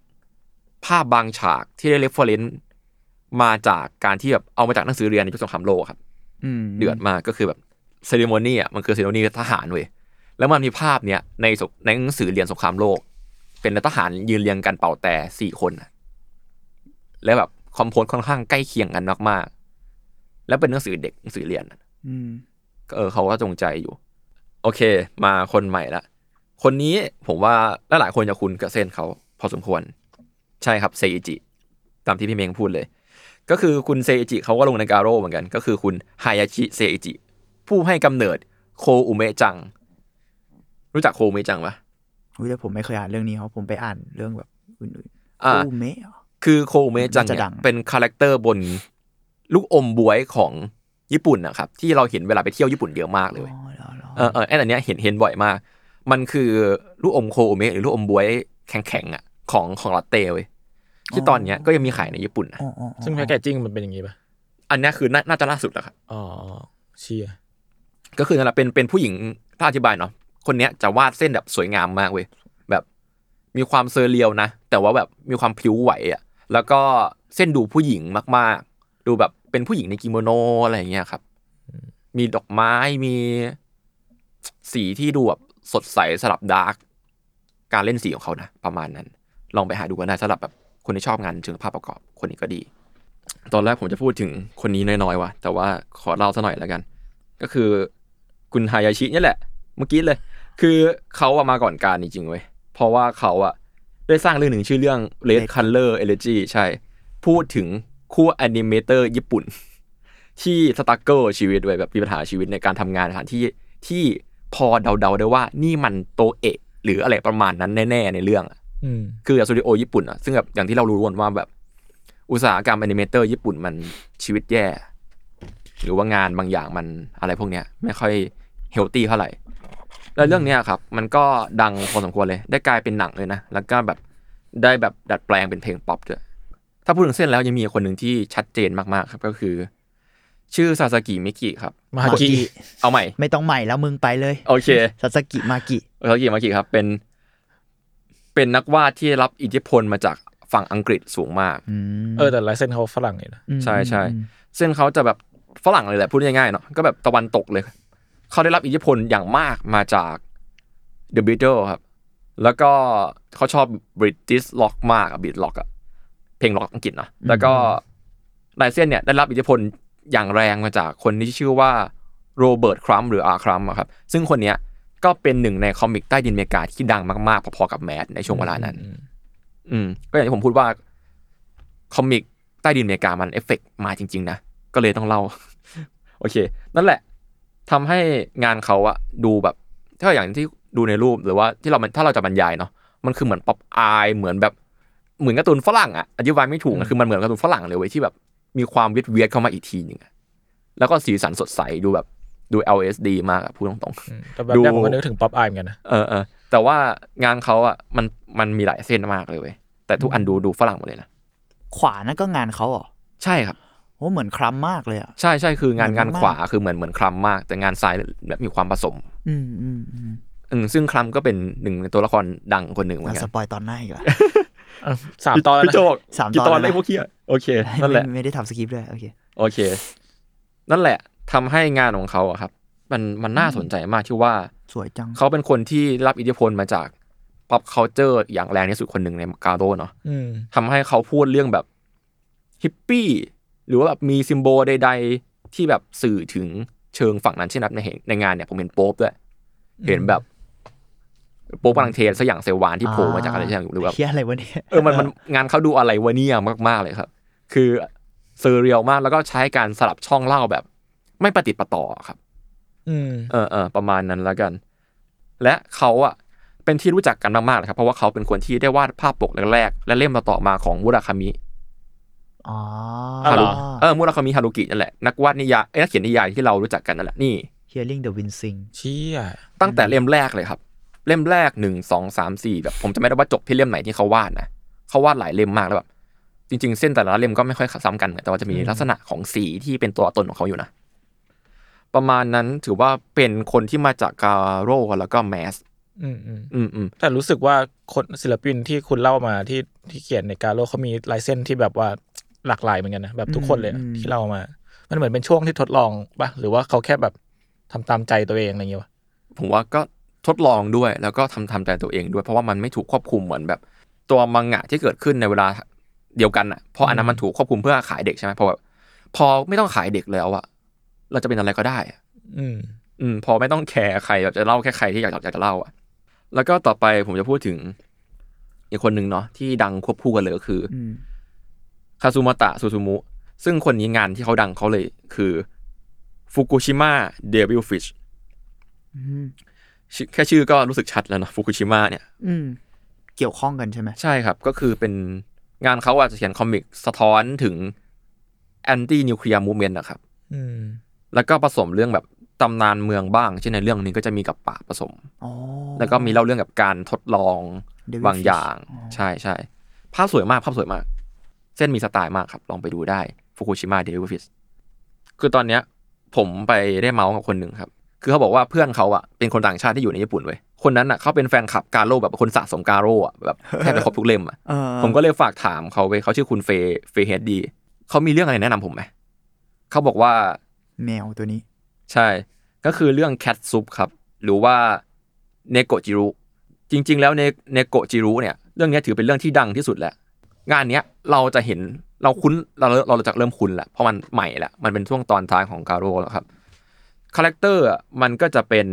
Speaker 3: ภาพบางฉากที่ได้ reference มาจากการที่แบบเอามาจากหนังสือเรียนในยุคสงครามโลกอะครับ
Speaker 4: อืม
Speaker 3: เดือดมากก็คือแบบเซเรโมนีอ่ะมันคือเซเรโมนีทหารเว้ยแล้วมันมีภาพเนี้ยในสในหนังสือเรียนสงครามโลก เป็นทหารยืนเรียงกันเป่าแต่สี่คนน่ะแล้วแบบคอมโพนค่อนข้างใกล้เคียงกันมากๆแล้วเป็นหนังสือเด็กหนังสือเรียนน่ะ
Speaker 4: อืม
Speaker 3: ก็เออเขาก็จงใจอยู่ โอเค มาคนใหม่ละคนนี้ผมว่าลหลายๆคนจะคุ้นกับเส้นเขาพอสมควร ใช่ครับเซอิจิตามที่พี่เมงพูดเลย ก็คือคุณเซอิจิเขาก็ลงในการโร่เหมือนกัน ก็คือคุณฮายาชิเซอิจิ ผู้ให้กำเนิดโคอุเมะจัง รู้จักโคอุเมะจังปะ
Speaker 4: อุ้ยแต่ผมไม่เคยอ่านเรื่องนี้ครับผมไปอ่านเรื่องแบบอื่นๆ
Speaker 3: อ่า
Speaker 4: อูเมะเหรอ
Speaker 3: คือโคอุเมะจัง
Speaker 4: น่าจะดั
Speaker 3: เนี่ย
Speaker 4: ง
Speaker 3: เป็นคาแรคเตอร์บนลูกอมบวยของญี่ปุ่นนะครับ ที่เราเห็นเวลาไปเที่ยวญี่ปุ่นเยอะมากเล
Speaker 4: อ๋
Speaker 3: ย
Speaker 4: อเหรอเหรอ
Speaker 3: เออเออไอ้อันเนี้ยเห็นเห็นบ่อยมาก มันคือลูกอมโคอุเมะหรือลูกอมบวยแข็งๆอ่ะของของลาเต้เว้ยที่ตอนเนี้ยก็ยังมีขายในญี่ปุ่นนะ
Speaker 4: อ๋ออ๋ออ๋อ
Speaker 2: ซึ่งแพคเกจจิ้งมันเป็นอย่างนี้ป่ะ
Speaker 3: อันเนี้ยคือน่าน่าจะล่าสุดแล้วครับ
Speaker 2: อ๋อเชียร์
Speaker 3: ก็คือนั่นแหละเป็นเป็นผู้หญิงถ้าอธิบายเนาะคนเนี้ยจะวาดเส้นแบบสวยงามมากเว้ยแบบมีความเซอร์เรียลนะ แต่ว่าแบบมีความพลิ้วไหวอะแล้วก็เส้นดูผู้หญิงมากๆ ดูแบบเป็นผู้หญิงในกิโมโนอะไรอย่างเงี้ยครับ มีดอกไม้มีสีที่ดูแบบสดใสสลับดาร์กการเล่นสีของเขานะ ประมาณนั้น ลองไปหาดูกันได้สำหรับแบบคนที่ชอบงานเชิงภาพประกอบคนนี้ก็ดี ตอนแรกผมจะพูดถึงคนนี้น้อยๆว่ะแต่ว่าขอเล่าซะหน่อยแล้วกัน ก็คือคุณฮายาชิเนี่ยแหละ เมื่อกี้เลย คือเขาอะมาก่อนการจริงๆเว้ยเพราะว่าเขาอะได้สร้างเรื่องหนึ่งชื่อเรื่อง Red Color Elegy ใช่ พูดถึงคู่แอนิเมเตอร์ญี่ปุ่น ที่สตั๊กเกิลชีวิตไว้ยแบบมีปัญหาชีวิตในการทำงานสถานที่ที่พอเดาๆได้ว่านี่มันโตเอะ หรืออะไรประมาณนั้นแน่ๆในเรื่องอะ
Speaker 2: อืม
Speaker 3: คือจากสตูดิโอญี่ปุ่นอะซึ่งแบบอย่างที่เรารู้กันว่าแบบ อุตสาหกรรมแอนิเมเตอร์ญี่ปุ่นมันชีวิตแย่ หรือว่างานบางอย่างมันอะไรพวกเนี้ย ไม่ค่อยเฮลตี้เท่าไหร่ แล้วเรื่องเนี้ยครับ มันก็ดังพอสมควรเลย ได้กลายเป็นหนังเลยนะ แล้วก็แบบได้แบบดัดแปลงเป็นเพลงป๊อปด้วยถ้าพูดถึงเส้นแล้วยังมีคนหนึ่งที่ชัดเจนมากๆ ครับก็คือ ชื่อซาสกิมิกิครับ
Speaker 2: มากิ
Speaker 3: เอาใหม่
Speaker 4: ไม่ต้องใหม่แล้วมึงไปเลย
Speaker 3: โอเค
Speaker 4: ซาสกิมากิ
Speaker 3: โอซากิมากิครับเป็นเป็นนักวาดที่ได้รับอิทธิพลมาจากฝั่งอังกฤษสูงมาก
Speaker 4: อืม
Speaker 2: เออแต่ลายเส้นเขาฝรั่งเนี่ยนะ
Speaker 4: ม
Speaker 3: ใช่ใช่
Speaker 4: อืม
Speaker 3: ซึ่งเขาจะแบบฝรั่งเลยแหละพูดง่ายๆเนาะก็แบบตะวันตกเลย เขาได้รับอิทธิพลอย่างมากมาจาก The Beatles ครับ แล้วก็เขาชอบ British Rock มากอะ Brit Rock อะเพลงล็อกอังกฤษนะแล้วก็ลายเส้นเนี่ยได้รับอิทธิพลอย่างแรงมาจากคนที่ชื่อว่าโรเบิร์ตครัมหรืออาร์ครัมครับ ซึ่งคนเนี้ยก็เป็นหนึ่งในคอมิกใต้ดินอเมริกาที่ดังมากๆพอๆกับแมสในช่วงเวลานั้น
Speaker 2: อืม
Speaker 3: อืมก็อย่างที่ผมพูดว่า คอมิกใต้ดินอเมริกามันเอฟเฟกต์มาจริง ๆ นะ ก็เลยต้องเล่า โอเค นั่นแหละทำให้งานเขาอะดูแบบ ถ้าอย่างที่ดูในรูปหรือว่าที่เรามันถ้าเราจะบรรยายเนาะมันคือเหมือนป๊อปอายเหมือนแบบเหมือนการ์ตูนฝรั่งอะอธิบายไม่ถูกนะคือมันเหมือนการ์ตูนฝรั่งเลยเว้ยที่แบบมีความเวียดเวียดๆเข้ามาอีกทีหนึ่งอะแล้วก็สีสันสดใสดูแบบดู LSD มากอะพูดตรงๆ
Speaker 2: อืมแต่แบบแรกผมก็นึกถึงป๊อปอายเหมือนกันนะ
Speaker 3: เออเออแต่ว่างานเขาอ่ะมันมันมีหลายเส้นมากเลยเว้ยแต่ทุกอันดูดูฝรั่งหมดเลยนะ
Speaker 4: ขวานั่นก็งานเขาเหรอ
Speaker 3: ใช่ครับ
Speaker 4: โอ้เหมือนครัมมากเลยอ่ะ
Speaker 3: ใช่ใช่คืองาน
Speaker 4: เหมือน
Speaker 3: งาน
Speaker 4: มาก
Speaker 3: ขวาคือเหมือนเหมือนคลัมมาก แต่งานซ้ายแบบมีความผสม
Speaker 4: อืมอืมอืม
Speaker 3: อืมซึ่งคลัมก็เป็นหนึ่งในตัวละครดังคนหนึ่งเหมือ
Speaker 4: เรา
Speaker 3: นกั
Speaker 4: ส
Speaker 3: น
Speaker 4: ปอยตอนหน้าอีกแล้ว
Speaker 2: อ่ะสามตอนแล้ว
Speaker 3: พี่
Speaker 2: นะ
Speaker 3: โจก
Speaker 4: สาม
Speaker 3: กี่
Speaker 4: ตอน
Speaker 3: ตอ
Speaker 4: แล้
Speaker 3: น
Speaker 4: วนะ
Speaker 3: ได้พวกเคียโอเคนั่นแหละ
Speaker 4: ไม่ไม่ได้ทำสคริปต์ด้วยโอเค
Speaker 3: โอเค นั่นแหละทำให้งานของเขาอะครับ มันมันน่าสนใจมากที่ว่า
Speaker 4: สวยจัง
Speaker 3: เขาเป็นคนที่รับอิทธิพลมาจาก pop culture อย่างแรงที่สุดคนหนึ่งในกาโดเนาะ
Speaker 2: อืม
Speaker 3: ทำให้เขาพูดเรื่องแบบฮิปปี้หรือว่าแบบมีซิมโบลใด ๆ ที่แบบสื่อถึงเชิงฝั่งนั้นเช่นนับในเห็นในงานเนี่ยผมเห็นโป๊ปด้วย เห็นแบบโป๊ปกำลังเทรนสักอย่างเซวานที่โผล่มาจากอะไรสักอย่างหรือแบบ
Speaker 4: เฮียอะไรวะเนี่ย
Speaker 3: เออมันมันงานเขาดูอะไรวะเนี่ยมาก ๆ เลยครับ คือเซอร์เรียลมากแล้วก็ใช้การสลับช่องเล่าแบบ ไม่ประติดประต่อครับ
Speaker 2: อืม
Speaker 3: เออเออประมาณนั้นแล้วกัน และเขาอะเป็นที่รู้จักกันมากๆเลยครับ เพราะว่าเขาเป็นคนที่ได้วาดภาพปกแรกๆและเล่มต่อๆมาของมุราคามิ
Speaker 4: อ๋อ
Speaker 2: อ๋อ
Speaker 3: ฮา
Speaker 2: เหร
Speaker 3: รุ
Speaker 2: อ
Speaker 3: เออมุราคามิฮารุกินั่นแหละนักวาดนิยายเอ้ยนักเขียนนิยายที่เรารู้จักกันนั่นแหละนี่
Speaker 4: เฮียริงเดอะวินซิง
Speaker 2: เชี่ย
Speaker 3: ตั้งแต่เล่มแรกเลยครับ เล่มแรกหนึ่งสองสามสี่แบบผมจะไม่ได้ว่าจบที่เล่มไหนที่เขาวาดนะเขาวาดหลายเล่มมากแล้วแบบจริง ๆ เส้นแต่ละเล่มก็ไม่ค่อยซ้ำกันแต่ว่าจะมีลักษณะของสีที่เป็นตัวตนของเขาอยู่นะ ประมาณนั้นถือว่าเป็นคนที่มาจากการโร่แล้วก็แมส
Speaker 2: อืมอืม
Speaker 3: อืมอืม
Speaker 2: แต่รู้สึกว่าคนศิลปินที่คุณเล่ามาที่ที่เขียนในกาโลเขามีลายเส้นที่แบบว่าหลากหลายเหมือนกันนะแบบทุกคนเลยอะที่เล่ามา มันเหมือนเป็นช่วงที่ทดลองปะหรือว่าเขาแค่แบบทำตามใจตัวเองอะไรอย่างเงี้ยวะ
Speaker 3: ผมว่าก็ทดลองด้วยแล้วก็ทำทำใจตัวเองด้วย เพราะว่ามันไม่ถูกควบคุมเหมือนแบบ ตัวมังงะที่เกิดขึ้นในเวลาเดียวกันอ่ะเพราะอันนั้นมันถูกควบคุมเพื่อขายเด็กใช่ไหมเพอแบบพอไม่ต้องขายเด็กแล้วอะเราจะเป็นอะไรก็ได้อะ
Speaker 2: อืม
Speaker 3: อืมพอไม่ต้องแคร์ใครแบบจะเล่าแค่ใครที่อยากอยากจะเล่าอ่ะ แล้วก็ต่อไปผมจะพูดถึง อีกคนหนึ่งเนาะที่ดังควบคู่กันเลยก็คืออ
Speaker 4: อืม
Speaker 3: คาซูมะตะซูซูมุ ซึ่งคนนี้งานที่เขาดังเขาเลยคือฟุกุชิมะเดวิลฟิช
Speaker 4: อืม
Speaker 3: แค่ชื่อก็รู้สึกชัดแล้วเนอะฟุกุชิมะเนี่ย
Speaker 4: อืมเกี่ยวข้องกันใช่ไหม
Speaker 3: ใช่ครับ ก็คือเป็นงานเขาอาจจะเขียนคอมิกสะท้อนถึงแอนตี้นิวเคลียร์มูเมนต์นะครับ
Speaker 2: อืม
Speaker 3: แล้วก็ผสมเรื่องแบบตำนานเมืองบ้าง เช่นในเรื่องนี้ก็จะมีกับป่าผสม
Speaker 4: อ๋อ
Speaker 3: แล้วก็มีเล่าเรื่องกับการทดลอง
Speaker 4: Devil
Speaker 3: บางอย่าง
Speaker 4: Fish อ๋อ
Speaker 3: ใช่ใช่ภาพสวยมากภาพสวยมาก เส้นมีสไตล์มากครับ ลองไปดูได้ฟุกุชิมะเดวิฟิสคือตอนเนี้ย ผมไปได้เมาส์กับคนหนึ่งครับ คือเขาบอกว่าเพื่อนเขาอ่ะเป็นคนต่างชาติที่อยู่ในญี่ปุ่นเว้ยคนนั้นอ่ะเขาเป็นแฟนคลับการโร่แบบคนสะสมการโร่อ่ะแบบแทบจะครบทุกเล่ม อ่ะ
Speaker 4: เออ
Speaker 3: ผมก็เลยฝากถามเขาเว้ยเขาชื่อคุณเฟย์เฟย์เฮดดีเขามีเรื่องอะไรแนะนำผมไหมเขาบอกว่า
Speaker 4: แมวตัวนี้
Speaker 3: ใช่ ก็คือเรื่องแคทซุปครับ หรือว่าเนโกจิรุ จริง ๆ แล้วเนเนโกจิรุเนี่ย เรื่องเนี้ยถือเป็นเรื่องที่ดังที่สุดแล้ว งานเนี้ยเราจะเห็นเราคุ้นเราเราจะเริ่มคุ้นแหละเพราะมันใหม่แหละ มันเป็นช่วงตอนท้ายของการโรแล้วครับ คาแรคเตอร์อะมันก็จะเป็น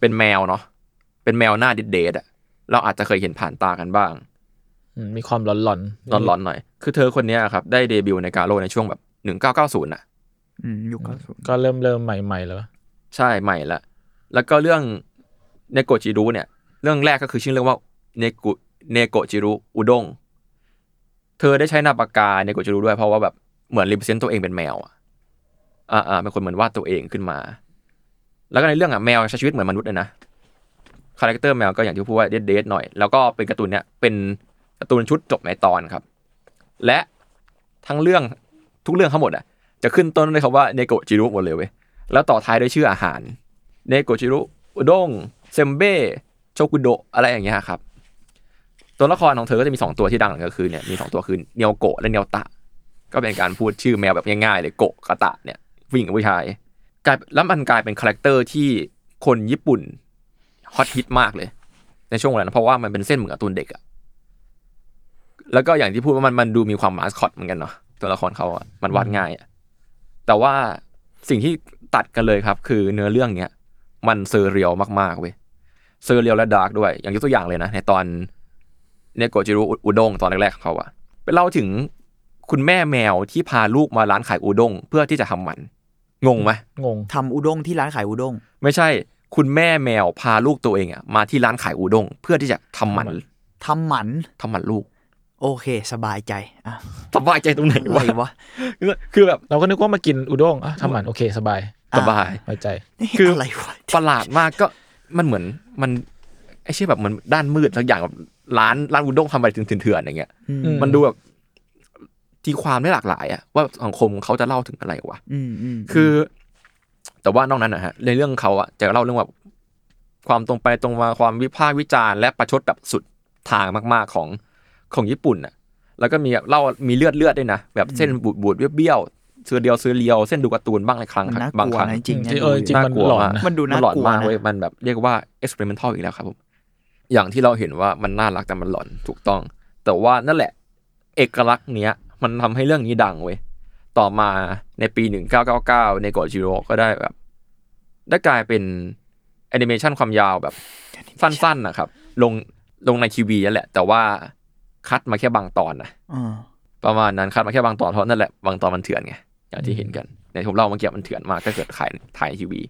Speaker 3: เป็นแมวเนาะ เป็นแมวหน้าเด็ดๆอะเราอาจจะเคยเห็นผ่านตากันบ้าง
Speaker 2: อืมมีความหลอนหลอน
Speaker 3: ร้อนๆหน่อย คือเธอคนเนี้ยครับ ได้เดบิวต์ในการโรในช่วงแบบ1990น่ะ
Speaker 4: อืมยุคเก้าศูนย์
Speaker 2: ก็เริ่มเริ่มใหม่ๆแล้ววะ
Speaker 3: ใช่ใหม่ละ แล้วก็เรื่องเนโกจิรุเนี่ย เรื่องแรกก็คือชื่อเรื่องว่าเนโกเนโกจิรุอุด้งเธอได้ใช้นามปากกาเนโกจิรุด้วยเพราะว่าแบบเหมือนรีเซนต์ตัวเองเป็นแมวอะอ่าอ่าเป็นคนเหมือนวาดตัวเองขึ้นมา แล้วก็ในเรื่องอ่ะแมวใช้ชีวิตเหมือนมนุษย์เลยนะคาแรคเตอร์แมวก็อย่างที่พูดว่าเดดเดดหน่อย แล้วก็เป็นการ์ตูนเนี่ยเป็นการ์ตูนชุดจบในตอนครับ และทั้งเรื่องทุกเรื่องทั้งหมดอ่ะ จะขึ้นต้นด้วยคำว่าเนโกจิรุหมดเลยเว้ย แล้วต่อท้ายด้วยชื่ออาหาร เนโกจิรุอุด้งเซมเบ้โชกุโดะอะไรอย่างเงี้ยครับ ตัวละครของเธอก็จะมี 2 ตัวที่ดังก็คือเนี่ยมี 2 ตัวคือเนียวโกะและเนียวตะ ก็เป็นการพูดชื่อแมวแบบง่ายๆเลยโกะกะตะเนี่ยผู้หญิงกับผู้ชายกลายแล้วมันกลายเป็นคาแรคเตอร์ที่คนญี่ปุ่นฮอตฮิตมากเลย ในช่วงเวลานั้นเพราะว่ามันเป็นเส้นเหมือนการ์ตูนเด็กอะแล้วก็อย่างที่พูดว่ามันมันดูมีความมาสคอตเหมือนกันเนาะตัวละครเขาอะมันวาดง่ายอะ แต่ว่าสิ่งที่ตัดกันเลยครับ คือเนื้อเรื่องเนี้ยมันเซอร์เรียลมากๆเว้ยเซอร์เรียลและดาร์กด้วย อย่างยกตัวอย่างเลยนะ ในตอนเนโกจิรุอุด้งตอนแรกๆของเขาอะไปเล่าถึงคุณแม่แมวที่พาลูกมาร้านขายอุด้งเพื่อที่จะทำมัน งงไหม
Speaker 2: งง
Speaker 4: ทำอุด้งที่ร้านขายอุด้ง
Speaker 3: ไม่ใช่ คุณแม่แมวพาลูกตัวเองอะมาที่ร้านขายอุด้งเพื่อที่จะทำมัน
Speaker 4: ทำหมัน
Speaker 3: ทำมันลูก
Speaker 4: โอเค สบายใจอ่ะ
Speaker 3: สบายใจตรงไหน
Speaker 4: อะไร
Speaker 3: วะ
Speaker 4: วะ
Speaker 3: คือแบบ
Speaker 2: เราก็นึกว่ามากินอุด้งอ่ะทำหมันโอเคสบาย
Speaker 3: สบาย
Speaker 2: ไว้ใจ
Speaker 3: คือ
Speaker 4: อะไรวะ
Speaker 3: ประหลาดมากก็มันเหมือนมันไอ้เชี่ยแบบมันด้านมืดสักอย่างแบบร้านร้านอุด้งทำอะไรเถื่อนๆอย่างเงี้ย
Speaker 4: อืม
Speaker 2: อื
Speaker 3: มันดูแบบทีความได้หลากหลายอะว่าสังคมเขาจะเล่าถึงอะไรวะ
Speaker 4: อืมอืม
Speaker 3: คือ แต่ว่านอกนั้นนะฮะในเรื่องเขาอะจะเล่าเรื่องแบบความตรงไปตรงมาความวิพากษ์วิจารณ์และประชดแบบสุดทางมาก ๆของของญี่ปุ่นอะแล้วก็มีแบบเล่ามีเลือดเลือดๆด้วยนะแบบเส้นบูดบูดๆเบี้ยวๆ ซื้อเดียวซื้อเลียวเส้นดูการ์ตูนบ้างในครั้ง
Speaker 4: มัน
Speaker 3: ค
Speaker 4: น่า
Speaker 3: รับ
Speaker 4: ก
Speaker 3: บาง
Speaker 4: ลัว
Speaker 3: ครั้ง
Speaker 4: นะจริงๆเนี่ย
Speaker 2: เออจริง
Speaker 3: น่า
Speaker 2: มัน
Speaker 3: กลัว
Speaker 2: หลอน
Speaker 3: มาก
Speaker 2: นะ
Speaker 4: มันดู
Speaker 3: มั
Speaker 4: น่าน
Speaker 3: หลอน
Speaker 4: กลัว
Speaker 3: มาก
Speaker 4: นะ
Speaker 3: เว้ยมันแบบเรียกว่า experimental อีกแล้วครับผม อย่างที่เราเห็นว่ามันน่ารักแต่มันหลอนถูกต้อง แต่ว่านั่นแหละ เอกลักษณ์เนี้ย มันทำให้เรื่องนี้ดังเว้ย ต่อมาในปี 1999 ในโกจิโร่ก็ได้แบบ ได้กลายเป็นแอนิเมชันความยาวแบบ สั้นๆนะครับ ลงลงในทีวีนั่นแหละ แต่ว่าคัดมาแค่บางตอนนะ
Speaker 4: อ่า
Speaker 3: ประมาณนั้นคัดมาแค่บางตอนเพราะนั่นแหละบางตอนมันเถื่อนไงอย่างที่เห็นกันอย่างที่ผมเล่าเมื่อกี้มันเถื่อนมากถ้าเกิดขายถ่ายทีวี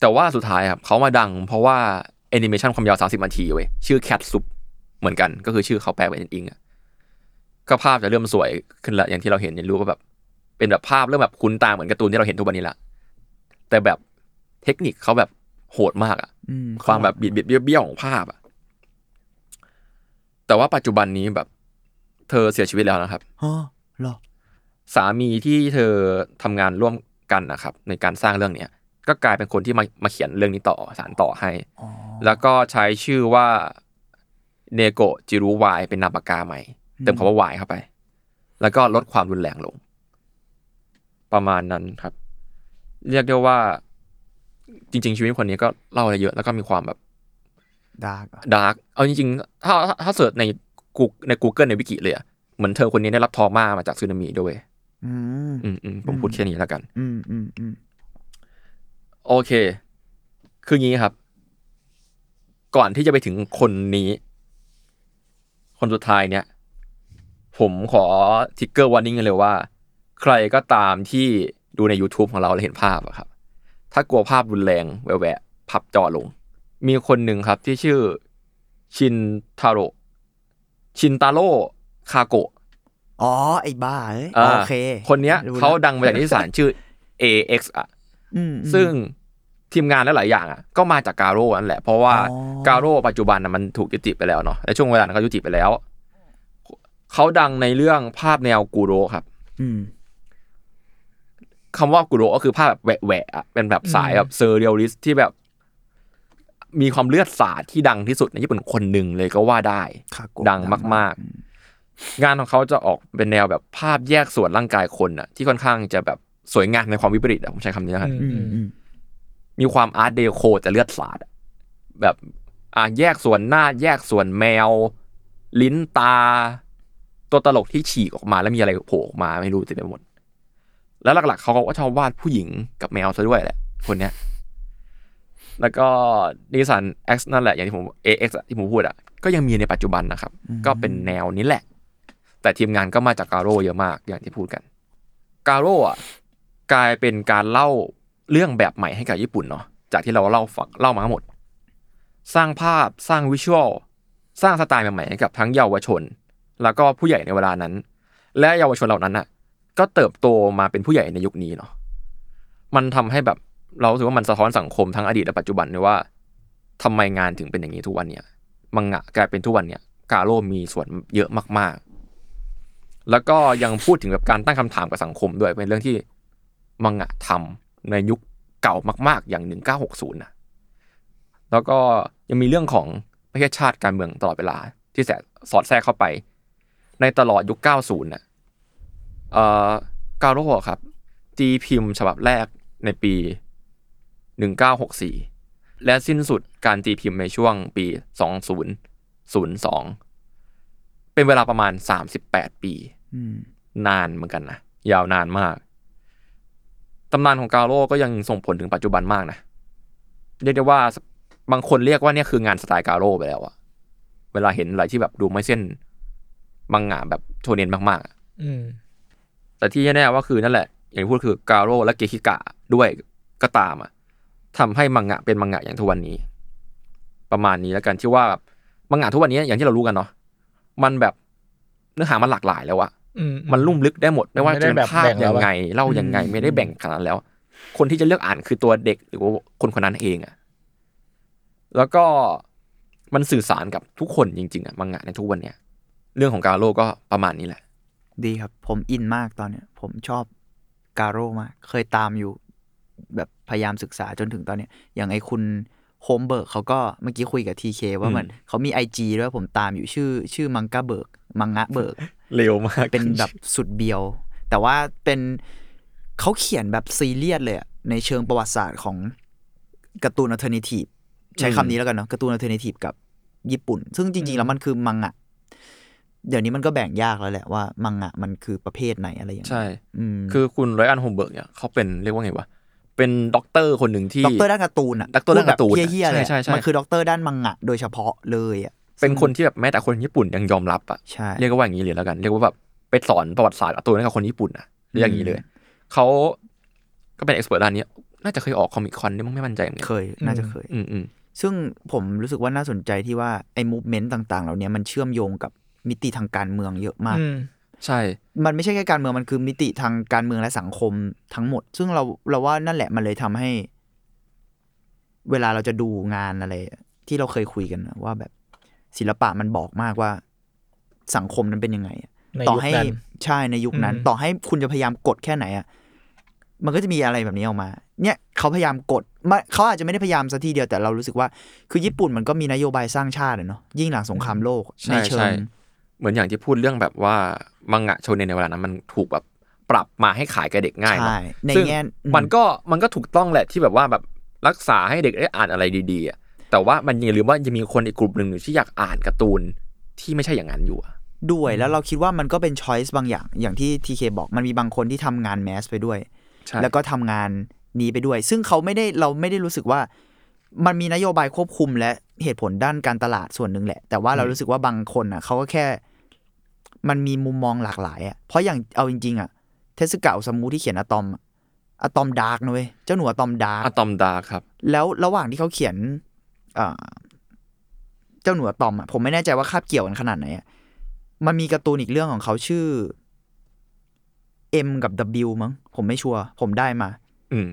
Speaker 3: แต่ว่าสุดท้ายครับเขามาดังเพราะว่าแอนิเมชันความยาว 30นาทีเว้ยชื่อ Cat Soup เหมือนกันก็คือชื่อเขาแปลเป็นอิงอะก็ภาพจะเริ่มสวยขึ้นละอย่างที่เราเห็นเนี่ยรู้ว่าแบบ เป็นแบบภาพเริ่มแบบคุ้นตาเหมือนการ์ตูนที่เราเห็นทุกวันนี้ละแต่แบบเทคนิคเขาแบบโหดมากอะ
Speaker 4: อืม
Speaker 3: ความแบบบิดบิดเบี้ยวๆของภาพอะแต่ว่าปัจจุบันนี้แบบ เธอเสียชีวิตแล้วนะครับ
Speaker 4: อ๋อเหรอ
Speaker 3: สามีที่เธอทำงานร่วมกันนะครับ ในการสร้างเรื่องเนี้ย ก็กลายเป็นคนที่มามาเขียนเรื่องนี้ต่อสารต่อให้
Speaker 4: อ๋อ
Speaker 3: แล้วก็ใช้ชื่อว่าเนโกจิรุวายเป็นนามปากกาใหม่
Speaker 4: อืม
Speaker 3: เติมคำว่าวายเข้าไป แล้วก็ลดความรุนแรงลง ประมาณนั้นครับ เรียกได้ว่า จริง ๆ ชีวิตคนนี้ก็เล่าอะไรเยอะ แล้วก็มีความแบบ
Speaker 4: ดาร์กอะ
Speaker 3: ดาร์กเอาจริงๆ ถ้าถ้าถ้าเสิร์ชในกูใน Google ในวิกิเลยอะเหมือนเธอคนนี้ได้รับทอมามาจากซูนามิด้วย
Speaker 4: อืม
Speaker 3: อืมอืมผมพูดแค่นี้แล้วกัน
Speaker 4: อืมอืมอืม
Speaker 3: โอเค คืองี้ครับ ก่อนที่จะไปถึงคนนี้ คนสุดท้ายเนี่ย ผมขอทิกเกอร์ว r n นิ่งเลยว่า ใครก็ตามที่ดูใน YouTube ของเราแล้วเห็นภาพอะครับ ถ้ากลัวภาพรุนแรงแหวะๆพับจอลง มีคนหนึ่งครับที่ชื่อชินทาโร่ชินตาโร่คาโกะ
Speaker 4: อ๋อ ไอ้บ้าเอ้ย
Speaker 3: อ่า
Speaker 4: โอเค
Speaker 3: คนเนี้ย
Speaker 4: รู้ละ
Speaker 3: เขาดังมาจากนิสสานชื่อ AX อ่ะ
Speaker 4: อืม
Speaker 3: ซึ่งทีมงานหลายๆอย่างอ่ะก็มาจากการโร่นั่นแหละ เพราะว่า
Speaker 4: อ๋อ
Speaker 3: การโร่ปัจจุบันน่ะมันถูกยุติไปแล้วเนาะในช่วงเวลานั้นก็ยุติไปแล้ว เขาดังในเรื่องภาพแนวกูโรครับ
Speaker 4: อืม
Speaker 3: คำว่ากูโรก็คือภาพแบบแหวะๆอ่ะเป็นแบบสายแบบเซอร์เรียลลิสต์ที่แบบ มีความเลือดสาดที่ดังที่สุดในญี่ปุ่นคนหนึ่งเลยก็ว่าได้
Speaker 4: คาโกะ
Speaker 3: ดังมาก ๆ งานของเขาจะออกเป็นแนวแบบภาพแยกส่วนร่างกายคนน่ะที่ค่อนข้างจะแบบสวยงามในความวิปริตอะผมใช้คำนี้นะฮะ
Speaker 4: อืมอืม
Speaker 3: มีความอาร์ตเดโคแต่เลือดสาดอะแบบอ่ะแยกส่วนหน้าแยกส่วนแมว ลิ้นตา ตัวตลกที่ฉีกออกมาแล้วมีอะไรโผล่ออกมาไม่รู้เต็มไปหมด แล้วหลัก ๆ เขาก็ชอบวาดผู้หญิงกับแมวซะด้วยแหละ คนเนี้ย แล้วก็ดีสัน X นั่นแหละ อย่างที่ผม AX อะที่ผมพูดอ่ะ ก็ยังมีในปัจจุบันนะครับ ก็เป็นแนวนี้แหละ แต่ทีมงานก็มาจากการโร่เยอะมากอย่างที่พูดกัน การโร่อะกลายเป็นการเล่าเรื่องแบบใหม่ให้กับญี่ปุ่นเนาะจากที่เราเล่าฟังเล่ามาทั้งหมด สร้างภาพสร้างวิชวลสร้างสไตล์ใหม่ๆให้กับทั้งเยาวชน แล้วก็ผู้ใหญ่ในเวลานั้น และเยาวชนเหล่านั้นอ่ะ ก็เติบโตมาเป็นผู้ใหญ่ในยุคนี้เนาะ มันทำให้แบบเรารู้สึกว่ามันสะท้อนสังคมทั้งอดีตและปัจจุบันเลยว่าทำไมงานถึงเป็นอย่างนี้ทุกวันเนี่ย มังงะกลายเป็นทุกวันเนี่ย กาโร่มีส่วนเยอะมากๆ แล้วก็ยังพูดถึงแบบการตั้งคำถามกับสังคมด้วยเป็นเรื่องที่มังงะทำในยุคเก่ามากๆอย่าง 1960นะแล้วก็ยังมีเรื่องของประเทศชาติการเมืองตลอดเวลา ที่แสสอดแทรกเข้าไป ในตลอดยุค 90น่ะ เอ่อกาโร่ครับ ตีพิมพ์ฉบับแรกในปี 1964 และสิ้นสุดการตีพิมพ์ในช่วงปี 2002 เป็นเวลาประมาณ 38 ปี
Speaker 4: อืม
Speaker 3: นานเหมือนกันนะ ยาวนานมาก ตำนานของกาโร่ก็ยังส่งผลถึงปัจจุบันมากนะ เรียกได้ว่าบางคนเรียกว่าเนี่ยคืองานสไตล์กาโร่ไปแล้วอะเวลาเห็นอะไรที่แบบดูไม่เส้นบางงะแบบโชเนนมากๆอะ
Speaker 2: อืม
Speaker 3: แต่ที่แน่ๆว่าคือนั่นแหละ อย่างที่พูดคือการโร่และเกคิกะด้วยก็ตามอ่ะทำให้มังงะเป็นมังงะอย่างทุกวันนี้ ประมาณนี้แล้วกันที่ว่าแบบมังงะทุกวันนี้อย่างที่เรารู้กันเนาะมันแบบเนื้อหามันหลากหลายแล้วอะ
Speaker 2: อืม
Speaker 3: มันลุ่มลึกได้หมดไม่ว่า
Speaker 2: ไม่
Speaker 3: จะ
Speaker 2: ได้
Speaker 3: เป็นภาพ
Speaker 2: แบบแบ่งแล้
Speaker 3: ยั
Speaker 2: วอะ
Speaker 3: งไงเล่ายังไงไม่ได้แบ่งขนาดนั้นแล้ว คนที่จะเลือกอ่านคือตัวเด็กหรือว่าคนคนนั้นเองอะแล้วก็มันสื่อสารกับทุกคนจริงๆอะมังงะในทุกวันเนี้ยเรื่องของการโร่ก็ประมาณนี้แหละ
Speaker 4: ดีครับ ผมอินมากตอนเนี้ย ผมชอบกาโร่มาก เคยตามอยู่ แบบพยายามศึกษาจนถึงตอนเนี้ย อย่างไอคุณโฮมเบิร์กเขาก็เมื่อกี้คุยกับทีเคว่ามันเขามีไอจีด้วยผมตามอยู่ชื่อ ชื่อมังกาเบิร์กมังงะเบิร์ก
Speaker 3: เร็วมาก
Speaker 4: เป็นแบบสุดเบียว แต่ว่าเป็นเขาเขียนแบบซีเรียสเลยอะในเชิงประวัติศาสตร์ของการ์ตูนอัลเทอร์เนทีฟใช้คำนี้แล้วกันเนาะการ์ตูนอัลเทอร์เนทีฟกับญี่ปุ่น ซึ่งจริง ๆ แล้วมันคือมังงะ เดี๋ยวนี้มันก็แบ่งยากแล้วแหละว่ามังงะมันคือประเภทไหนอะไรอย่างเงี้ย
Speaker 3: ใช่
Speaker 4: อืม
Speaker 3: คือคุณไรอันโฮมเบิร์กเนี่ยเขาเป็นเรียกว่าไงวะ เป็นด็อกเตอร์คนหนึ่งที่
Speaker 4: ด็อกเตอร์ด้านการ์ตูนอะ
Speaker 3: ด็อกเตอร์ด้านการ์ตูน
Speaker 4: พูดแบบเฮี้ยๆเลย
Speaker 3: ใช่ใช่ใช่
Speaker 4: มันคือด็อกเตอร์ด้านมังงะ โดยเฉพาะเลยอ่ะ
Speaker 3: เป็นคนที่แบบแม้แต่คนญี่ปุ่นยังยอมรับอะ
Speaker 4: ใช่
Speaker 3: เรียกว่าอย่างนี้เลยแล้วกัน เรียกว่าแบบไปสอนประวัติศาสตร์การ์ตูนให้กับคนญี่ปุ่นอะเรียกอย่างนี้เลย เขาก็เป็นเอ็กซ์เพรสด้านนี้ น่าจะเคยออกคอมิคคอนนี่มั้งไม่มั่นใจเหมือนกัน
Speaker 4: เคยน่าจะเคย
Speaker 3: อืมอืม
Speaker 4: ซึ่งผมรู้สึกว่าน่าสนใจที่ว่า ไอ้มูฟเมนต์ต่าง ๆ เหล่าเนี้ยมันเชื่อมโยงกับมิติทางการเมืองเยอะมาก
Speaker 2: อืม
Speaker 3: ใช่
Speaker 4: มันไม่ใช่แค่การเมืองมันคือมิติทางการเมืองและสังคมทั้งหมด ซึ่งเราเราว่านั่นแหละมันเลยทำให้ เวลาเราจะดูงานอะไร ที่เราเคยคุยกันนะว่าแบบศิลปะมันบอกมากว่าสังคมนั้นเป็นยังไงอะ
Speaker 2: ใน
Speaker 4: ต่อ
Speaker 2: ยุค
Speaker 4: ให้
Speaker 2: นั้น
Speaker 4: ใช่ในยุคนั้น
Speaker 2: อืม
Speaker 4: ต่อให้คุณจะพยายามกดแค่ไหนอ่ะมันก็จะมีอะไรแบบนี้ออกมา เนี่ยเขาพยายามกดไม่เขาอาจจะไม่ได้พยายามสัทีเดียวแต่เรารู้สึกว่า คือญี่ปุ่นมันก็มีนโยบายสร้างชาติอะเนาะยิ่งหลังสงครามโลก
Speaker 3: ใช่
Speaker 4: ในเชิ
Speaker 3: ใช่
Speaker 4: ง
Speaker 3: เหมือนอย่างที่พูดเรื่องแบบว่ามังงะโชเนนในเวลานั้นมันถูกแบบปรับมาให้ขายแก่เด็กง่ายเนอะ
Speaker 4: ใช่ใน
Speaker 3: ซึ่ง
Speaker 4: แง่อืม
Speaker 3: มันก็มันก็ถูกต้องแหละที่แบบว่าแบบรักษาให้เด็กได้อ่านอะไรดีๆอะแต่ว่ามันอย่าลืมว่ายังมีคนอีกกลุ่มหนึ่งที่อยากอ่านการ์ตูนที่ไม่ใช่อย่างนั้นอยู่อะ
Speaker 4: ด้วยแล้วเราคิดว่ามันก็เป็นช้อยส์บางอย่าง อย่างที่ทีเคบอกมันมีบางคนที่ทำงานแมสไปด้วย
Speaker 3: ใช่
Speaker 4: แล้วก็ทำงานนี้ไปด้วย ซึ่งเขาไม่ได้เราไม่ได้รู้สึกว่ามันมีนโยบายควบคุมและเหตุผลด้านการตลาดส่วนหนึ่งแหละ แต่ว่าเรารู้สึกว่าบางคนอ่ะเขาก็แค่ มันมีมุมมองหลากหลายอ่ะเพราะอย่างเอาจริงๆอ่ะเทสกาอุซามูที่เขียนอะตอมอะอะตอมดาร์กนะเว้ยเจ้าหนูอะตอมดาร์ก
Speaker 3: อะตอมดาร์คครับ
Speaker 4: แล้วระหว่างที่เขาเขียนเอ่อเจ้าหนูอะตอมอะผมไม่แน่ใจว่าคาบเกี่ยวกันขนาดไหนอะมันมีการ์ตูนอีกเรื่องของเขาชื่อ M กับ W มั้งผมไม่ชัวร์ผมได้มา
Speaker 3: อืม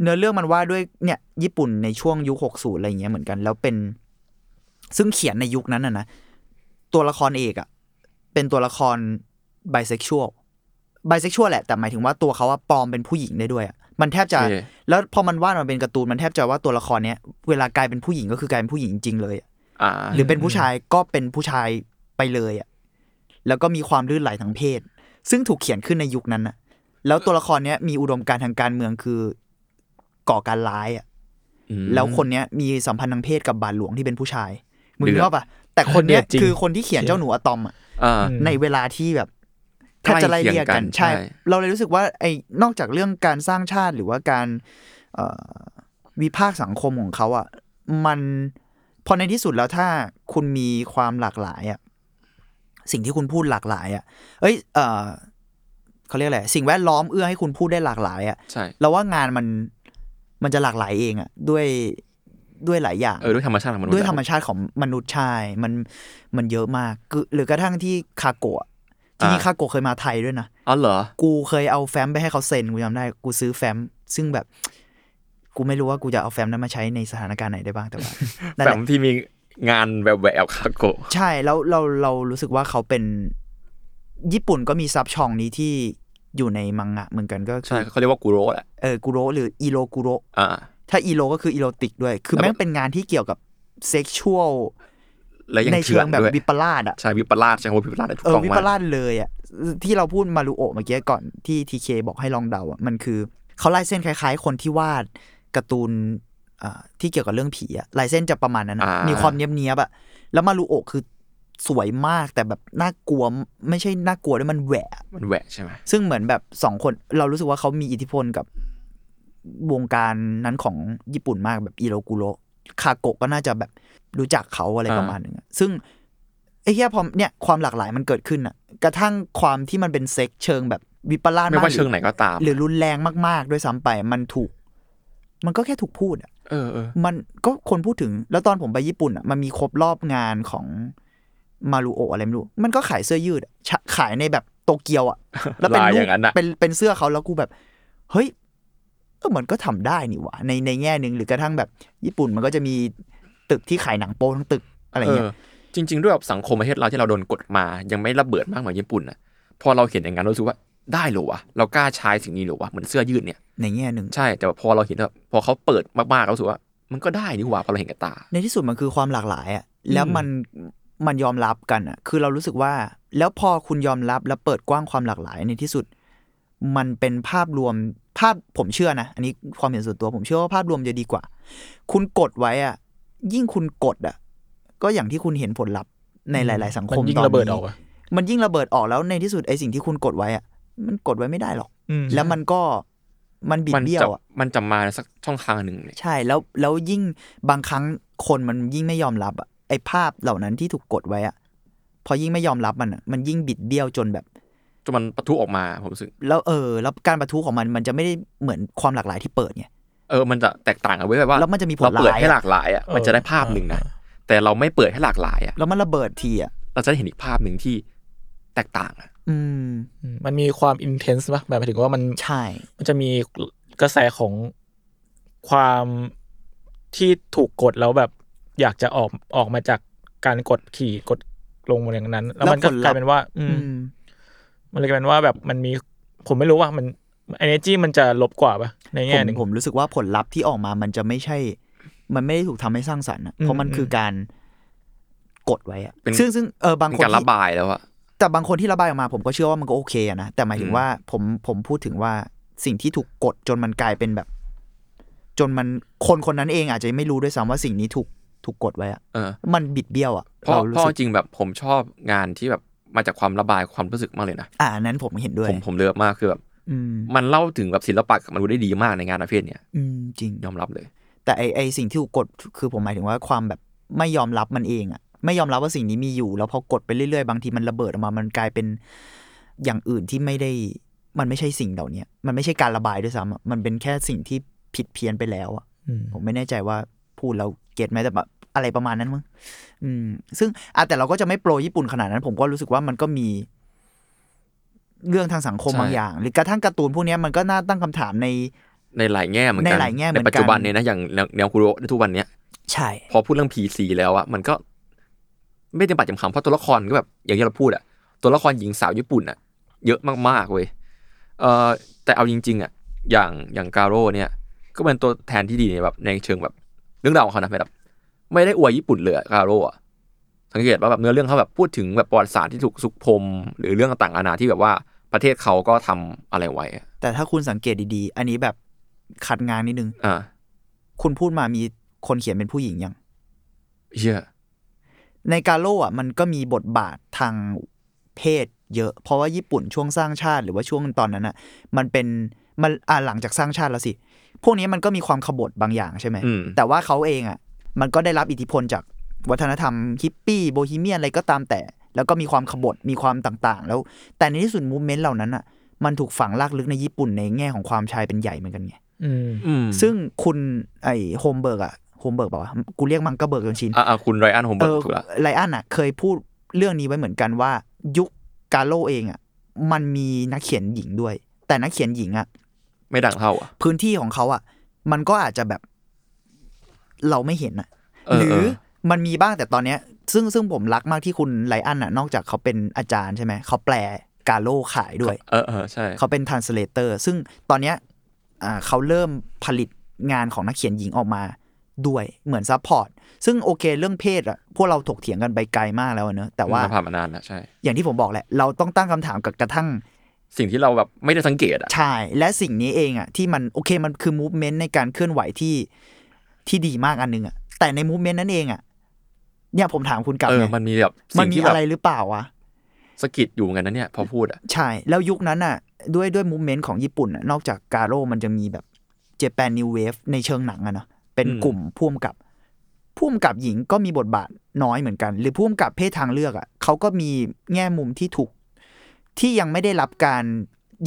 Speaker 4: เนื้อเรื่องมันว่าด้วยเนี่ย ญี่ปุ่นในช่วงยุคหกศูนย์อะไรอย่างเงี้ยเหมือนกัน แล้วเป็น ซึ่งเขียนในยุคนั้นนะนะ ตัวละครเอกอะเป็นตัวละครไบเซ็กชวลไบเซ็กชวลแหละ แต่หมายถึงว่าตัวเขาว่าปลอมเป็นผู้หญิงได้ด้วยอะมันแทบจะ
Speaker 3: โอเค
Speaker 4: แล้วพอมันวาดมันเป็นการ์ตูนมันแทบจะว่าตัวละครเนี้ยเวลากลายเป็นผู้หญิงก็คือกลายเป็นผู้หญิงจริงๆเลยอะ
Speaker 3: อ่า
Speaker 4: หรือเป็นผู้ชายก็เป็นผู้ชายไปเลยอ่ะ แล้วก็มีความลื่นไหลทางเพศ ซึ่งถูกเขียนขึ้นในยุคนั้นน่ะ แล้วตัวละครเนี้ยมีอุดมการณ์ทางการเมืองคือก่อการร้ายอ่ะ
Speaker 3: อืม
Speaker 4: แล้วคนเนี้ยมีสัมพันธ์ทางเพศกับบาทหลวงที่เป็นผู้ชาย มึง
Speaker 3: เดือด
Speaker 4: ชอบป่ะ แต่คนเนี้ย
Speaker 2: เดือดจริง
Speaker 4: คือคนที่เขียนเจ้าหนูอะตอมอ่ะ
Speaker 3: อ่า
Speaker 2: อืม
Speaker 4: ในเวลาที่แบบแทบจะไล่เรียกกัน
Speaker 3: ใกล้เคียงกัน
Speaker 4: ใช่
Speaker 3: ใช่
Speaker 4: เราเลยรู้สึกว่าไอ้นอกจากเรื่องการสร้างชาติหรือว่าการเอ่อวิพากษ์สังคมของเขาอ่ะมันพอในที่สุดแล้วถ้าคุณมีความหลากหลายอ่ะสิ่งที่คุณพูดหลากหลายอ่ะเอ้ยเอ่อเขาเรียกอะไรสิ่งแวดล้อมเอื้อให้คุณพูดได้หลากหลายอ่ะ
Speaker 3: ใช่
Speaker 4: เราว่างานมันมันจะหลากหลายเองอ่ะด้วยด้วยหลายอย่าง
Speaker 3: เออด้วยธรรมชาติของมนุษย์
Speaker 4: ด้วยธรรมชาติของมนุษย์ชายมันมันเยอะมากคือหรือกระทั่งที่คาโกะจริงๆคาโกะเคยมาไทยด้วยนะ
Speaker 3: อ๋อเหรอ
Speaker 4: กูเคยเอาแฟ้มไปให้เขาเซ็นกูจำได้กูซื้อแฟ้ม ซึ่งแบบ กูไม่รู้ว่ากูจะเอาแฟ้มนั้นมาใช้ในสถานการณ์ไหนได้บ้างแต่ ว่า นั่น
Speaker 3: แต่
Speaker 4: แหละ
Speaker 3: ที่มีงานแบบแหววคาโกะ
Speaker 4: ใช่แล้วเราเรารู้สึกว่าเขาเป็นญี่ปุ่นก็มีซับช่องนี้ที่อยู่ในมังงะเหมือนกันก็
Speaker 3: ใช่
Speaker 4: คือ
Speaker 3: เขาเรียกว่ากูโร่แหละ
Speaker 4: เออกุโรหรืออีโรกุโร
Speaker 3: อ่า
Speaker 4: ถ้าอีโรก็คืออีโรติกด้วย คือ
Speaker 3: แล้วก็
Speaker 4: แม่งเป็นงานที่เกี่ยวกับเซ็กชวล
Speaker 3: และยัง
Speaker 4: ใน
Speaker 3: เชื่
Speaker 4: เชิ
Speaker 3: อง
Speaker 4: แบบ
Speaker 3: ด้วย
Speaker 4: วิปลาสอะ
Speaker 3: ใช่วิปลาสใช่คำว่าวิปลาสได้ถูก
Speaker 4: เออ
Speaker 3: ต้อง
Speaker 4: วิ
Speaker 3: มา
Speaker 4: ป
Speaker 3: ก
Speaker 4: ลาสเลยอ่ะที่เราพูดมารูโอะเมื่อกี้ก่อนที่ทีเคบอกให้ลองเดาอ่ะมันคือเขาลายเส้นคล้ายๆ คนที่วาดการ์ตูนอ่าที่เกี่ยวกับเรื่องผีอ่ะลายเส้นจะประมาณนั้นอะ
Speaker 3: อ่ามี
Speaker 4: มีความเนี้ยบๆอ่ะแล้วมารูโอะคือสวยมากแต่แบบน่ากลัวไม่ใช่น่ากลัวด้วยมันแหวะ
Speaker 3: มันแหวะใช่ไหม
Speaker 4: ซึ่งเหมือนแบบสองคนเรารู้สึกว่าเขามีอิทธิพลกับวงการนั้นของญี่ปุ่นมากแบบอิโรกุโรคาโกะก็น่าจะแบบรู้จักเขาอะไร
Speaker 3: อ่า
Speaker 4: ประมาณหนึงอะซึ่งไอ้เหี้ยพอเนี่ยความหลากหลายมันเกิดขึ้นอ่ะ กระทั่งความที่มันเป็นเซ็กเชิงแบบวิปลาส
Speaker 3: ไม่ว่าเชิงไหนก็ตาม
Speaker 4: หรือรุนแรงมาก ๆ ด้วยซ้ำไปมันถูก มันก็แค่ถูกพูดอ่ะ
Speaker 3: เออเออ
Speaker 4: มันก็คนพูดถึงแล้วตอนผมไปญี่ปุ่นอ่ะมันมีครบรอบงานของมารูโอะอะไรไม่รู้ มันก็ขายเสื้อยืดอะชะขายในแบบโตเกี ยวอ่ะ แล้วเป็น
Speaker 3: ลาย
Speaker 4: รู
Speaker 3: อ
Speaker 4: ป
Speaker 3: ย่างนั้นอะ
Speaker 4: เป็นเป็นเสื้อเขาแล้วกูแบบ เฮ้ยเออมันก็ทำได้นี่หว่าในในแง่หนึ่งหรือกระทั่งแบบ ญี่ปุ่นมันก็จะมีตึกที่ขายหนังโป๊ทั้งตึกอะไร
Speaker 3: เอ
Speaker 4: เงี้
Speaker 3: อย จริง ๆ ด้วยแบบสังคมประเทศเราที่เราโดนกดมา ยังไม่ระเบิดมากเหมือนญี่ปุ่นนะพอเราเห็นอย่างนั้นเรารู้สึกว่าได้เหรอวะ เรากล้าใช้สิ่งนี้เหรอวะ เหมือนเสื้อยืดเนี่ย
Speaker 4: ในแง่หนึ่ง
Speaker 3: ใช่ แต่ว่าพอเราเห็นแบบพอเขาเปิดมากๆเรารู้สึกว่า มันก็ได้นี่หว่าพอเราเห็นกับตา
Speaker 4: ในที่สุดมันคือความหลากหลายอ่ะแล้วมันมันยอมรับกันอ่ะ คือเรารู้สึกว่า แล้วพอคุณยอมรับแล้วเปิดกว้างความหลากหลายในที่สุด มันเป็นภาพรวมภาพผมเชื่อนะ อันนี้ความเห็นส่วนตัวผมเชื่อว่าภาพรวมจะดีกว่า คุณกดไว้อะยิ่งคุณกดอะก็อย่างที่คุณเห็นผลลัพธ์ในหลาย ๆ สังคม
Speaker 2: นยิ่
Speaker 4: ตอง น
Speaker 2: ระเบิดอ
Speaker 4: นี้
Speaker 2: อกอะ
Speaker 4: มันยิ่งระเบิดออกแล้วในที่สุดไอ้สิ่งที่คุณกดไว้อะมันกดไว้ไม่ได้หรอก
Speaker 2: อืม
Speaker 4: แล้วมันก็มันบิด
Speaker 3: มัน
Speaker 4: เบี้ย
Speaker 3: จะ
Speaker 4: วอะ
Speaker 3: มันจะมาสักช่องทางหนึ่งเนี่ย
Speaker 4: ใช่แล้วแล้วยิ่งบางครั้งคนมันยิ่งไม่ยอมรับอะไอภาพเหล่านั้นที่ถูกกดไว้อะพอยิ่งไม่ยอมรับมันอะมันยิ่งบิดเบี้ยวจนแบบ
Speaker 3: จนมันปะทุออกมาผมรู้สึก
Speaker 4: แล้วเออ แล้วการประทุของมันมันจะไม่ได้เหมือนความหลากหลายที่เปิดไง
Speaker 3: เออ มันจะแตกต่างกันไว้แบบว่า
Speaker 4: แล้วมันจะมีผล
Speaker 3: เราเปิด
Speaker 4: ร้าย
Speaker 3: ให้
Speaker 4: อะ
Speaker 3: หลากหลายอ่ะ
Speaker 2: เออ
Speaker 3: มันจะได้ภาพหนึ่งนะ แต่เราไม่เปิดให้หลากหลายอ่ะ
Speaker 4: แล้วมันระเบิดทีอะ
Speaker 3: เราจะได้เห็นอีกภาพหนึ่งที่แตกต่างอ่ะ
Speaker 4: อืม
Speaker 2: อืมมันมีความอินเทนส์ป่ะหมายถึงว่ามัน
Speaker 4: ใช่
Speaker 2: มันจะมีกระแสของความที่ถูกกดแล้วแบบ อยากจะออกออกมาจากการกดขี่กดลงมาอย่างนั้น แล้วมันก็
Speaker 4: แล้วผลลัพธ์
Speaker 2: กลายเป็นว่า อื
Speaker 4: อื
Speaker 2: ม
Speaker 4: ม
Speaker 2: มันเลยกลายเป็นว่าแบบมันมีผมไม่รู้ว่ามัน energy มันจะลบกว่าป่ะใน
Speaker 4: ผ
Speaker 2: แง่
Speaker 4: ม
Speaker 2: หนึ่ง
Speaker 4: ผมรู้สึกว่าผลลัพธ์ที่ออกมามันจะไม่ใช่ มันไม่ได้ถูกทำให้สร้างสรรค์อะ
Speaker 2: อืม
Speaker 4: เพราะมันคืออ
Speaker 2: ม
Speaker 4: การกดไว้อะ
Speaker 3: เป็น
Speaker 4: ซึ่งซึ่งเออบาง
Speaker 3: เป็น
Speaker 4: คน
Speaker 3: การระ
Speaker 4: ที่
Speaker 3: บายแล้วอ่ะ
Speaker 4: แต่บางคนที่ระบายออกมาผมก็เชื่อว่ามันก็โอเคอะนะ แต่หมายถึงว่าผมผมพูดถึงว่าสิ่งที่ถูกกดจนมันกลายเป็นแบบ จนมันคนคนนั้นเองอาจจะไม่รู้ด้วยซ้ำว่าสิ่งนี้ถูกถูกกดไว้อะ
Speaker 3: เออ
Speaker 4: มันบิดเบี้ยวอะ
Speaker 3: เพราะเพราะ
Speaker 4: สึ
Speaker 3: จ
Speaker 4: ก
Speaker 3: ริงๆแบบผมชอบงานที่แบบมาจากความระบายความรู้สึกมากเลยนะ
Speaker 4: อ่าอันนั้นผมเห็นด้วย
Speaker 3: ผมผมเลือกมากคือแบบ
Speaker 4: อืม
Speaker 3: มันเล่าถึงแบบศิลปะกับมันรู้ได้ดีมากในงานประเภทเนี้ย
Speaker 4: อืมจริง
Speaker 3: ยอมรับเลย
Speaker 4: แต่ไอไอสิ่งที่ถูกกดคือผมหมายถึงว่าความแบบไม่ยอมรับมันเองอะไม่ยอมรับว่าสิ่งนี้มีอยู่ แล้วพอกดไปเรื่อยๆบางทีมันระเบิดออกมา มันกลายเป็นอย่างอื่นที่ไม่ได้ มันไม่ใช่สิ่งเหล่าเนี้ยมันไม่ใช่การระบายด้วยซ้ำอะมันเป็นแค่สิ่งที่ผิดเพี้ยนไปแล้วอะ
Speaker 2: อืม
Speaker 4: ผมไม่แน่ใจว่าพูดแล้วเก็ตไหมแต่แบบอะไรประมาณนั้นมั้งอืม ซึ่งอ่ะแต่เราก็จะไม่โปรญี่ปุ่นขนาดนั้น ผมก็รู้สึกว่ามันก็มี เรื่องทางสังคม
Speaker 3: ใช่
Speaker 4: บางอย่าง หรือกระทั่งการ์ตูนพวกเนี้ยมันก็น่าตั้งคำถามใน
Speaker 3: ในหลายแง่เหมือนกัน
Speaker 4: ในหลายแง่เหมือนกัน
Speaker 3: ปัจจุบันเนี่ยนะอย่างแนวแนวคุโระในทุกวันเนี้ย
Speaker 4: ใช่
Speaker 3: พอพูดเรื่อง PC แล้วอะมันก็ ไม่เต็มปากเต็มคำเพราะตัวละครก็แบบอย่างที่เราพูดอะตัวละครหญิงสาวญี่ปุ่นอะเยอะมากๆเว้ยเออแต่เอาจริง ๆอะอย่างอย่างการโร่เนี่ย ก็เป็นตัวแทนที่ดีในแบบในเชิงแบบเรื่องราวของเขานะแบบไม่ได้อวยญี่ปุ่นเลยการโร่อะสังเกตว่าแบบเนื้อเรื่องเขาแบบพูดถึงแบบประวัติศาสตร์ที่ถูกซุกพรมหรือเรื่องต่างๆนานาที่แบบว่าประเทศเขาก็ทำอะไรไว้อะ
Speaker 4: แต่ถ้าคุณสังเกตดีๆ อันนี้แบบขัดงานนิดนึง
Speaker 3: อ่า
Speaker 4: คุณพูดมามีคนเขียนเป็นผู้หญิงยัง
Speaker 3: เหี้ย
Speaker 4: ในกาโร่อะมันก็มีบทบาททางเพศเยอะ เพราะว่าญี่ปุ่นช่วงสร้างชาติหรือว่าช่วงตอนนั้นอะมันเป็นมันอ่าหลังจากสร้างชาติแล้วสิ พวกนี้มันก็มีความขบฏบางอย่างใช่ไหม
Speaker 3: อืม
Speaker 4: แต่ว่าเขาเองอะมันก็ได้รับอิทธิพลจากวัฒนธรรมฮิปปี้โบฮีเมียนอะไรก็ตามแต่ แล้วก็มีความขบฏมีความต่างๆ แล้วแต่ในที่สุดมูเมนต์เหล่านั้นอะมันถูกฝังลากลึกในญี่ปุ่นในแง่ของความชายเป็นใหญ่เหมือนกันไง
Speaker 2: อืม
Speaker 3: อืม
Speaker 4: ซึ่งคุณไอโฮมเบิร์กอะโฮมเบิร์กบอกว่าวะกูเรียกมังกะเบิร์กจนชิน
Speaker 3: อ่าคุณไรอันโฮมเบิ
Speaker 4: เอ
Speaker 3: ร์
Speaker 4: อก
Speaker 3: ถูกละ
Speaker 4: ไลอ้อนอะเคยพูดเรื่องนี้ไว้เหมือนกันว่า ยุคกาโลเองอะมันมีนักเขียนหญิงด้วย แต่นักเขียนหญิงอะ
Speaker 3: ไม่ดังเท่าอ่ะ
Speaker 4: พื้นที่ของเขาอะมันก็อาจจะแบบเราไม่เห็นอะ
Speaker 3: เออ
Speaker 4: หรือ
Speaker 3: เออ
Speaker 4: มันมีบ้างแต่ตอนเนี้ย ซึ่งซึ่งผมรักมากที่คุณไลอ้อนอะนอกจากเขาเป็นอาจารย์ใช่ไหมเขาแปลกาโลขายด้วย
Speaker 3: เออเออใช่
Speaker 4: เขาเป็น translator ซึ่งตอนเนี้ยอ่าเขาเริ่มผลิตงานของนักเขียนหญิงออกมาด้วยเหมือนซัพพอร์ต ซึ่งโอเคเรื่องเพศอะพวกเราถกเถียงกันไปไกลมากแล้วอะเนอะแต่ว่า
Speaker 3: มันผ่านมานานแล้วใช่
Speaker 4: อย่างที่ผมบอกแหละ เราต้องตั้งคำถามกับกระทั่ง
Speaker 3: สิ่งที่เราแบบไม่ได้สังเกตอ่ะ
Speaker 4: ชาย และสิ่งนี้เองอะที่มันโอเคมันคือ movement ในการเคลื่อนไหวที่ที่ดีมากอันนึงอะแต่ใน movement นั้นเองอะเนี่ยผมถามคุณกลับ
Speaker 3: เออ
Speaker 4: ไง
Speaker 3: มันมีแบบ
Speaker 4: มั
Speaker 3: สิ่
Speaker 4: น
Speaker 3: ง
Speaker 4: มี
Speaker 3: ที่แบ
Speaker 4: อะ
Speaker 3: บ
Speaker 4: ไรหรือเปล่าวะ
Speaker 3: สะกิดอยู่เหมือนกันนะเนี่ย พอพูดอ่ะ
Speaker 4: ใช่ แล้วยุคนั้นน่ะ ด้วยด้วยมูเมนต์ของญี่ปุ่นน่ะนอกจากกาโร่มันจะมีแบบเจแปนนิวเวฟในเชิงหนังอะเนาะเป็น
Speaker 3: อืม
Speaker 4: กลุ่มพ่วมกับพ่วมกับหญิงก็มีบทบาทน้อยเหมือนกัน หรือพ่วมกับเพศทางเลือกอะเขาก็มีแง่มุมที่ถูก ที่ยังไม่ได้รับการ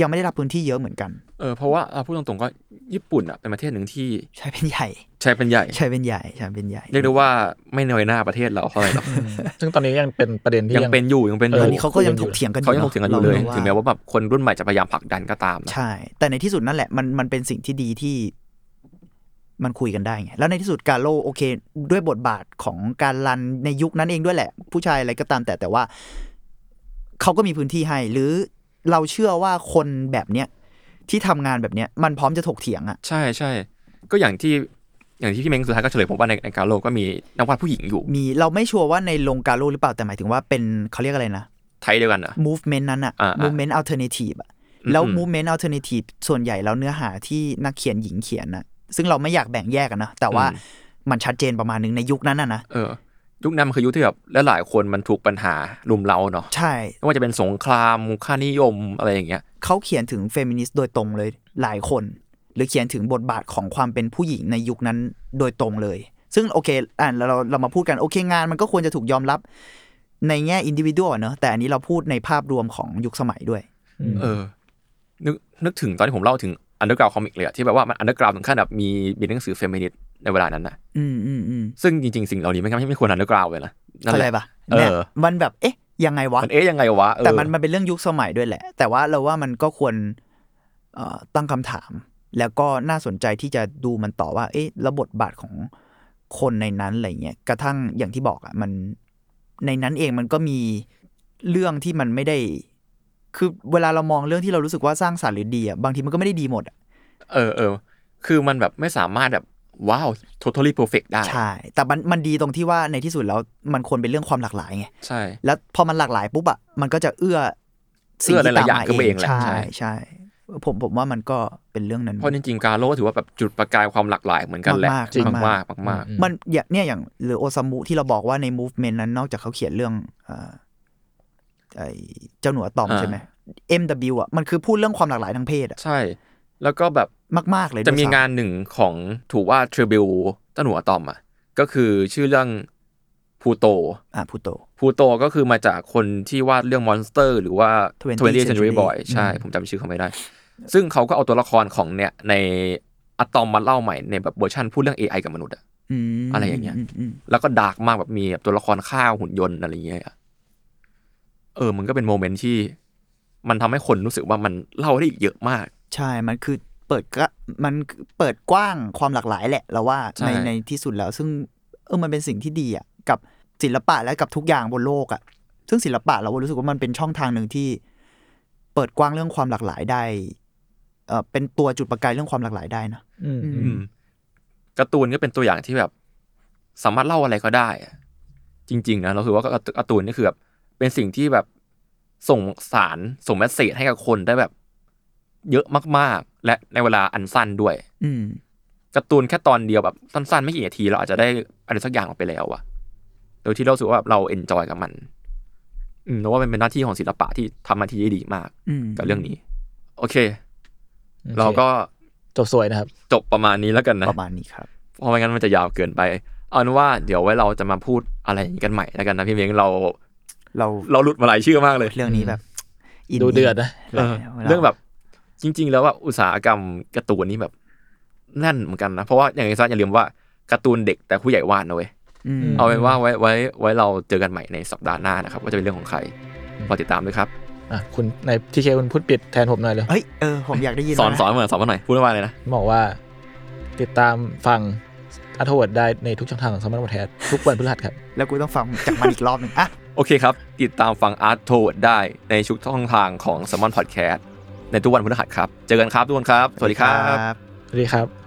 Speaker 4: ยังไม่ได้รับพื้นที่เยอะเหมือนกัน
Speaker 3: เออ เพราะว่าเอาพูดตรงๆก็ญี่ปุ่นอ่ะเป็นประเทศหนึ่งที่
Speaker 4: ใช่เป็นใหญ่
Speaker 3: ใช้เป็นใหญ่
Speaker 4: ใช่เป็นใหญ่ใช่เป็นใหญ่
Speaker 3: เรียกได้ว่าไม่น้อยหน้าประเทศเราเท่าไหร่หร อก
Speaker 2: ซึ่งตอนนี้ยังเป็นประเด็นที่
Speaker 3: ยังเป็นอยู่ยังเป็นอ
Speaker 4: ต
Speaker 3: ยู่
Speaker 4: อนนี้เขาก็ยังถกเถียงกันอยู่
Speaker 3: เขายังถกเถียงกันอยู่เลย
Speaker 4: ราา
Speaker 3: ถึงแม้ว่าแบบคนรุ่นใหม่จะพยายามผลักดันก็ตามนะ
Speaker 4: ใช่ แต่ในที่สุดนั่นแหละมันมันเป็นสิ่งที่ดีที่มันคุยกันได้ไง แล้วในที่สุดกาโลโอเค ด้วยบทบาทของการรันในยุคนั้นเองด้วยแหละ ผู้ชายอะไรก็ตามแต่แต่ว่า เขาก็มีพื้นที่ให้ หรือเราเชื่อว่าคนแบบเนี้ยที่ทำงานแบบเนี้ยมันพร้อมจะถกเถียงอะ
Speaker 3: ใช่ใช่ ก็อย่างที่อย่างที่พี่เม้งสุดท้ายก็เฉลยผมว่าในในการโลกก็มีนักวาดผู้หญิงอยู่
Speaker 4: มีเราไม่ชัวร์ว่าในลงกาโลหรือเปล่าแต่หมายถึงว่าเป็นเขาเรียกอะไรนะ
Speaker 3: ไทยเดียวกันอ่ะ
Speaker 4: movement นั้นอะ
Speaker 3: อ่าอ่า
Speaker 4: movement alternative อะ แล้ว
Speaker 3: อืม
Speaker 4: movement alternative ส่วนใหญ่แล้วเนื้อหาที่นักเขียนหญิงเขียนนะซึ่งเราไม่อยากแบ่งแยกอะนะแต่ว่า
Speaker 3: อืม
Speaker 4: มันชัดเจนประมาณนึงในยุคนั้นอะนะ
Speaker 3: เออ ยุคนั้นมันคือยุคที่แบบหลายๆคนมันถูกปัญหารุมเร้าเนาะ
Speaker 4: ใช่
Speaker 3: ไม่ว่าจะเป็นสงครามค่านิยมอะไรอย่างเงี้ย
Speaker 4: เขาเขียนถึงเฟมินิสต์โดยตรงเลยหลายคน หรือเขียนถึงบทบาทของความเป็นผู้หญิงในยุคนั้นโดยตรงเลย ซึ่งโอเคอ่าเราเรามาพูดกันโอเคงานมันก็ควรจะถูกยอมรับในแง่อินดิวิดวเนอะแต่อันนี้เราพูดในภาพรวมของยุคสมัยด้วย
Speaker 3: เออ นึกนึกถึงตอนที่ผมเล่าถึงอันเดอร์กราวคอมิกเลยอะที่แบบว่ามันอันเดอร์กราวถึงขั้นแบบมีมีหนังสือเฟมินิสต์ในเวลานั้นนะ
Speaker 4: อืมอืมอืม
Speaker 3: ซึ่งจริงๆ สิ่งเหล่านี้ไม่ไม่ไม่ควรอันเดอร์กราวเลยนะนั่น
Speaker 4: เข้า
Speaker 3: แห
Speaker 4: ใจ
Speaker 3: ละ
Speaker 4: ปะ
Speaker 3: เออ
Speaker 4: เนี่ยมันแบบเอ๊ะยังไงวะ
Speaker 3: มันเอ๊ยยังไงวะเออ
Speaker 4: แต่มันมันเป็นเรื่องยุคสมัยด้วยแหละ แต่ว่าเราว่ามันก็ควรเอ่อตั้งคำถาม แล้วก็น่าสนใจที่จะดูมันต่อว่า เอ๊ะแล้วบทบาทของคนในนั้นอะไรเงี้ยกระทั่งอย่างที่บอกอ่ะมันในนั้นเองมันก็มีเรื่องที่มันไม่ได้ คือเวลาเรามองเรื่องที่เรารู้สึกว่าสร้างสรรค์หรือดีอ่ะบางทีมันก็ไม่ได้ดีหมดอะ
Speaker 3: เออเออคือมันแบบไม่สามารถแบบว้าว totally perfect ได้
Speaker 4: ใช่ แต่มันมันดีตรงที่ว่าในที่สุดแล้วมันควรเป็นเรื่องความหลากหลายไง
Speaker 3: ใช่
Speaker 4: แล้วพอมันหลากหลายปุ๊บอ่ะมันก็จะเอื้อสิ่ง
Speaker 3: เอื้อ
Speaker 4: ที่
Speaker 3: หลายๆ
Speaker 4: ตาม
Speaker 3: อ
Speaker 4: มาเอง
Speaker 3: ย่างขึ้นมาเองแหละ
Speaker 4: ใช่
Speaker 3: ใช่
Speaker 4: ใช่ผมผมว่ามันก็เป็นเรื่องนั้น
Speaker 3: เพราะจริงๆการโลก็ถือว่าแบบจุดประกายความหลากหลายเหมือนกันแหละ
Speaker 4: มากๆ
Speaker 3: จริง
Speaker 4: มาม
Speaker 3: าก กๆมาก
Speaker 2: อืม
Speaker 4: มันอย่างเนี่ยอย่างหรือโอซามุที่เราบอกว่าใน movement นั้นนอกจากเขาเขียนเรื่องเอ่อไอ้เจ้าหนูอะตอม
Speaker 3: อ่า
Speaker 4: ใช่ไหม MW อ่ะมันคือพูดเรื่องความหลากหลายทางเพศอะ
Speaker 3: ๆ ใช่ แล้วก็แบบ
Speaker 4: มาก ๆ เลย
Speaker 3: จะมี
Speaker 4: ด้วยซ้ำ
Speaker 3: งานหนึ่งของถูกว่าทริบิวต้นหัวตอมอ่ะก็คือชื่อเรื่องพูโต
Speaker 4: อ่าพูโต
Speaker 3: พูโตก็คือมาจากคนที่วาดเรื่องมอนสเตอร์ หรือว่า
Speaker 4: 20th
Speaker 3: 20th Century Boy ใช่
Speaker 4: อืม
Speaker 3: ผมจำชื่อเขาไม่ได้ ซึ่งเขาก็เอาตัวละครของเนี่ยในอะตอมมาเล่าใหม่ในแบบเวอร์ชันพูดเรื่อง AI กับมนุษย์อะ
Speaker 4: ม
Speaker 3: อะไรอย่างเงี้ย
Speaker 4: มม
Speaker 3: แล้วก็ดาร์กมากแบบมีแบบตัวละครฆ่าหุ่นยนต์อะไรอย่างเงี้ยอะเออ มันก็เป็นโมเมนต์ที่ มันทำให้คนรู้สึกว่ามันเล่าได้อีกเยอะมาก
Speaker 4: ใช่มันคือเปิดกะมันเปิดกว้างความหลากหลายแหละเราว่า
Speaker 3: ใช่
Speaker 4: ในในที่สุดแล้ว ซึ่งเออมันเป็นสิ่งที่ดีอ่ะกับศิลปะและกับทุกอย่างบนโลกอ่ะซึ่งศิลปะเรารู้สึกว่ามันเป็นช่องทางหนึ่งที่ เปิดกว้างเรื่องความหลากหลายได้เออเป็นตัวจุดประกายเรื่องความหลากหลายได้นะ
Speaker 2: อืม
Speaker 4: อืม
Speaker 3: อืมการ์ตูนก็เป็นตัวอย่างที่แบบ สามารถเล่าอะไรก็ได้อะจริง ๆ นะเราคือว่าการ์ตูการ์ตูนนี่คือแบบเป็นสิ่งที่แบบส่งสารส่งแมสเสจให้กับคนได้แบบ เยอะมากๆ และในเวลาอันสั้นด้วย
Speaker 4: อืม
Speaker 3: การ์ตูนแค่ตอนเดียวแบบสั้น ๆ ไม่กี่นาทีเราอาจจะได้อะไรสักอย่างออกไปแล้วอะโดยที่เรารู้สึกว่าเราเอนจอยกับมัน อืมเราว่ามันเป็นหน้าที่ของศิลปะที่ทำหน้าที่ได้ดีมาก
Speaker 4: อืม
Speaker 3: กับเรื่องนี้ โอเค
Speaker 2: โอค
Speaker 3: เราก็
Speaker 2: จบสวยนะครับ
Speaker 3: จบประมาณนี้แล้วกันนะ
Speaker 4: ประมาณนี้ครับ
Speaker 3: เพราะไม่งั้นมันจะยาวเกินไป เอาเป็นว่าเดี๋ยวไว้เราจะมาพูดอะไรอย่างนี้กันใหม่แล้วกันนะพี่เม้งเรา
Speaker 4: เรา
Speaker 3: เราหลุดมาหลายชื่อมากเลย
Speaker 4: เรื่องนี้แบบน
Speaker 2: ดูเดือดนะ
Speaker 3: เออเรื่องแบบจริง ๆ แล้วว่าอุตสาหกรรมการ์ตูนนี่แบบแน่นเหมือนกันนะ เพราะว่าอย่างไอ้ซัอย่าลืมว่าการ์ตูนเด็กแต่ผู้ใหญ่วาดนะเว้ย
Speaker 4: อืม
Speaker 3: เอาเป็นว่าไว้ไว้ไว้เราเจอกันใหม่ในสัปดาห์หน้านะครับว่าจะเป็นเรื่องของใครรอติดตามด้วยครับ
Speaker 2: อ่ะคุณในทีเคคุณพูดปิดแทนผมหน่อยเลย
Speaker 4: เฮ้ย เออ ผมอยากได้ยิน
Speaker 3: สอน
Speaker 4: แล้วะ
Speaker 3: สอนมาสอนมาหน่อยพูดว่าอะไรนะ
Speaker 2: บอกว่า ติดตามฟังอัธวัตได้ในทุกช่องทางของสมาร์ทวอทแทสทุกวันพฤหัสครับ
Speaker 4: แล้วกูต้องฟังจากมันอีกรอบหนึ่งอ่ะ
Speaker 3: โอเคครับ ติดตามฟังอาร์ตโทได้ในชุกช่องทางของสมอนพอดแคสต์ในทุกวันพฤหัสครับเจอกันครับทุกคนครับ สวัสดีครับ
Speaker 2: สวัสดีครับ